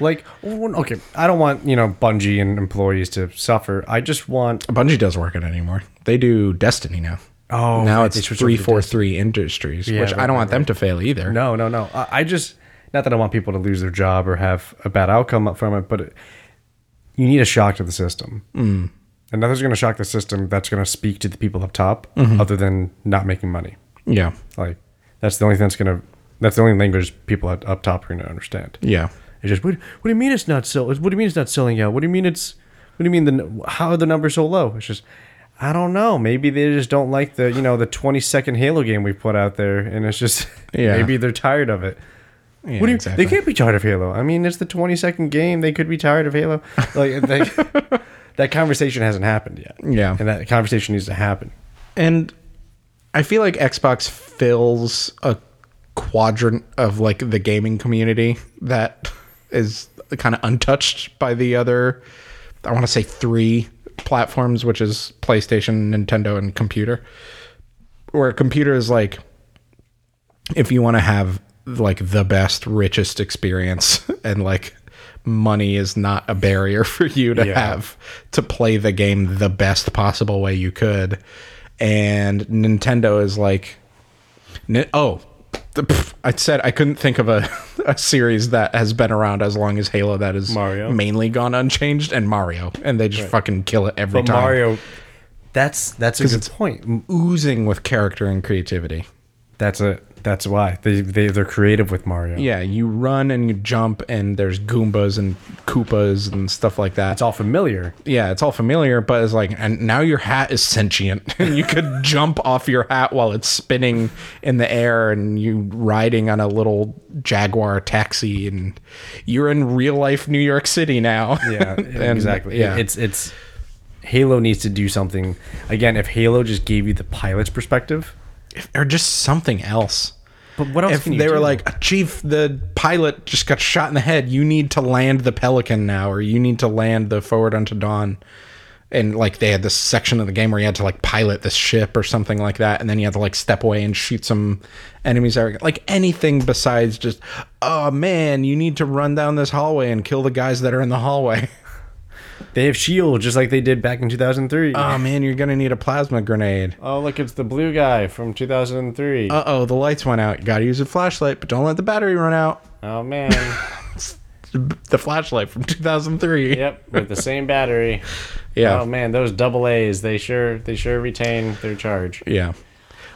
Speaker 2: Like, well, okay, I don't want you know Bungie and employees to suffer. I just want
Speaker 1: Bungie does work it anymore. They do Destiny now.
Speaker 2: Oh,
Speaker 1: now
Speaker 2: right,
Speaker 1: it's
Speaker 2: they switched over
Speaker 1: three
Speaker 2: to
Speaker 1: four three Industries, which
Speaker 2: right,
Speaker 1: I don't
Speaker 2: right,
Speaker 1: want them to fail either.
Speaker 2: no, no, no. I, I just not that I want people to lose their job or have a bad outcome from it, but it, you need a shock to the system. Mm. And nothing's going to shock the system that's going to speak to the people up top, other than not making money.
Speaker 1: Yeah,
Speaker 2: Like that's the only thing that's gonna that's the only language people at, up top are gonna understand.
Speaker 1: yeah.
Speaker 2: It's just what, what do you mean it's not sell? What do you mean it's not selling out? What do you mean it's what do you mean the n- how are the numbers so low? It's just I don't know. Maybe they just don't like the you know the twenty second Halo game we put out there, and it's just [laughs]
Speaker 1: Yeah.
Speaker 2: maybe they're tired of it.
Speaker 1: Yeah,
Speaker 2: what do you,
Speaker 1: exactly.
Speaker 2: They can't be tired of Halo. I mean, it's the twenty second game. They could be tired
Speaker 1: [laughs]
Speaker 2: of Halo. Like they, that conversation hasn't happened yet.
Speaker 1: Yeah.
Speaker 2: and that conversation needs to happen.
Speaker 1: And I feel like Xbox fills a quadrant of like the gaming community that [laughs] is kind of untouched by the other I want to say 3 platforms which is PlayStation, Nintendo and computer. Where computer is like if you want to have like the best richest experience [laughs] and like money is not a barrier [laughs] for you to
Speaker 2: Yeah.
Speaker 1: have to play the game the best possible way you could. And Nintendo is like, Ni- oh, the- pff, I said I couldn't think of a, [laughs] a series that has been around as long as Halo that has
Speaker 2: Mario.
Speaker 1: mainly gone unchanged and Mario, and they just fucking kill it every
Speaker 2: But
Speaker 1: time.
Speaker 2: Mario, that's that's a
Speaker 1: Because
Speaker 2: good
Speaker 1: it's
Speaker 2: point.
Speaker 1: oozing with character and creativity.
Speaker 2: That's a that's why they, they they're creative with Mario.
Speaker 1: Yeah, you run and you jump, and there's Goombas and Koopas and stuff like that.
Speaker 2: It's all familiar.
Speaker 1: yeah, it's all familiar, but it's like, and now your hat is sentient, [laughs] and you could jump off your hat while it's spinning in the air, and you riding on a little Jaguar taxi, and you're in real life New York City now.
Speaker 2: [laughs] Yeah,
Speaker 1: [laughs] And,
Speaker 2: exactly.
Speaker 1: Yeah,
Speaker 2: It's it's Halo needs to do something again. If Halo just gave you the pilot's perspective,
Speaker 1: or just something else.
Speaker 2: but what else
Speaker 1: If
Speaker 2: can you
Speaker 1: they were
Speaker 2: do?
Speaker 1: like, Chief, the pilot just got shot in the head. You need to land the Pelican now, or you need to land the Forward Unto Dawn. And like they had this section of the game where you had to like pilot this ship or something like that, and then you had to like step away and shoot some enemies. Or, like anything besides just, oh man, you need to run down this hallway and kill the guys that are in the hallway. [laughs]
Speaker 2: they have Shield E just like they did back in 2003.
Speaker 1: oh man, you're gonna need a plasma grenade.
Speaker 2: Uh, oh look, it's the blue guy from 2003.
Speaker 1: Uh oh, the lights went out. You gotta use a flashlight, but don't let the battery run out. [laughs]
Speaker 2: oh man, [laughs]
Speaker 1: The flashlight from 2003.
Speaker 2: yep, with the same battery. Oh,
Speaker 1: Yeah.
Speaker 2: man, those double A's they sure they sure retain their charge.
Speaker 1: Yeah.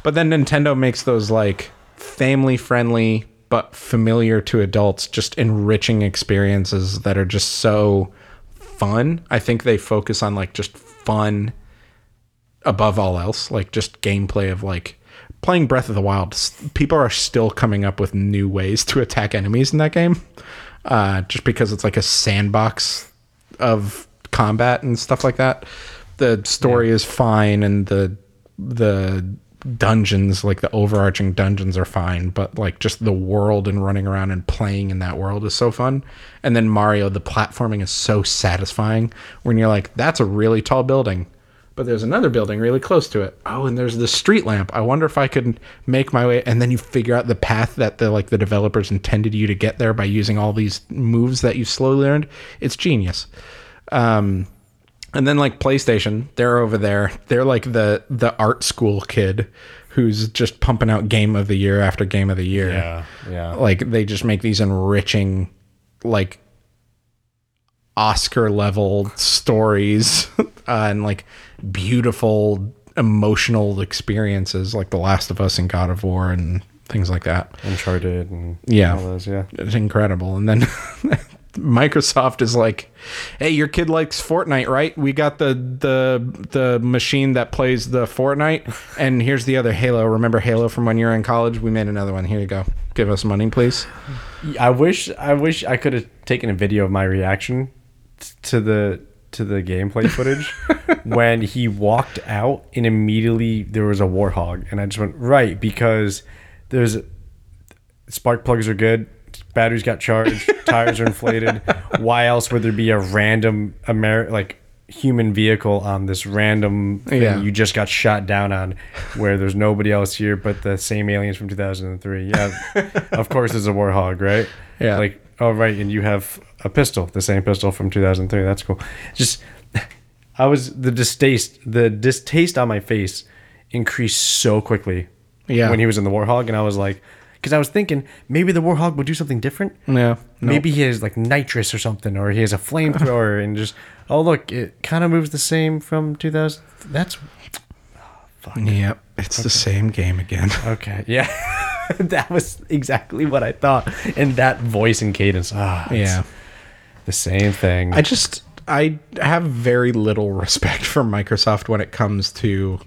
Speaker 1: But then Nintendo makes those like family friendly but familiar to adults, just enriching experiences that are just so fun. I think they focus on like just fun above all else, like just gameplay of like playing Breath of the Wild. S- People are still coming up with new ways to attack enemies in that game, uh, just because it's like a sandbox of combat and stuff like that. The story is fine, and the the dungeons, like the overarching dungeons, are fine, but like just the world and running around and playing in that world is so fun. And then Mario, the platforming is so satisfying when you're like, that's a really tall building but there's another building really close to it. Oh, and there's the street lamp. I wonder if I could make my way. And then you figure out the path that the like the developers intended you to get there by using all these moves that you slowly learned. It's genius. Um, and then like PlayStation, they're over there. They're like the the art school kid who's just pumping out game of the year after game of the year
Speaker 2: Yeah, yeah.
Speaker 1: like they just make these enriching like oscar level stories [laughs] uh, and like beautiful emotional experiences like the last of us and god of war and things like that
Speaker 2: Uncharted and
Speaker 1: Yeah.
Speaker 2: all those, yeah.
Speaker 1: it's incredible and then [laughs] microsoft is like hey your kid likes fortnite right we got the the the machine that plays the fortnite and here's the other halo remember halo from when you were in college we made another one here you go give us money please
Speaker 2: I wish I wish I could have taken a video of my reaction t- to the to the gameplay footage when he walked out and immediately there was a warthog and I just went right because there's spark plugs are good batteries got charged tires are inflated why else would there be a random Ameri- like human vehicle on this random thing
Speaker 1: Yeah.
Speaker 2: you just got shot down on where there's nobody else here but the same aliens from 2003 yeah of course there's a warthog right
Speaker 1: Yeah.
Speaker 2: like oh right and you have a pistol the same pistol from 2003 that's cool just i was the distaste the distaste on my face increased so quickly
Speaker 1: Yeah.
Speaker 2: when he was in the warthog and i was like because i was thinking maybe the warthog would do something different
Speaker 1: Yeah. No.
Speaker 2: Maybe he has like nitrous or something, or he has
Speaker 1: [laughs]
Speaker 2: a flamethrower, and just oh look, it kind of moves the same from 2000. That's
Speaker 1: Yep. It's the same game again. [laughs]
Speaker 2: okay, yeah, [laughs] that was exactly what I thought, and that voice and cadence, ah, it's
Speaker 1: yeah.
Speaker 2: the same thing.
Speaker 1: I just I have very little respect for Microsoft when it comes to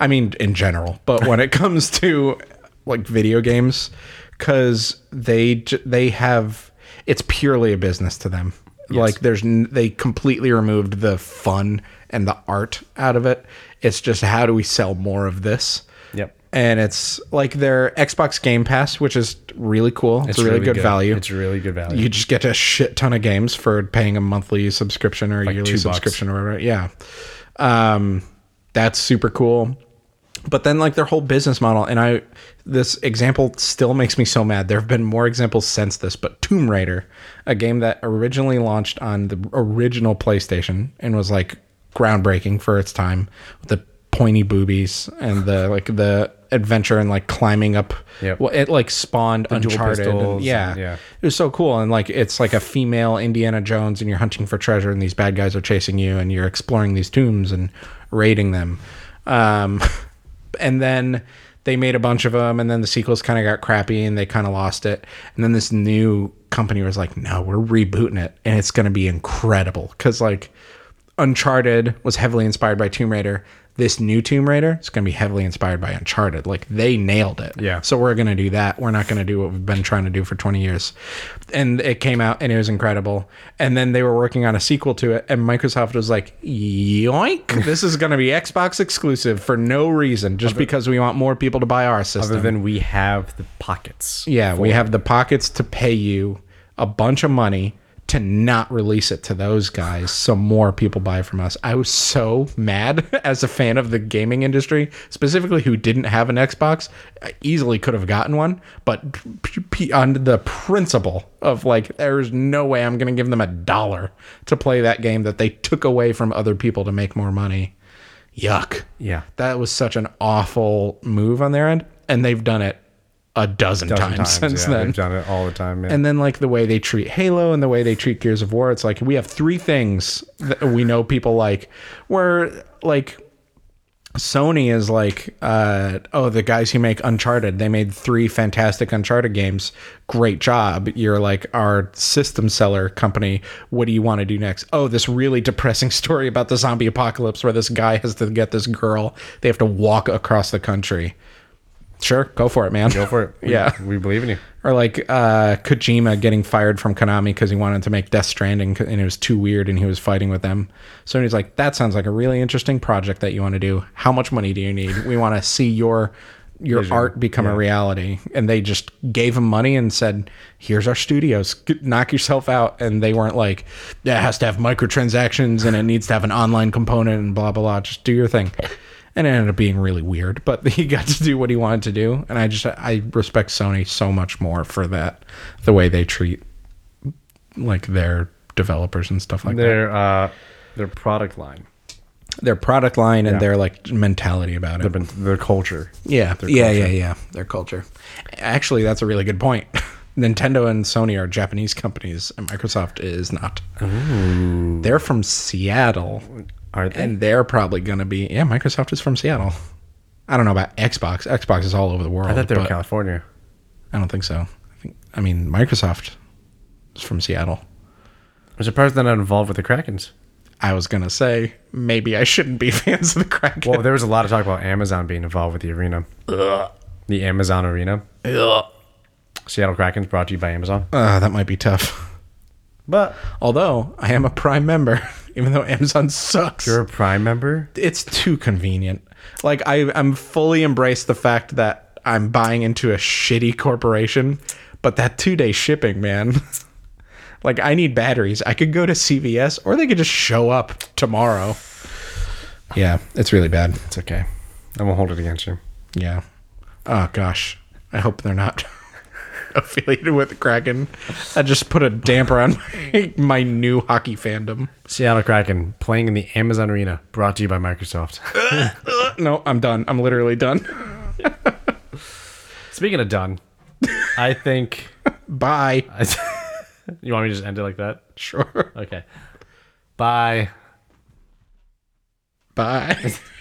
Speaker 1: I mean in general, but when it [laughs] comes to like video games cuz they j- they have it's purely a business to them. Like there's n- they completely removed the fun and the art out of it. It's just how do we sell more of this?
Speaker 2: yep,
Speaker 1: and it's like their Xbox Game Pass, which is really cool. It's, a really, good, value.
Speaker 2: It's really good value.
Speaker 1: you just get a shit ton of games for paying a monthly subscription or a yearly
Speaker 2: two bucks.
Speaker 1: subscription or whatever. Yeah, um, that's super cool. but then like their whole business model and i this example still makes me so mad there have been more examples since this but tomb raider a game that originally launched on the original playstation and was like groundbreaking for its time with the pointy boobies and the like the adventure and like climbing up
Speaker 2: Yep.
Speaker 1: well, it like spawned
Speaker 2: dual
Speaker 1: uncharted and-
Speaker 2: pistols
Speaker 1: yeah.
Speaker 2: and- yeah.
Speaker 1: it was so cool and like it's like a female indiana jones and you're hunting for treasure and these bad guys are chasing you and you're exploring these tombs and raiding them um [laughs] and then they made a bunch of them and then the sequels kind of got crappy and they kind of lost it and then this new company was like no we're rebooting it and it's going to be incredible because like uncharted was heavily inspired by tomb raider this new tomb raider is going to be heavily inspired by uncharted like they nailed it
Speaker 2: Yeah.
Speaker 1: so we're going to do that we're not going to do what we've been trying to do for 20 years and it came out and it was incredible and then they were working on a sequel to it and microsoft was like yoink this is going to be xbox exclusive for no reason just because we want more people to buy our system
Speaker 2: Other than we have the pockets.
Speaker 1: yeah, we have the pockets to pay you a bunch of money to not release it to those guys so more people buy from us. I was so mad [laughs] as a fan of the gaming industry, specifically who didn't have an Xbox, I easily could have gotten one, but p- p- on the principle of like there's no way I'm going to give them a dollar to play that game that they took away from other people to make more money. Yuck
Speaker 2: Yeah.
Speaker 1: that was such an awful move on their end and they've done it a dozen, times, since
Speaker 2: yeah,
Speaker 1: then
Speaker 2: We've done it all the time. Yeah.
Speaker 1: and then like the way they treat halo and the way they treat gears of war it's like we have three things that we know people like where like sony is like uh, oh the guys who make uncharted they made three fantastic uncharted games great job you're like our system seller company what do you want to do next oh this really depressing [laughs] story about the zombie apocalypse where this guy has to get this girl they have to walk across the country sure go for it man
Speaker 2: Go for it. We-
Speaker 1: Yeah.
Speaker 2: We believe in you.
Speaker 1: or like uh, Kojima getting fired from Konami because he wanted to make Death Stranding c- and it was too weird and he was fighting with them. So he's like, "That sounds like a really interesting project that you want to do. How much money do you need? We want to see your your art become a reality." And they just gave him money and said, "Here's our studios. G- Knock yourself out." And they weren't like, "That has to have microtransactions and it needs to have an online component and blah blah blah. Just do your thing." and it ended up being really weird but [laughs] he got to do what he wanted to do and i just i respect sony so much more for that the way they treat like their developers and stuff like
Speaker 2: Their uh, their product line,
Speaker 1: that their product line and their like mentality about it
Speaker 2: their, their culture.
Speaker 1: yeah yeah yeah yeah their culture actually that's a really good point [laughs] nintendo and sony are japanese companies and microsoft is not they're from seattle
Speaker 2: Are they?
Speaker 1: and they're probably going to be yeah microsoft is from seattle i don't know about xbox xbox is all over the world
Speaker 2: I thought they were
Speaker 1: but-
Speaker 2: California.
Speaker 1: I don't think so. I think I mean Microsoft is from Seattle.
Speaker 2: I'm surprised they're not involved with the Krakens.
Speaker 1: I was gonna say maybe I shouldn't be [laughs] fans of the Kraken.
Speaker 2: Well, there was a lot of talk about Amazon being involved with the arena. The Amazon Arena. Seattle Kraken's brought to you by Amazon.
Speaker 1: Uh, that might be tough.
Speaker 2: But
Speaker 1: Although I am a Prime member, [laughs] even though Amazon sucks,
Speaker 2: you're a Prime member?
Speaker 1: it's too convenient. Like I, I'm fully embraced the fact that I'm buying into a shitty corporation, but that two day shipping, man. [laughs] like I need batteries. I could go to CVS, or they could just show up tomorrow. Yeah, it's really bad.
Speaker 2: It's okay. I won't hold it against you.
Speaker 1: Yeah. Oh gosh. I hope they're not [laughs] affiliated with the Kraken. That just put a damper on [laughs] my, my new hockey fandom.
Speaker 2: Seattle Kraken playing in the Amazon Arena, brought to you by [laughs] Microsoft.
Speaker 1: No, I'm done. I'm literally done. [laughs]
Speaker 2: Speaking of done, I think.
Speaker 1: Bye. [laughs]
Speaker 2: [laughs] you want me to just end it like that?
Speaker 1: Sure.
Speaker 2: Okay. Bye.
Speaker 1: Bye. [laughs]